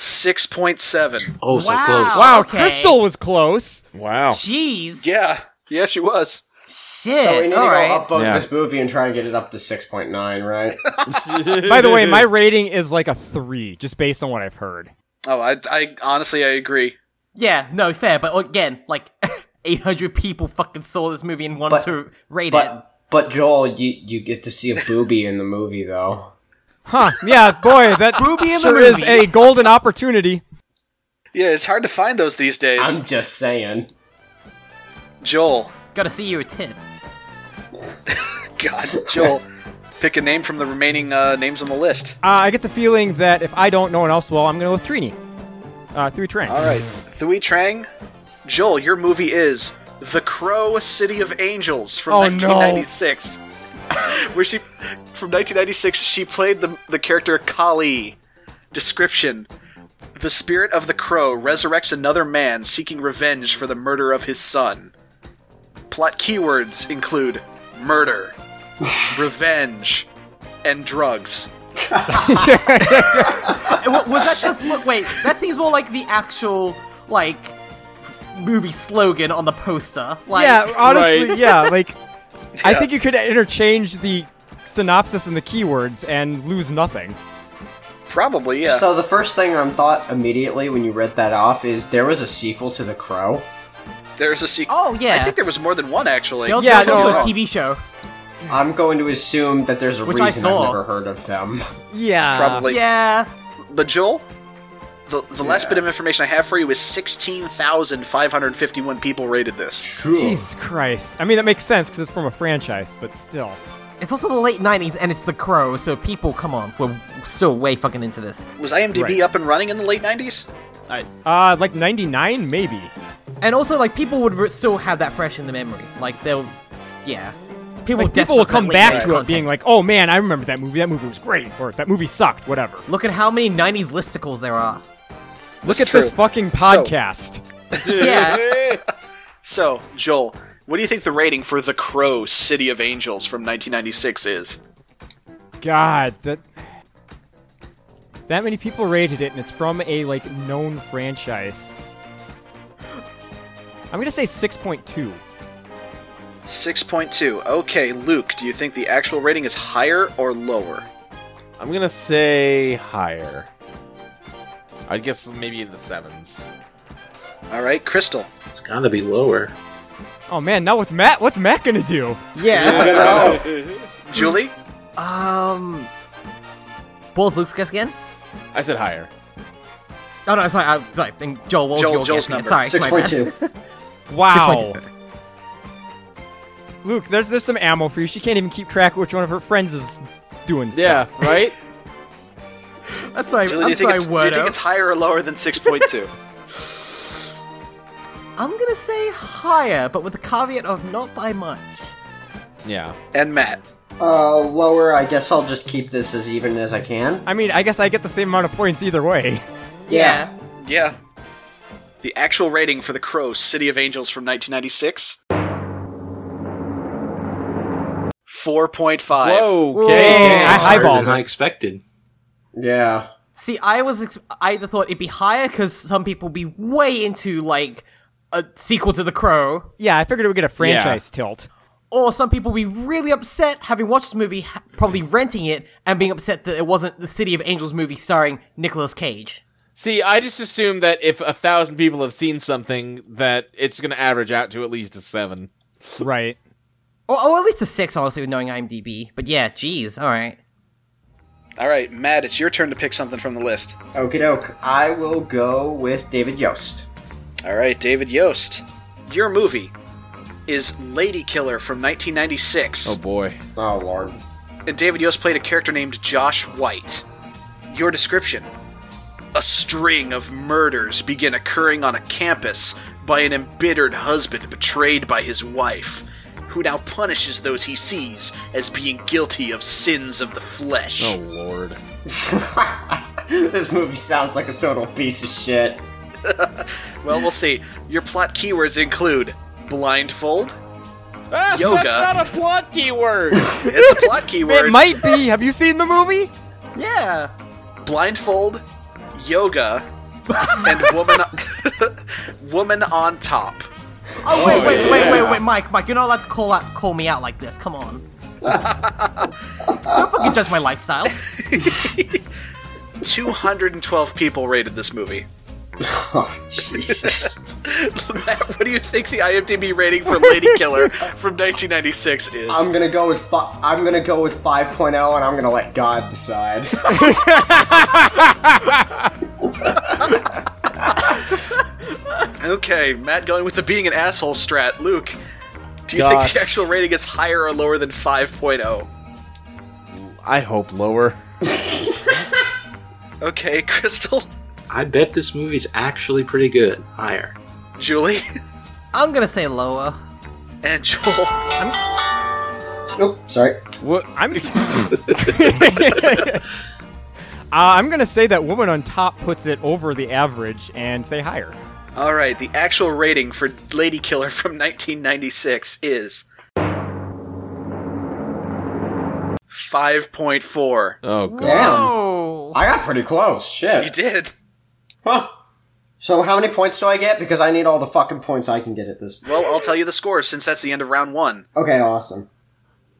C: 6.7.
H: Oh, so
F: Wow.
H: close.
E: Wow,
F: Okay.
E: Crystal was close.
D: Wow.
F: Jeez.
C: Yeah. Yeah, she was.
F: Shit.
G: so we need to
F: all
G: go
F: right.
G: upvote
D: Yeah.
G: this movie and try and get it up to 6.9, right?
E: By the way, my rating is like a three, just based on what I've heard.
C: Oh, I, I honestly, I agree.
F: Yeah, no, fair, but again, like 800 people fucking saw this movie and wanted
G: But-
F: to rate it.
G: but but Joel, you you get to see a booby in the movie though.
E: Huh? Yeah, boy, that
F: Ruby in the
E: sure is
F: movie.
E: a golden opportunity.
C: Yeah, it's hard to find those these days.
G: I'm just saying.
C: Joel.
F: Gotta see you a tit.
C: God, Joel. pick a name from the remaining uh, names on the list.
E: Uh, I get the feeling that if I don't, no one else will. I'm gonna go with Trini. Uh, three Trini.
C: All right. Thuy Trang. Joel, your movie is The Crow City of Angels from
E: Oh, no.
C: 1996. Where she, from 1996, she played the, the character Kali. Description The spirit of the crow resurrects another man seeking revenge for the murder of his son. Plot keywords include murder, revenge, and drugs.
F: Uh, wa- Was that just. wa- Wait, that seems more like the actual, like, movie slogan on the poster. Like,
E: yeah, honestly,
D: Right.
E: yeah. Like, I
C: Yeah.
E: think you could interchange the synopsis and the keywords and lose nothing.
C: Probably, yeah.
G: So the first thing I'm thought immediately when you read that off is there was a sequel to The Crow.
C: There's a sequel.
F: Oh, yeah.
C: I think there was more than one, actually.
F: They'll
E: Yeah,
F: yeah, go
E: no.
F: to a TV show.
G: I'm going to assume that there's a
F: Which I
G: reason
F: saw.
G: I've never heard of them.
E: Yeah.
F: uh,
C: Probably.
F: Yeah.
C: But Joel, the the last bit of information I have for you is sixteen thousand five hundred fifty one people rated this.
E: Jesus Christ. I mean, that makes sense because it's from a franchise, but still.
F: It's also the late 90s and it's The Crow, so people, come on, we're still way fucking into this.
C: Was IMDb
E: Right.
C: up and running in the late nineties?
E: Uh, like 99, maybe.
F: And also, like, people would re- still have that fresh in the memory. Like, they'll. Yeah. People,
E: Like, people
F: desperately
E: will come
F: need
E: back
F: this
E: to it
F: content.
E: being like, oh man, I remember that movie. That movie was great. Or that movie sucked, whatever.
F: Look at how many 90s listicles there are.
E: Look
C: That's
E: at this
C: true.
E: fucking podcast.
F: yeah.
C: So Joel, what do you think the rating for The Crow: City of Angels from nineteen ninety six is?
E: God, that. That many people rated it, and it's from a like known franchise. I'm gonna say 6.2.
C: Six point two. Okay, Luke, do you think the actual rating is higher or lower?
D: I'm gonna say higher. I guess maybe in the sevens.
C: All right, Crystal.
H: It's gotta be lower.
E: Oh man, now what's Matt? What's Matt gonna do?
F: Yeah.
E: Hmm.
C: Julie.
F: um. Balls Luke's guess again?
D: I said higher.
F: Oh no, sorry, I'm sorry. And Joel, what was
C: Joel-
F: your
C: Joel's
F: guess again?
C: number.
F: Sorry,
G: Six
F: my bad.
G: point two.
E: Wow.
F: 6.2.
E: Luke, there's there's some ammo for you. She can't even keep track of which one of her friends is doing
D: Yeah.
E: stuff.
D: Right.
F: I'm sorry,
C: Julie, do
F: I'm
C: you, think
F: sorry,
C: it's, do you think it's
F: Wordo.
C: higher or lower than six point two?
F: I'm gonna say higher, but with the caveat of not by much.
D: yeah.
C: and Matt.
G: Uh, lower. I guess I'll just keep this as even as I can.
E: I mean, I guess I get the same amount of points either way.
G: Yeah.
C: Yeah. The actual rating for The Crow City of Angels from 1996? 4.5.
D: Whoa.
E: Dang,
D: Okay.
E: I
H: Higher than
E: eyeballed
H: I
E: it.
H: expected.
G: Yeah.
F: See, I was ex- I either thought it'd be higher because some people be way into like a sequel to The Crow.
E: Yeah, I figured it would get a franchise tilt.
F: Or some people be really upset having watched the movie, ha- probably renting it, and being upset that it wasn't the City of Angels movie starring Nicolas Cage.
D: See, I just assume that if a thousand people have seen something, that it's going to average out to at least a seven.
E: Right.
F: Or, or at least a six, honestly, with knowing IMDb. But yeah, geez, all right.
C: All right, Matt, it's your turn to pick something from the list.
G: Okie doke. I will go with David Yost.
C: All right, David Yost, your movie is Lady Killer from 1996.
D: Oh boy.
G: Oh lord.
C: and David Yost played a character named Josh White. Your description A string of murders begin occurring on a campus by an embittered husband betrayed by his wife, who now punishes those he sees as being guilty of sins of the flesh.
D: Oh lord.
G: this movie sounds like a total piece of shit.
C: Well, we'll see. Your plot keywords include blindfold,
D: Ah,
C: Yoga.
D: That's not a plot keyword.
C: it's a plot keyword.
E: It might be. Have you seen the movie?
F: Yeah.
C: blindfold, yoga, and woman woman on top.
F: Oh, wait, wait, wait, wait, wait, Mike, Mike, you're not allowed to call out, call me out like this. Come on. Don't fucking judge my lifestyle.
C: 212 people rated this movie.
G: Oh Jesus.
C: Matt, what do you think the IMDb rating for Lady Killer from 1996 is?
G: I'm gonna go with fi- I'm gonna go with 5.0, and I'm gonna let God decide.
C: okay, Matt going with the being an asshole strat. Luke, do you think
D: Gosh.
C: the actual rating is higher or lower than oh? 5.0?
D: I hope lower.
C: Okay, Crystal,
H: I bet this movie's actually pretty good. Higher.
C: Julie,
F: I'm gonna say lower.
C: and Joel.
G: oh, sorry.
E: What? I'm. uh, I'm gonna say that woman on top puts it over the average and say higher.
C: All right, the actual rating for Lady Killer from 1996 is 5.4.
D: Oh god.
G: Damn.
F: Oh.
G: I got pretty close. Shit.
C: You did.
G: Huh. So how many points do I get? Because I need all the fucking points I can get at this.
C: Well, I'll tell you the score since that's the end of round one.
G: Okay, awesome.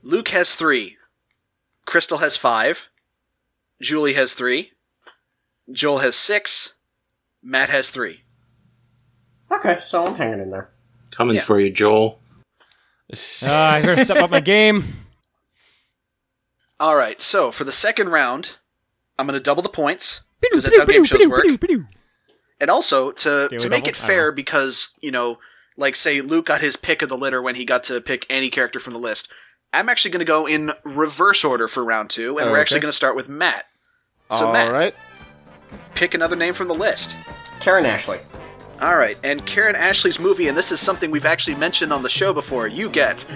C: Luke has three. Crystal has five. Julie has three. Joel has six. Matt has three.
G: Okay, so I'm hanging in there.
H: Coming
C: Yeah.
H: for you, Joel.
E: Uh, I gotta step up my game.
C: All right, so for the second round, I'm going to double the points because that's how game shows work. And also to
E: we
C: to make
E: double? I don't
C: it
D: Oh.
C: fair, because you know, like say Luke got his pick of the litter when he got to pick any character from the list. I'm actually going to go in reverse order for round two, and
D: Oh,
C: we're actually
D: okay.
C: going to start with Matt. So
D: All
C: Matt,
D: right.
C: pick another name from the list.
G: Karen Ashley.
C: All right, and Karen Ashley's movie, and this is something we've actually mentioned on the show before. You get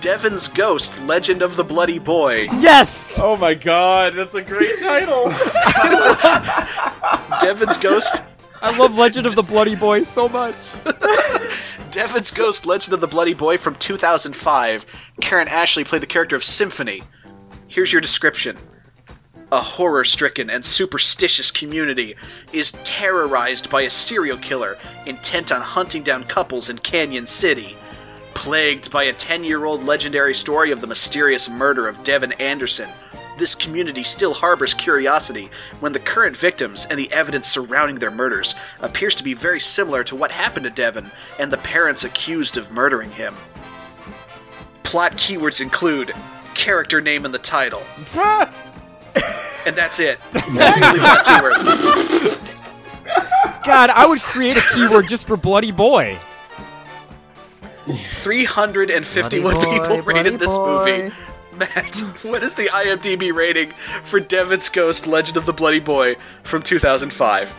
C: Devin's Ghost: Legend of the Bloody Boy.
E: Yes.
D: Oh my god, that's a great title.
C: Devin's Ghost.
E: I love Legend of the Bloody Boy so much.
C: Devin's Ghost: Legend of the Bloody Boy from 2005. Karen Ashley played the character of Symphony. Here's your description. A horror stricken and superstitious community is terrorized by a serial killer intent on hunting down couples in Canyon City. Plagued by a 10 year old legendary story of the mysterious murder of Devin Anderson, this community still harbors curiosity when the current victims and the evidence surrounding their murders appears to be very similar to what happened to Devin and the parents accused of murdering him. Plot keywords include character name and the title. And that's it. That's the only plot keyword.
E: God, I would create a keyword just for Bloody Boy.
C: 351
F: Bloody boy,
C: people rated
F: bloody
C: this
F: boy.
C: movie. Matt, what is the IMDb rating for Devin's Ghost Legend of the Bloody Boy from 2005?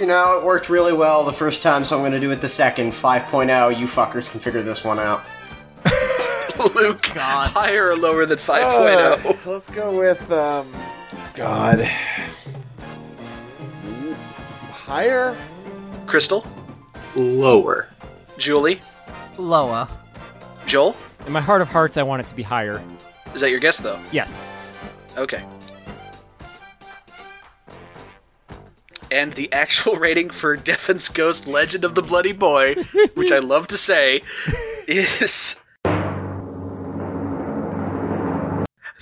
G: You know, it worked really well the first time, so I'm gonna do it the second. 5.0, you fuckers can figure this one out.
C: Luke, higher or lower than oh? 5.0?
D: Uh, let's go with um God. Higher?
C: Crystal,
H: Lower.
C: Julie,
F: Lower.
C: Joel?
E: In my heart of hearts, I want it to be higher.
C: Is that your guess, though?
E: Yes.
C: Okay. and the actual rating for Devin's Ghost Legend of the Bloody Boy, which I love to say, is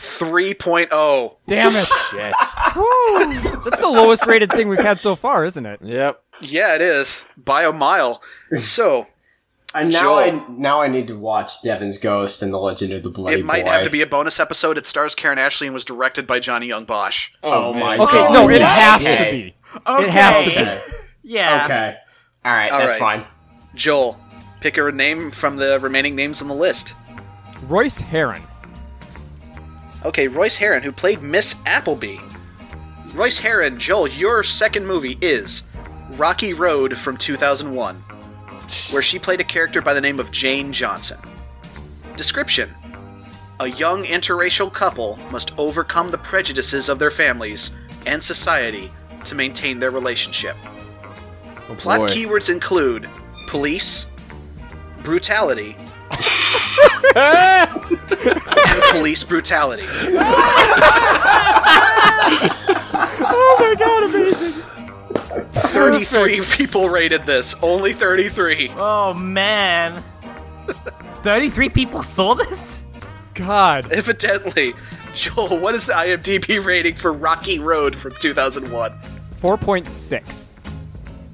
C: 3.0.
E: Damn it.
C: Shit.
E: That's the lowest rated thing we've had so far, isn't it?
D: Yep.
C: Yeah, it is. By a mile. So,
G: And now
C: Joel,
G: I now I need to watch Devin's Ghost and the Legend of the Bloody
C: it might
G: Boy.
C: have to be a bonus episode. It stars Karen Ashley and was directed by Johnny Young Bosch.
G: Oh, my
E: Okay,
G: god.
E: no, it has to be.
F: Okay.
E: It has to be.
F: Yeah.
G: Okay. All right,
C: All
G: that's
C: right.
G: fine.
C: Joel, pick a name from the remaining names on the list.
E: Royce Heron.
C: Okay, Royce Heron, who played Miss Appleby. Royce Heron, Joel, your second movie is Rocky Road from 2001, where she played a character by the name of Jane Johnson. Description A young interracial couple must overcome the prejudices of their families and society to maintain their relationship.
D: Oh,
C: Plot keywords include police, brutality, and police brutality.
E: Oh my god, amazing.
C: 33 people rated this. Only 33.
F: Oh man. Thirty-three people saw this.
E: God.
C: Evidently. Joel, what is the IMDb rating for Rocky Road from 2001?
E: 4.6.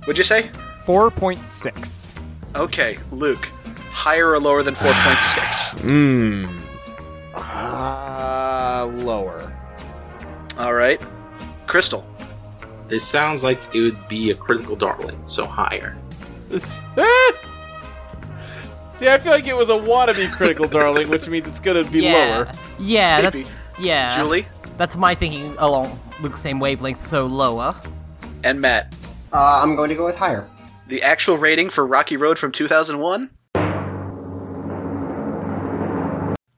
C: Would you say?
E: 4.6.
C: Okay, Luke. Higher or lower than 4.6?
D: Mmm.
K: Uh, lower.
C: All right. Crystal.
H: This sounds like it would be a critical darling, so higher.
D: This- Ah! See, I feel like it was a wannabe critical darling, which means it's gonna be
F: yeah.
D: lower.
F: Yeah. that-
C: Maybe.
F: yeah.
C: Julie
F: That's my thinking along with the same wavelength, so lower.
C: and Matt.
G: Uh, I'm going to go with higher.
C: The actual rating for Rocky Road from 2001?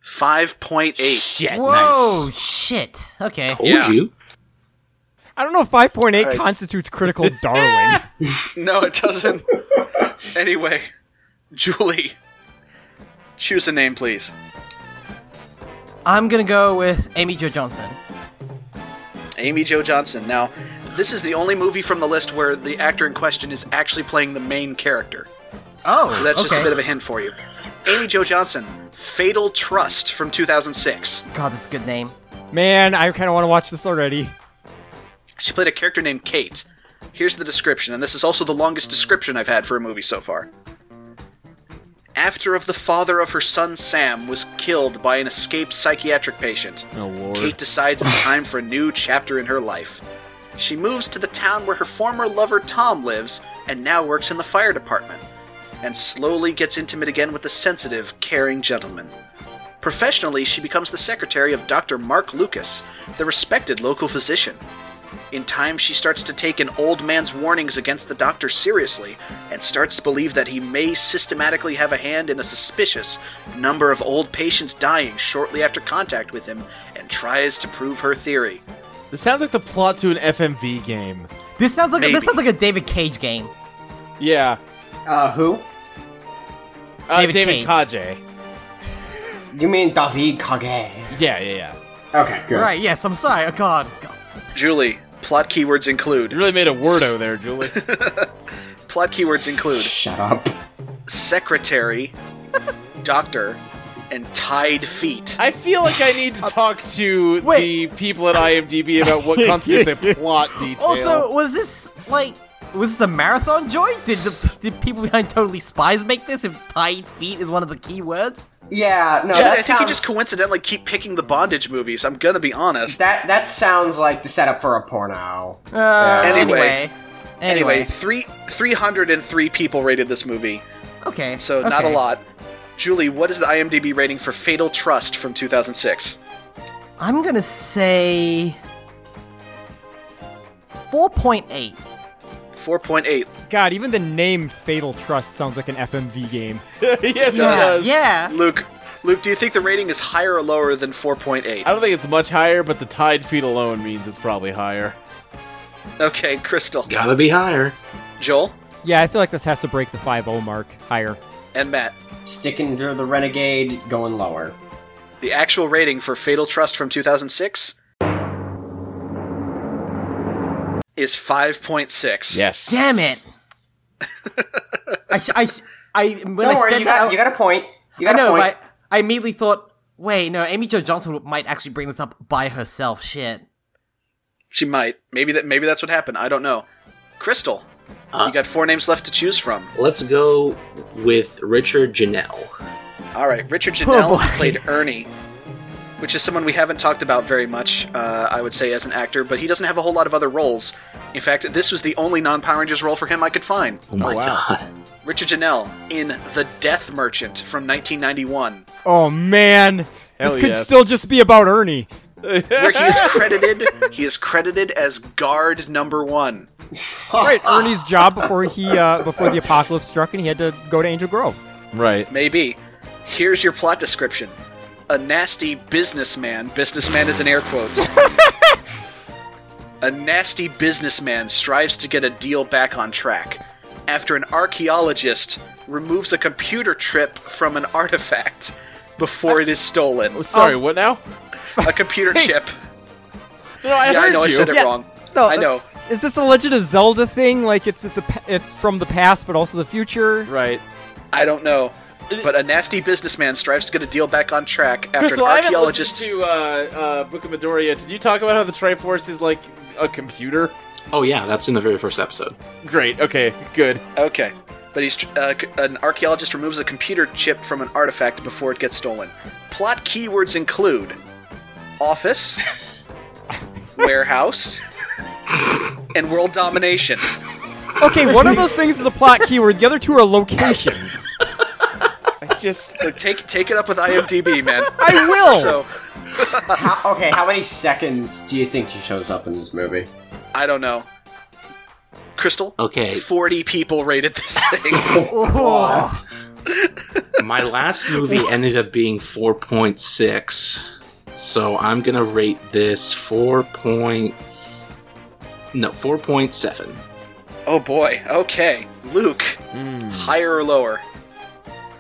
C: 5.8.
D: Shit.
F: Whoa, shit. Okay.
H: Told
C: Yeah.
H: you.
E: I don't know if 5.8
C: Alright.
E: constitutes critical darling.
C: No, it doesn't. anyway, Julie, choose a name, please.
F: I'm gonna go with Amy Jo Johnson.
C: Amy Jo Johnson. Now, this is the only movie from the list where the actor in question is actually playing the main character.
F: Oh,
C: So that's
F: okay.
C: just a bit of a hint for you. Amy Jo Johnson, Fatal Trust from 2006.
F: God, that's a good name.
E: Man, I kind of want to watch this already.
C: She played a character named Kate. Here's the description, and this is also the longest description I've had for a movie so far. After of the father of her son Sam was killed by an escaped psychiatric patient, Kate decides it's time for a new chapter in her life. She moves to the town where her former lover Tom lives and now works in the fire department, and slowly gets intimate again with the sensitive, caring gentleman. Professionally, she becomes the secretary of Dr. Mark Lucas, the respected local physician. In time, she starts to take an old man's warnings against the doctor seriously and starts to believe that he may systematically have a hand in a suspicious number of old patients dying shortly after contact with him and tries to prove her theory.
D: This sounds like the plot to an FMV game.
F: This sounds like
C: Maybe.
F: this sounds like a David Cage game.
D: Yeah.
G: Uh, who?
D: Uh,
F: David
D: David,
F: Cage.
D: Kaje.
G: You mean David Kage?
D: Yeah, yeah, yeah.
G: Okay, good.
F: Right? Yes. I'm sorry. Oh God. God.
C: Julie, plot keywords
D: You
C: include.
D: really made a wordo there, Julie.
C: Plot keywords include
G: Shut up.
C: secretary, doctor, and tied feet.
D: I feel like I need to talk to
F: Uh, wait.
D: the people at IMDb about what constitutes a plot detail.
F: Also, was this like was this a marathon joint? Did the did people behind Totally Spies make this? If tied feet is one of the key words,
G: Yeah, no,
C: Yeah, I
G: that
C: think
G: sounds,
C: you just coincidentally keep picking the bondage movies. I'm gonna be honest.
G: that that sounds like the setup for a porno.
F: uh,
C: Anyway.
F: anyway,
C: Anyway,
F: anyway,
C: three three hundred and three people rated this movie.
F: okay,
C: So not a
F: okay.
C: lot. Julie, what is the IMDb rating for Fatal Trust from 2006?
F: I'm gonna say four point eight.
C: 4.8.
E: God, even the name Fatal Trust sounds like an FMV game.
D: yes, it
F: Yeah,
D: does.
F: yeah.
C: Luke, Luke, do you think the rating is higher or lower than 4.8?
D: I don't think it's much higher, but the tide feet alone means it's probably higher.
C: Okay, Crystal,
H: Gotta be higher.
C: Joel,
E: Yeah, I feel like this has to break the 5.0 mark higher.
C: and Matt.
G: Sticking to the renegade, going lower.
C: The actual rating for Fatal Trust from 2006 is 5.6.
D: Yes.
F: Damn it! I, s- I, s- I- when I
G: Don't worry,
F: said
G: you
F: that,
G: got-
F: I-
G: you got a point. You got
F: I
G: a
F: know,
G: point.
F: but I immediately thought, wait, no, Amy Jo Johnson might actually bring this up by herself. Shit.
C: She might. Maybe that. Maybe that's what happened. I don't know. Crystal, you got four names left to choose from.
H: Let's go with Richard Janelle.
C: All right, Richard Janelle
H: boy.
C: played Ernie, which is someone we haven't talked about very much. Uh, I would say as an actor, but he doesn't have a whole lot of other roles. In fact, this was the only non-Power Rangers role for him I could find.
H: Oh my god.
C: Richard Janelle in The Death Merchant from 1991,
E: Oh man,
C: Hell
E: this could
C: yes.
E: still just be about Ernie.
C: where he is credited. He is credited as guard number one.
E: right, Ernie's job before he uh, before the apocalypse struck, and he had to go to Angel Grove.
D: Right.
C: Maybe. Here's your plot description. A nasty businessman, businessman is in air quotes. a nasty businessman strives to get a deal back on track after an archaeologist removes a computer trip from an artifact before it is stolen. Oh,
D: sorry,
F: Um,
D: what now?
C: A computer chip.
D: No, I
C: yeah, I
D: heard
C: know I
D: you.
C: said it
D: Yeah, uh,
C: wrong.
E: no, uh,
C: I know.
E: Is this a Legend of Zelda thing? Like it's it's, a, pa- it's from the past, but also the future.
D: Right.
C: I don't know.
D: uh,
C: But a nasty businessman strives to get a deal back on track after
D: Crystal,
C: an
D: I haven't
C: archaeologist
D: listened to uh, uh, Book of Midoriya. yet. Did you talk about how the Triforce is like a computer?
H: Oh yeah, that's in the very first episode.
D: Great. Okay. Good.
C: Okay. But he's uh, c- an archaeologist removes a computer chip from an artifact before it gets stolen. Plot keywords include office, warehouse, and world domination.
E: Okay, one of those things is a plot keyword. The other two are locations.
D: I just
C: Look, take take it up with IMDb, man.
E: I will.
C: So
G: How- okay, how many seconds do you think she shows up in this movie?
C: I don't know. Crystal.
H: Okay.
C: Forty people rated this thing.
H: My last movie ended up being 4.6. So I'm going to rate this 4. Point... No, 4.7.
C: oh boy. Okay, Luke. Higher or lower?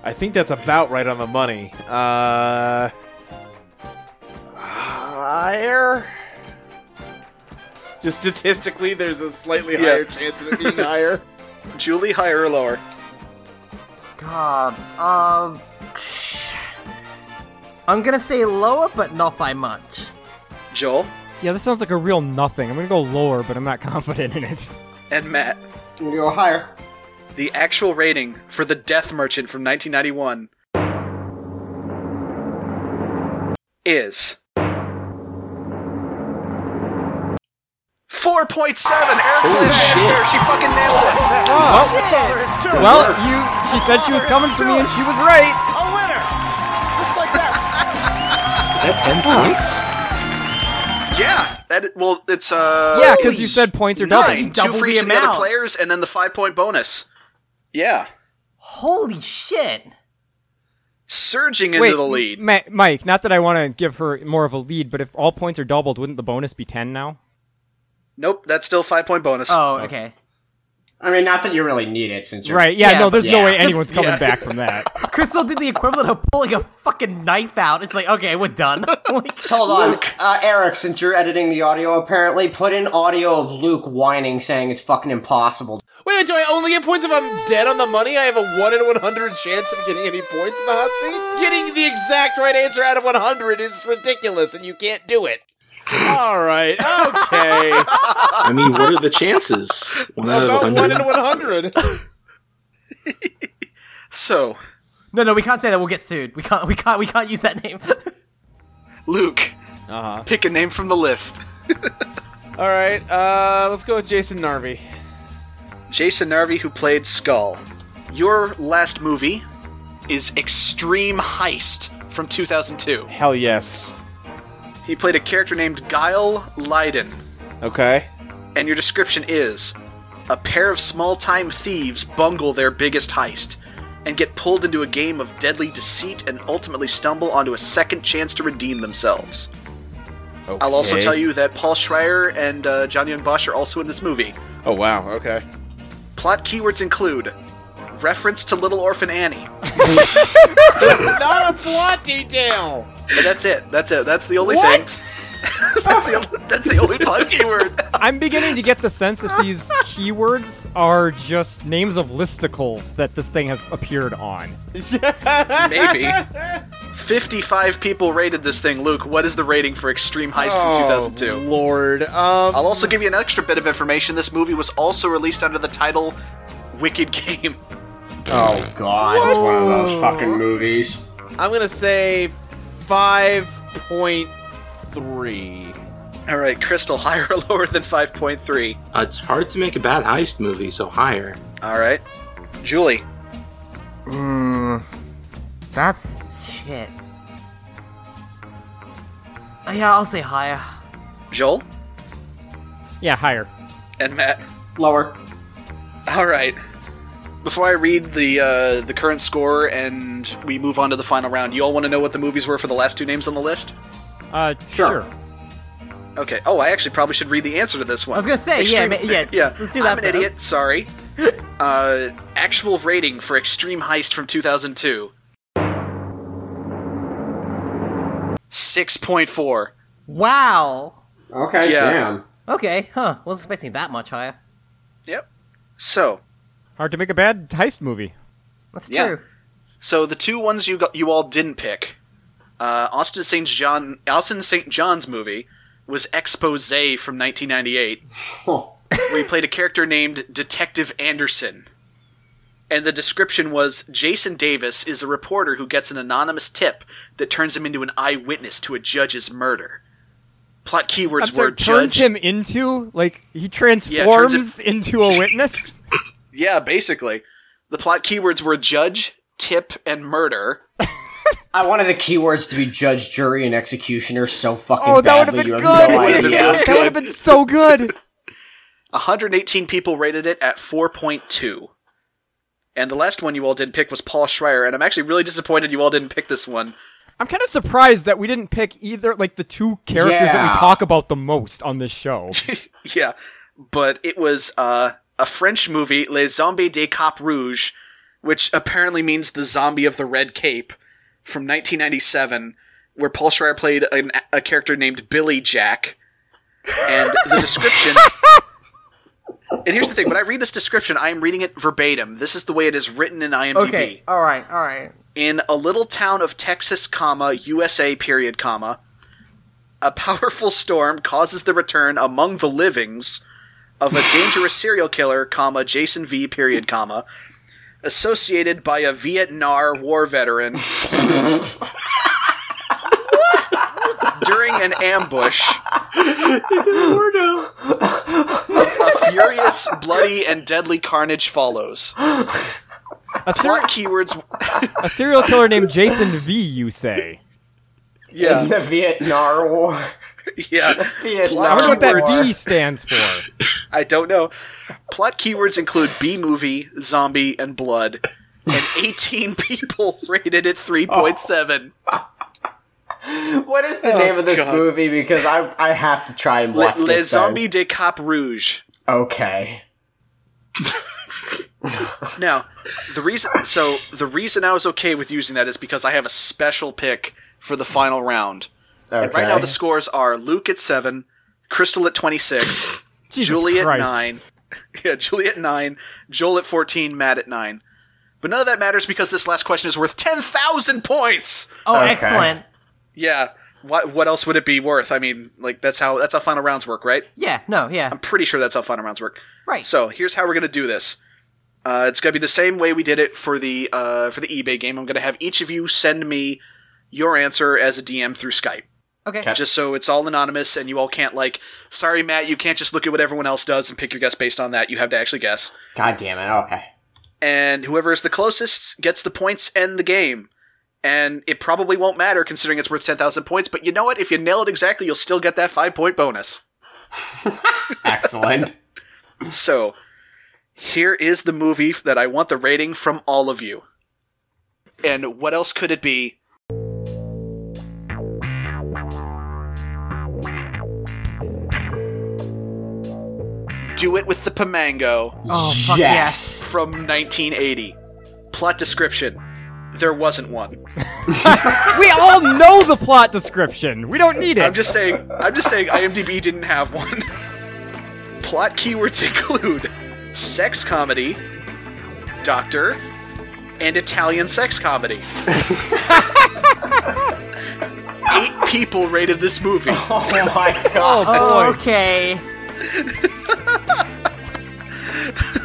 D: I think that's about right on the money. Uh, higher. Just statistically, there's a slightly
C: Yeah.
D: higher chance of it being higher.
C: Julie, higher or lower?
F: God. Um. I'm gonna say lower, but not by much.
C: Joel
E: Yeah, this sounds like a real nothing. I'm gonna go lower, but I'm not confident in it.
C: and Matt.
G: You go higher.
C: The actual rating for The Death Merchant from 1991 is 4.7. Eric Holy shit. She fucking nailed it.
E: Well, you. She said she was coming for me, and she was right.
A: A winner! Just like that.
H: Is that 10 points?
C: Yeah. That well, it's uh.
E: Yeah, 'cause you said points are double.
C: nine,
E: You
C: two
F: double
C: for
F: the
C: each of the other
F: amount.
C: players, and then the five point bonus. Yeah,
F: Holy shit!
C: surging into
E: Wait,
C: the lead.
E: Ma- Mike. Not that I want to give her more of a lead, but if all points are doubled, wouldn't the bonus be ten now?
C: Nope, that's still five point bonus.
F: Oh, okay.
G: I mean, not that you really need it since you're
E: Right. Yeah.
F: Yeah,
E: no, there's no
G: yeah.
E: way
G: Just-
E: anyone's coming
C: yeah.
E: back from that.
F: Crystal did the equivalent of pulling a fucking knife out. It's like, okay, we're done. Like,
G: Just Hold on, uh, Eric. Since you're editing the audio, apparently, put in audio of Luke whining, saying it's fucking impossible.
D: Wait, do I only get points if I'm dead on the money? I have a 1 in 100 chance of getting any points in the hot seat? Getting the exact right answer out of 100 is ridiculous, and you can't do it. All right, okay.
H: I mean, what are the chances? One out of
D: About 1 in
H: 100.
D: 100.
C: So,
F: no, no, we can't say that. We'll get sued. We can't. We can't. We can't use that name.
C: Luke,
D: Uh-huh.
C: pick a name from the list.
D: All right, uh, let's go with Jason Narvey.
C: Jason Narvey, who played Skull. Your last movie is Extreme Heist from 2002.
D: Hell yes.
C: He played a character named Guile Leiden,
D: Okay.
C: and your description is a pair of small time thieves bungle their biggest heist and get pulled into a game of deadly deceit and ultimately stumble onto a second chance to redeem themselves. I'll also
D: Okay.
C: tell you that Paul Schreier and uh, John Young Bosch are also in this movie.
D: Oh, wow, okay.
C: Plot keywords include reference to Little Orphan Annie.
D: Not a plot detail!
C: And that's it. That's it. That's the only
D: What?
C: thing. that's the only... That's the only pun keyword.
E: I'm beginning to get the sense that these keywords are just names of listicles that this thing has appeared on.
C: Maybe. 55 people rated this thing. Luke, what is the rating for Extreme Heist
K: Oh,
C: from 2002?
K: Lord.
C: I'll also give you an extra bit of information. This movie was also released under the title Wicked Game.
G: Oh god, it's one of those fucking movies.
K: I'm gonna say five point three.
C: All right, Crystal, higher or lower than 5.3?
H: Uh, it's hard to make a bad heist movie, so higher.
C: All right. Julie.
F: Mm, that's shit. Oh, yeah, I'll say higher.
C: Joel?
E: Yeah, higher.
C: And Matt?
G: Lower.
C: All right. Before I read the uh, the current score and we move on to the final round, you all want to know what the movies were for the last two names on the list?
E: Uh,
C: Sure. Okay. Oh, I actually probably should read the answer to this one.
F: I was gonna say, yeah, ma- yeah,
C: yeah.
F: let's do that
C: I'm an
F: first.
C: idiot. Sorry. uh, actual rating for Extreme Heist from 2002. 6.4.
F: Wow.
G: Okay,
C: Yeah.
G: damn.
F: Okay, huh. Wasn't expecting that much higher.
C: Yep. So,
E: Hard to make a bad heist movie.
F: That's
C: Yeah.
F: true.
C: so the two ones you got, you all didn't pick, uh, Austin St. John, Austin St. John's movie was Expose from 1998.
G: Huh.
C: where he played a character named Detective Anderson. And the description was Jason Davis is a reporter who gets an anonymous tip that turns him into an eyewitness to a judge's murder. Plot
E: I'm
C: keywords
E: sorry,
C: were
E: turns
C: judge.
E: him into like he
C: Yeah, turns
E: transforms
C: him-
E: into a witness.
C: yeah, basically. The plot keywords were judge, tip, and murder.
G: I wanted the keywords to be judge, jury, and executioner so fucking
E: oh, that would
G: badly.
E: have been
G: you have
E: good.
G: no
C: would've been
G: idea.
C: really
E: that would have been so good.
C: 118 people rated it at 4.2. And the last one you all didn't pick was Paul Schreier, and I'm actually really disappointed you all didn't pick this one.
E: I'm kind of surprised that we didn't pick either, like the two characters that we
G: Yeah.
E: talk about the most on this show.
C: Yeah, but it was uh, a French movie, Les Zombies des Cap Rouge, which apparently means the zombie of the red cape, from 1997, where Paul Schreier played an, a character named Billy Jack. And the description. and here's the thing: when I read this description, I am reading it verbatim. This is the way it is written in IMDb
F: Okay, alright, alright.
C: in a little town of Texas, comma, USA period, comma, a powerful storm causes the return among the livings of a dangerous serial killer, comma, Jason V period, comma, associated by a Vietnam War veteran during an ambush. a furious, bloody, and deadly carnage follows.
E: A, ser-
C: Plot keywords.
E: a serial killer named Jason V. You say?
C: Yeah.
G: The Vietnam War.
C: Yeah.
E: I
G: Vietnam
E: wonder what that
G: War.
E: D stands for.
C: I don't know. Plot keywords include B movie, zombie, and blood. And 18 people rated it
G: Oh,
C: 3.7.
G: What is the name of this
C: God.
G: movie? Because I I have to try and
C: Le,
G: watch
C: Les
G: this. then.
C: Zombies de Cap Rouge.
G: Okay.
C: Now, the reason so the reason I was okay with using that is because I have a special pick for the final round.
G: Okay.
C: And right now the scores are Luke at 7, Crystal at 26,
E: Jesus
C: Julie at
E: Christ.
C: 9. Yeah, Julie at 9, Joel at 14, Matt at 9. But none of that matters because this last question is worth 10,000 points.
F: Oh,
G: Okay.
F: excellent.
C: Yeah. What what else would it be worth? I mean, like that's how that's how final rounds work, right?
F: Yeah, no, yeah.
C: I'm pretty sure that's how final rounds work.
F: Right.
C: Um, So here's how we're gonna do this. Uh, it's gonna be the same way we did it for the uh, for the eBay game. I'm gonna have each of you send me your answer as a DM through Skype,
F: okay.
C: just so it's all anonymous and you all can't like, sorry Matt, you can't just look at what everyone else does and pick your guess based on that. You have to actually guess.
G: God damn it. Okay.
C: And whoever is the closest gets the points and the game. And it probably won't matter considering it's worth 10,000 points, but you know what? If you nail it exactly, you'll still get that five point bonus.
G: Excellent.
C: So, here is the movie that I want the rating from all of you. And what else could it be? Do it with the Pomango
F: Oh, fuck yes.
C: from 1980. Plot description there wasn't one.
E: we all know the plot description. We don't need it.
C: I'm just saying. I'm just saying. IMDb didn't have one. Plot keywords include sex comedy, doctor, and Italian sex comedy. Eight people rated this movie.
G: Oh my
F: Oh, okay.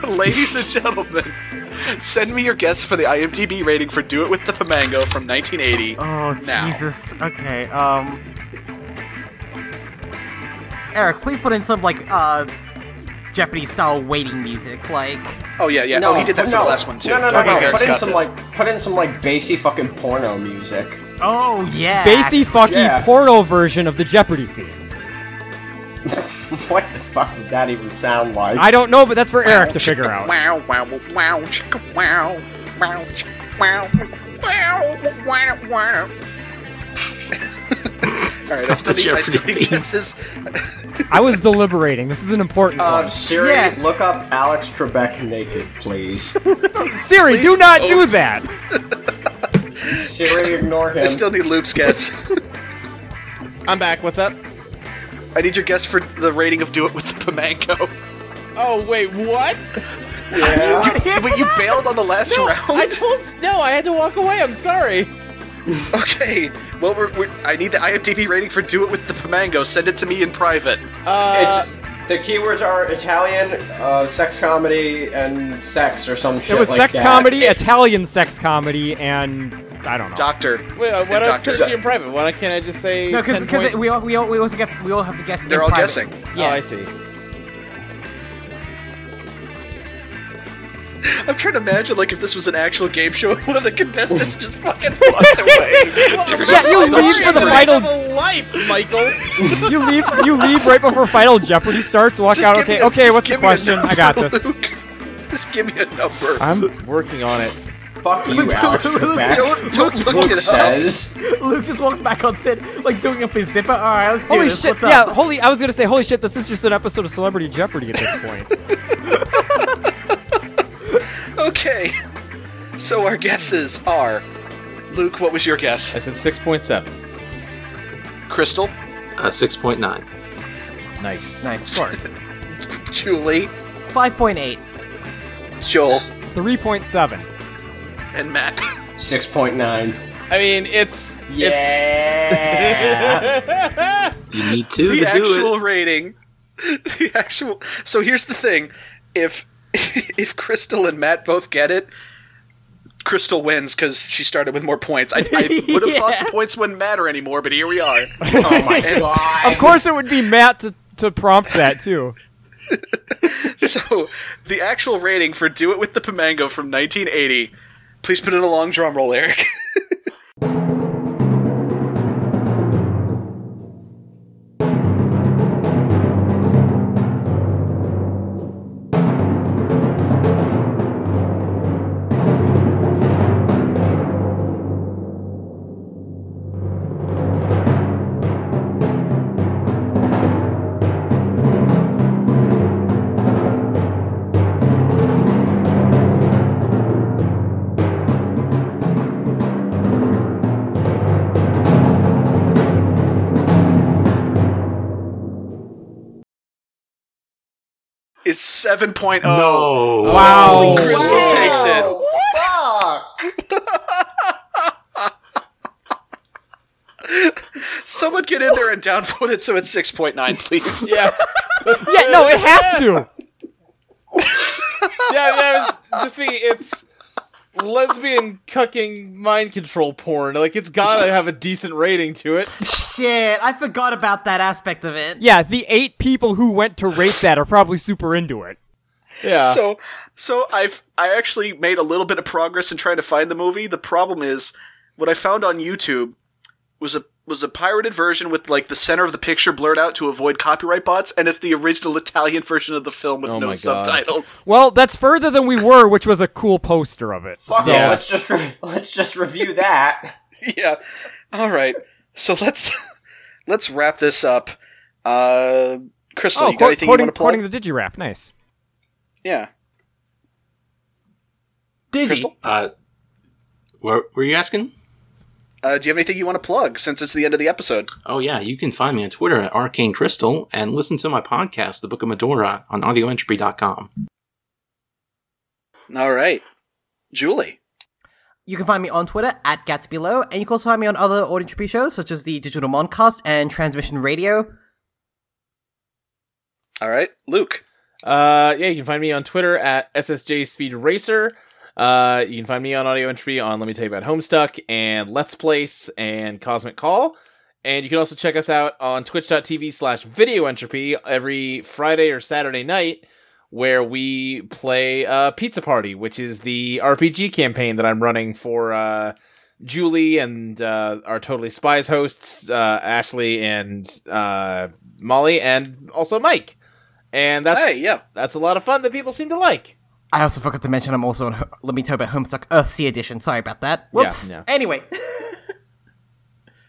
C: Ladies and gentlemen, send me your guess for the IMDb rating for Do It With The Pomango from 1980.
F: Oh
C: now.
F: Jesus. Okay. Um. Eric, please put in some like uh Japanese style waiting music, like.
C: Oh yeah, yeah. oh, he did that for
G: no.
C: the last one too.
G: No, no, no, no.
C: Eric's
G: Put in
C: got
G: some
C: this.
G: like, put in some like bassy fucking porno music.
F: Oh yeah.
E: Bassy fucking
G: Yeah.
E: porno version of the Jeopardy theme.
G: what the fuck would that even sound like?
E: I don't know, but that's for Eric to figure out.
A: Wow, wow, wow, chicka, wow, wow, chicka, wow, wow, wow, wow.
C: All right, I still need, I still need guesses.
E: I was deliberating. This is an important
G: Uh,
C: Um,
E: one.
G: Siri,
F: Yeah.
G: look up Alex Trebek naked, please.
E: Siri, do
C: please
E: not do
C: don't.
E: that.
G: Siri, ignore him.
C: I still need Luke's guess.
D: I'm back. What's up?
C: I need your guess for the rating of Do It With The Pomango.
D: Oh wait, what?
G: yeah.
C: But you bailed on the last
D: No,
C: round.
D: I told. No, I had to walk away. I'm sorry.
C: Okay. Well, we're, we're, I need the IMDb rating for Do It With The Pomango. Send it to me in private.
D: Uh,
G: It's the keywords are Italian, uh, sex comedy, and sex or some shit
E: It was
G: like
E: sex
G: that.
E: comedy, Italian sex comedy, and I don't know.
C: Doctor.
D: wait, uh, why
C: and
D: don't I
C: doctor.
D: send it to you in private? Why don't- can't I just say?
F: No,
D: 10
F: because
D: point-
F: we all, we all we also get we all have to guess.
C: They're
F: in
C: all
F: private.
C: guessing.
D: Oh, I see.
C: I'm trying to imagine, like, if this was an actual game show and one of the contestants just fucking walked away.
E: Yeah, you leave for the final.
D: Have a life, Michael.
E: You leave. You leave right before Final Jeopardy starts. Walk
C: Just
E: out.
C: give me
E: Okay.
C: a-
E: okay.
C: just
E: What's the
C: give me
E: question?
C: a
E: I got
C: number,
E: this.
C: Luke. Just give me a number.
D: I'm working on it.
G: Fuck you, Alex Trebek.
C: Don't, don't look
G: Luke
C: it up.
G: says.
F: Luke just walks back on set, like doing up his zipper. All right, let's do
E: Holy
F: this.
E: shit!
F: What's
E: Yeah.
F: up?
E: Holy. I was gonna say, holy shit! This is just an episode of Celebrity Jeopardy at this point.
C: Okay. So our guesses are Luke, what was your guess?
D: I said six point seven.
C: Crystal,
H: Uh, 6.9.
D: Nice.
F: Nice. Of course.
C: Julie,
F: Five point eight.
C: Joel,
E: Three point seven.
C: and Matt.
G: Six point nine.
D: I mean, it's
G: Yeah.
H: You need two
C: the
H: to
C: actual
H: do it.
C: rating. The actual. So here's the thing: if if Crystal and Matt both get it, Crystal wins because she started with more points. I, I would have thought the points wouldn't matter anymore, but here we are.
G: oh my god.
E: Of course, it would be Matt to to prompt that too.
C: so the actual rating for "Do It with the Pomango" from 1980. Please put in a long drum roll, Eric. Is oh. 7.0.
H: No.
E: Wow.
C: Crystal
G: Wow.
C: takes it.
G: Oh, Fuck.
C: Someone get in there and downvote it so it's 6.9, please. Yeah.
E: Yeah. No, it has to.
D: yeah, I mean, I was just thinking it's lesbian cucking mind control porn. Like it's gotta have a decent rating to it.
F: Shit, I forgot about that aspect of it.
E: Yeah. The eight people who went to rate that are probably super into it.
D: Yeah.
C: So, so I've I actually made a little bit of progress in trying to find the movie. The problem is, what I found on YouTube was a was a pirated version with like the center of the picture blurred out to avoid copyright bots, and it's the original Italian version of the film with
D: Oh my
C: no
D: God.
C: subtitles.
E: Well, that's further than we were, which was a cool poster of it.
G: Fuck
D: Yeah.
G: it. Let's just re- let's just review that.
C: yeah. All right. So let's let's wrap this up. Uh,
E: oh,
C: Crystal, you got
E: quote-
C: anything
E: quoting,
C: you want to plug?
E: quoting the digirap. Nice.
C: yeah.
F: Digi.
C: Crystal?
H: Uh, What were you asking?
C: Uh, do you have anything you want to plug since it's the end of the episode?
H: Oh yeah, you can find me on Twitter at Arcane Crystal and listen to my podcast, The Book of Medora, on audioentropy.com.
C: All right. Julie.
F: You can find me on Twitter at GatsBelow, and you can also find me on other audio entropy shows such as the Digital Moncast and Transmission Radio.
C: All right, Luke.
D: Uh, yeah, you can find me on Twitter at SSJ Speed Racer. Uh, you can find me on Audio Entropy on Let Me Tell You About Homestuck and Let's Place and Cosmic Call. And you can also check us out on twitch.tv slash video entropy every Friday or Saturday night, where we play uh, Pizza Party, which is the RPG campaign that I'm running for uh, Julie and uh, our Totally Spies hosts, uh, Ashley and uh, Molly, and also Mike. And that's
C: Hey, yeah.
D: that's a lot of fun that people seem to like.
F: I also forgot to mention I'm also on Ho- Let Me Tell You About Homestuck Earthsea Edition. Sorry about that. Whoops.
D: yeah.
F: Anyway,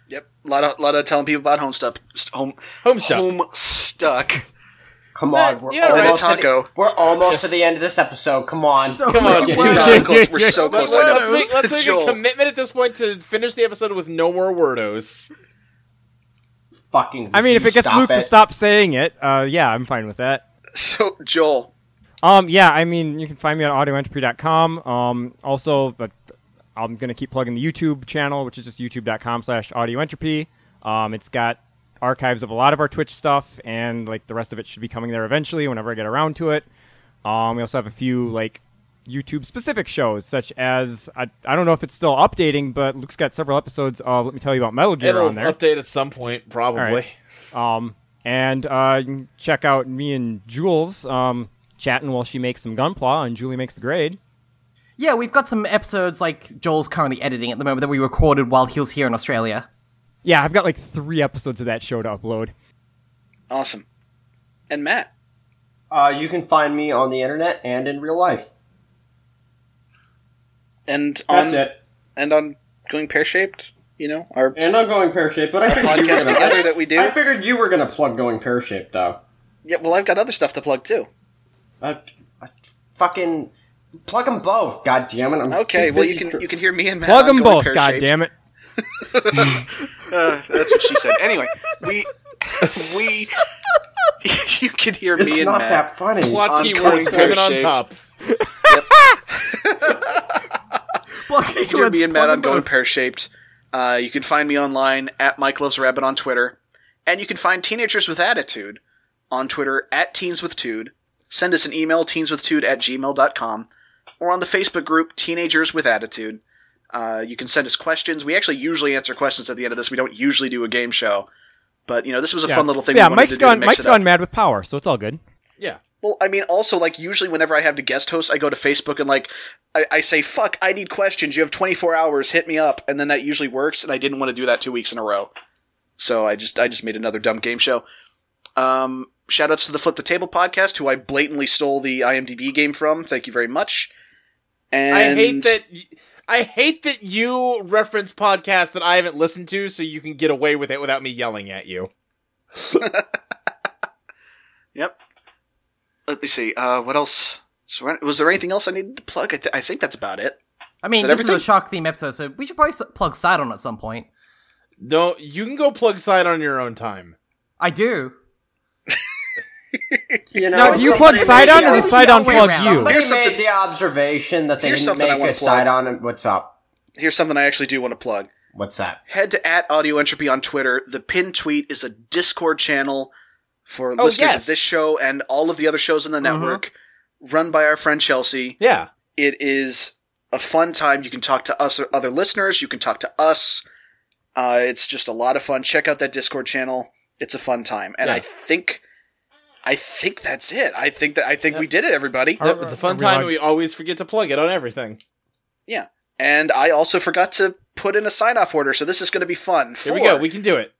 C: Yep. A lot of, lot of telling people about home stuff. st- Home,
D: home
C: stuck. Home stuck.
G: Come on, we're
D: yeah,
G: almost,
C: right.
G: to the,
C: Taco.
G: we're almost to the end of this episode. Come on.
D: Come on, dude.
G: Get it
C: We're
G: done.
C: so close. We're so
D: Let's,
C: close. I
D: let's
C: know.
D: make, let's make a
C: Joel.
D: commitment at this point to finish the episode with no more wordos.
G: Fucking.
E: I mean, if it gets
G: stop
E: Luke to stop saying it, uh, yeah, I'm fine with that.
C: So, Joel,
E: Um, yeah, I mean, you can find me on audioentropy.com. Um, also, but I'm going to keep plugging the YouTube channel, which is just youtube.com slash audioentropy. Um, it's got archives of a lot of our Twitch stuff, and, like, the rest of it should be coming there eventually whenever I get around to it. Um, we also have a few, like, YouTube-specific shows, such as, I, I don't know if it's still updating, but Luke's got several episodes of Let Me Tell You About Metal Gear
D: It'll
E: on there.
D: update at some point, probably.
E: All right. Um, and uh, you can check out me and Jules um, chatting while she makes some gunpla and Julie makes the grade.
F: yeah, we've got some episodes like Joel's currently editing at the moment that we recorded while he was here in Australia.
E: Yeah, I've got like three episodes of that show to upload.
C: awesome. And Matt.
G: Uh, you can find me on the internet and in real life.
C: And on
G: That's it.
C: and on going pear shaped, you know, our
G: And I'm going pear shaped, but I figured you were
C: podcast
G: gonna,
C: together that we do.
G: I figured you were gonna plug going pear shaped though.
C: yeah, well, I've got other stuff to plug too.
G: I, I fucking plug them both. God damn it! I'm
C: Okay,
G: too
C: well you
G: busy
C: can
G: dr-
C: you can hear me and Matt.
E: Plug
C: on
E: them
C: Going
E: both,
C: Pear
E: God
C: Shaped.
E: damn it!
C: Uh, that's what she said. Anyway, we we you can hear
G: It's
C: me and
G: not
C: Matt.
G: that funny.
D: Plot
C: On
D: keywords
C: Coin
D: coming on
C: Pear-shaped.
D: top.
F: Blocking
C: You can hear me and Matt on
F: Plug 'em
C: going
F: both.
C: pear shaped. Uh, you can find me online at Mike Loves Rabbit on Twitter, and you can find Teenagers with Attitude on Twitter at Teens with Tude. Send us an email, teenswithtude at gmail.com, or on the Facebook group Teenagers with Attitude. Uh, you can send us questions. We actually usually answer questions at the end of this. We don't usually do a game show, but you know this was a fun little thing.
E: Yeah,
C: we wanted
E: Mike's
C: to do to
E: gone.
C: mix
E: Mike's
C: it up.
E: gone mad with power, so it's all good.
D: Yeah.
C: Well, I mean, also like usually whenever I have to guest host, I go to Facebook and like I, I say, "Fuck, I need questions. You have 24 hours. Hit me up," and then that usually works. And I didn't want to do that two weeks in a row, so I just I just made another dumb game show. Um, shout outs to the Flip the Table podcast, who I blatantly stole the IMDb game from. Thank you very much. And
D: I hate that. y- I hate that you reference podcasts that I haven't listened to, so you can get away with it without me yelling at you.
C: Yep. Let me see. Uh, what else? So, what- was there anything else I needed to plug? I, th- I think that's about it.
F: I mean,
C: Is that
F: this is
C: everything?
F: a shark theme episode, so we should probably s- plug Sidon at some point.
D: Don't. You can go plug side on your own time.
F: I do.
G: You know,
E: Now, do you plug
G: somebody made
E: Sidon
G: the-
E: or does Sidon
F: Wait,
E: plug
F: wait,
E: you?
F: somebody-
G: Somebody
C: Here's
G: made
C: something-
G: the observation that they
C: Here's
G: didn't
C: something I
G: make
C: wanna
G: a
C: plug.
G: Sidon. and- What's up?
C: Here's something I actually do want to plug.
G: What's that?
C: head to at audio entropy on twitter the pinned tweet is a discord channel for listeners
D: Oh, yes. Uh-huh.
C: of this show and all of the other shows in the network run by our friend chelsea
D: Yeah.
C: it is a fun time you can talk to us or other listeners you can talk to us uh, it's just a lot of fun check out that discord channel it's a fun time and i
D: Yeah.
C: think i think that's it i think that i think we did it everybody
E: Are-
D: Yep, it's a fun
E: are we
D: time,
E: on-
D: and we always forget to plug it on everything.
C: yeah and i also forgot to put in a sign off order so this is going to be fun
D: Here we
C: For-
D: go. We can do it.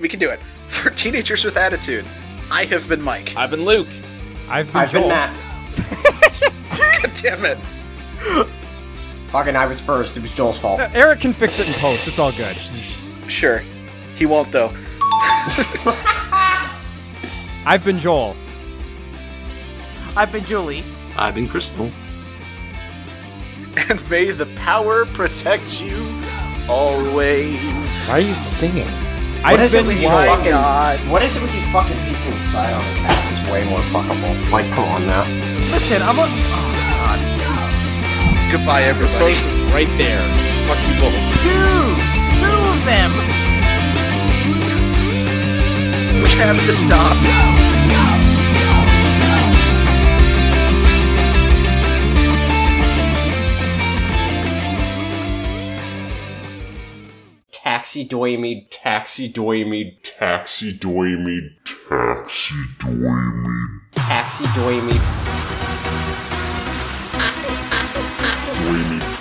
C: we can do it for teenagers with attitude i have been mike
D: I've been Luke.
E: I've been,
G: I've been
E: Joel.
G: Matt.
C: damn it
G: Fucking, I was first. It was Joel's fault.
E: Eric can fix it in post. It's all good.
C: Sure. He won't, though.
E: I've been Joel.
F: I've been Julie.
H: I've been Crystal.
C: and may the power protect you always.
H: Why are you singing?
G: What is it
M: been
G: with you
M: wide-
G: fucking? What is it with you fucking people in Scion? That's is way more fuckable. Like, come on now.
B: Listen, I'm Oh, on.
C: Goodbye, everybody.
H: Right there. Fuck you both.
B: Two! Two of them!
C: We have to stop.
G: Taxi doimy, taxi doimy,
N: Taxi doimy. Taxi doimy.
G: taxi doimy.
N: Doimy.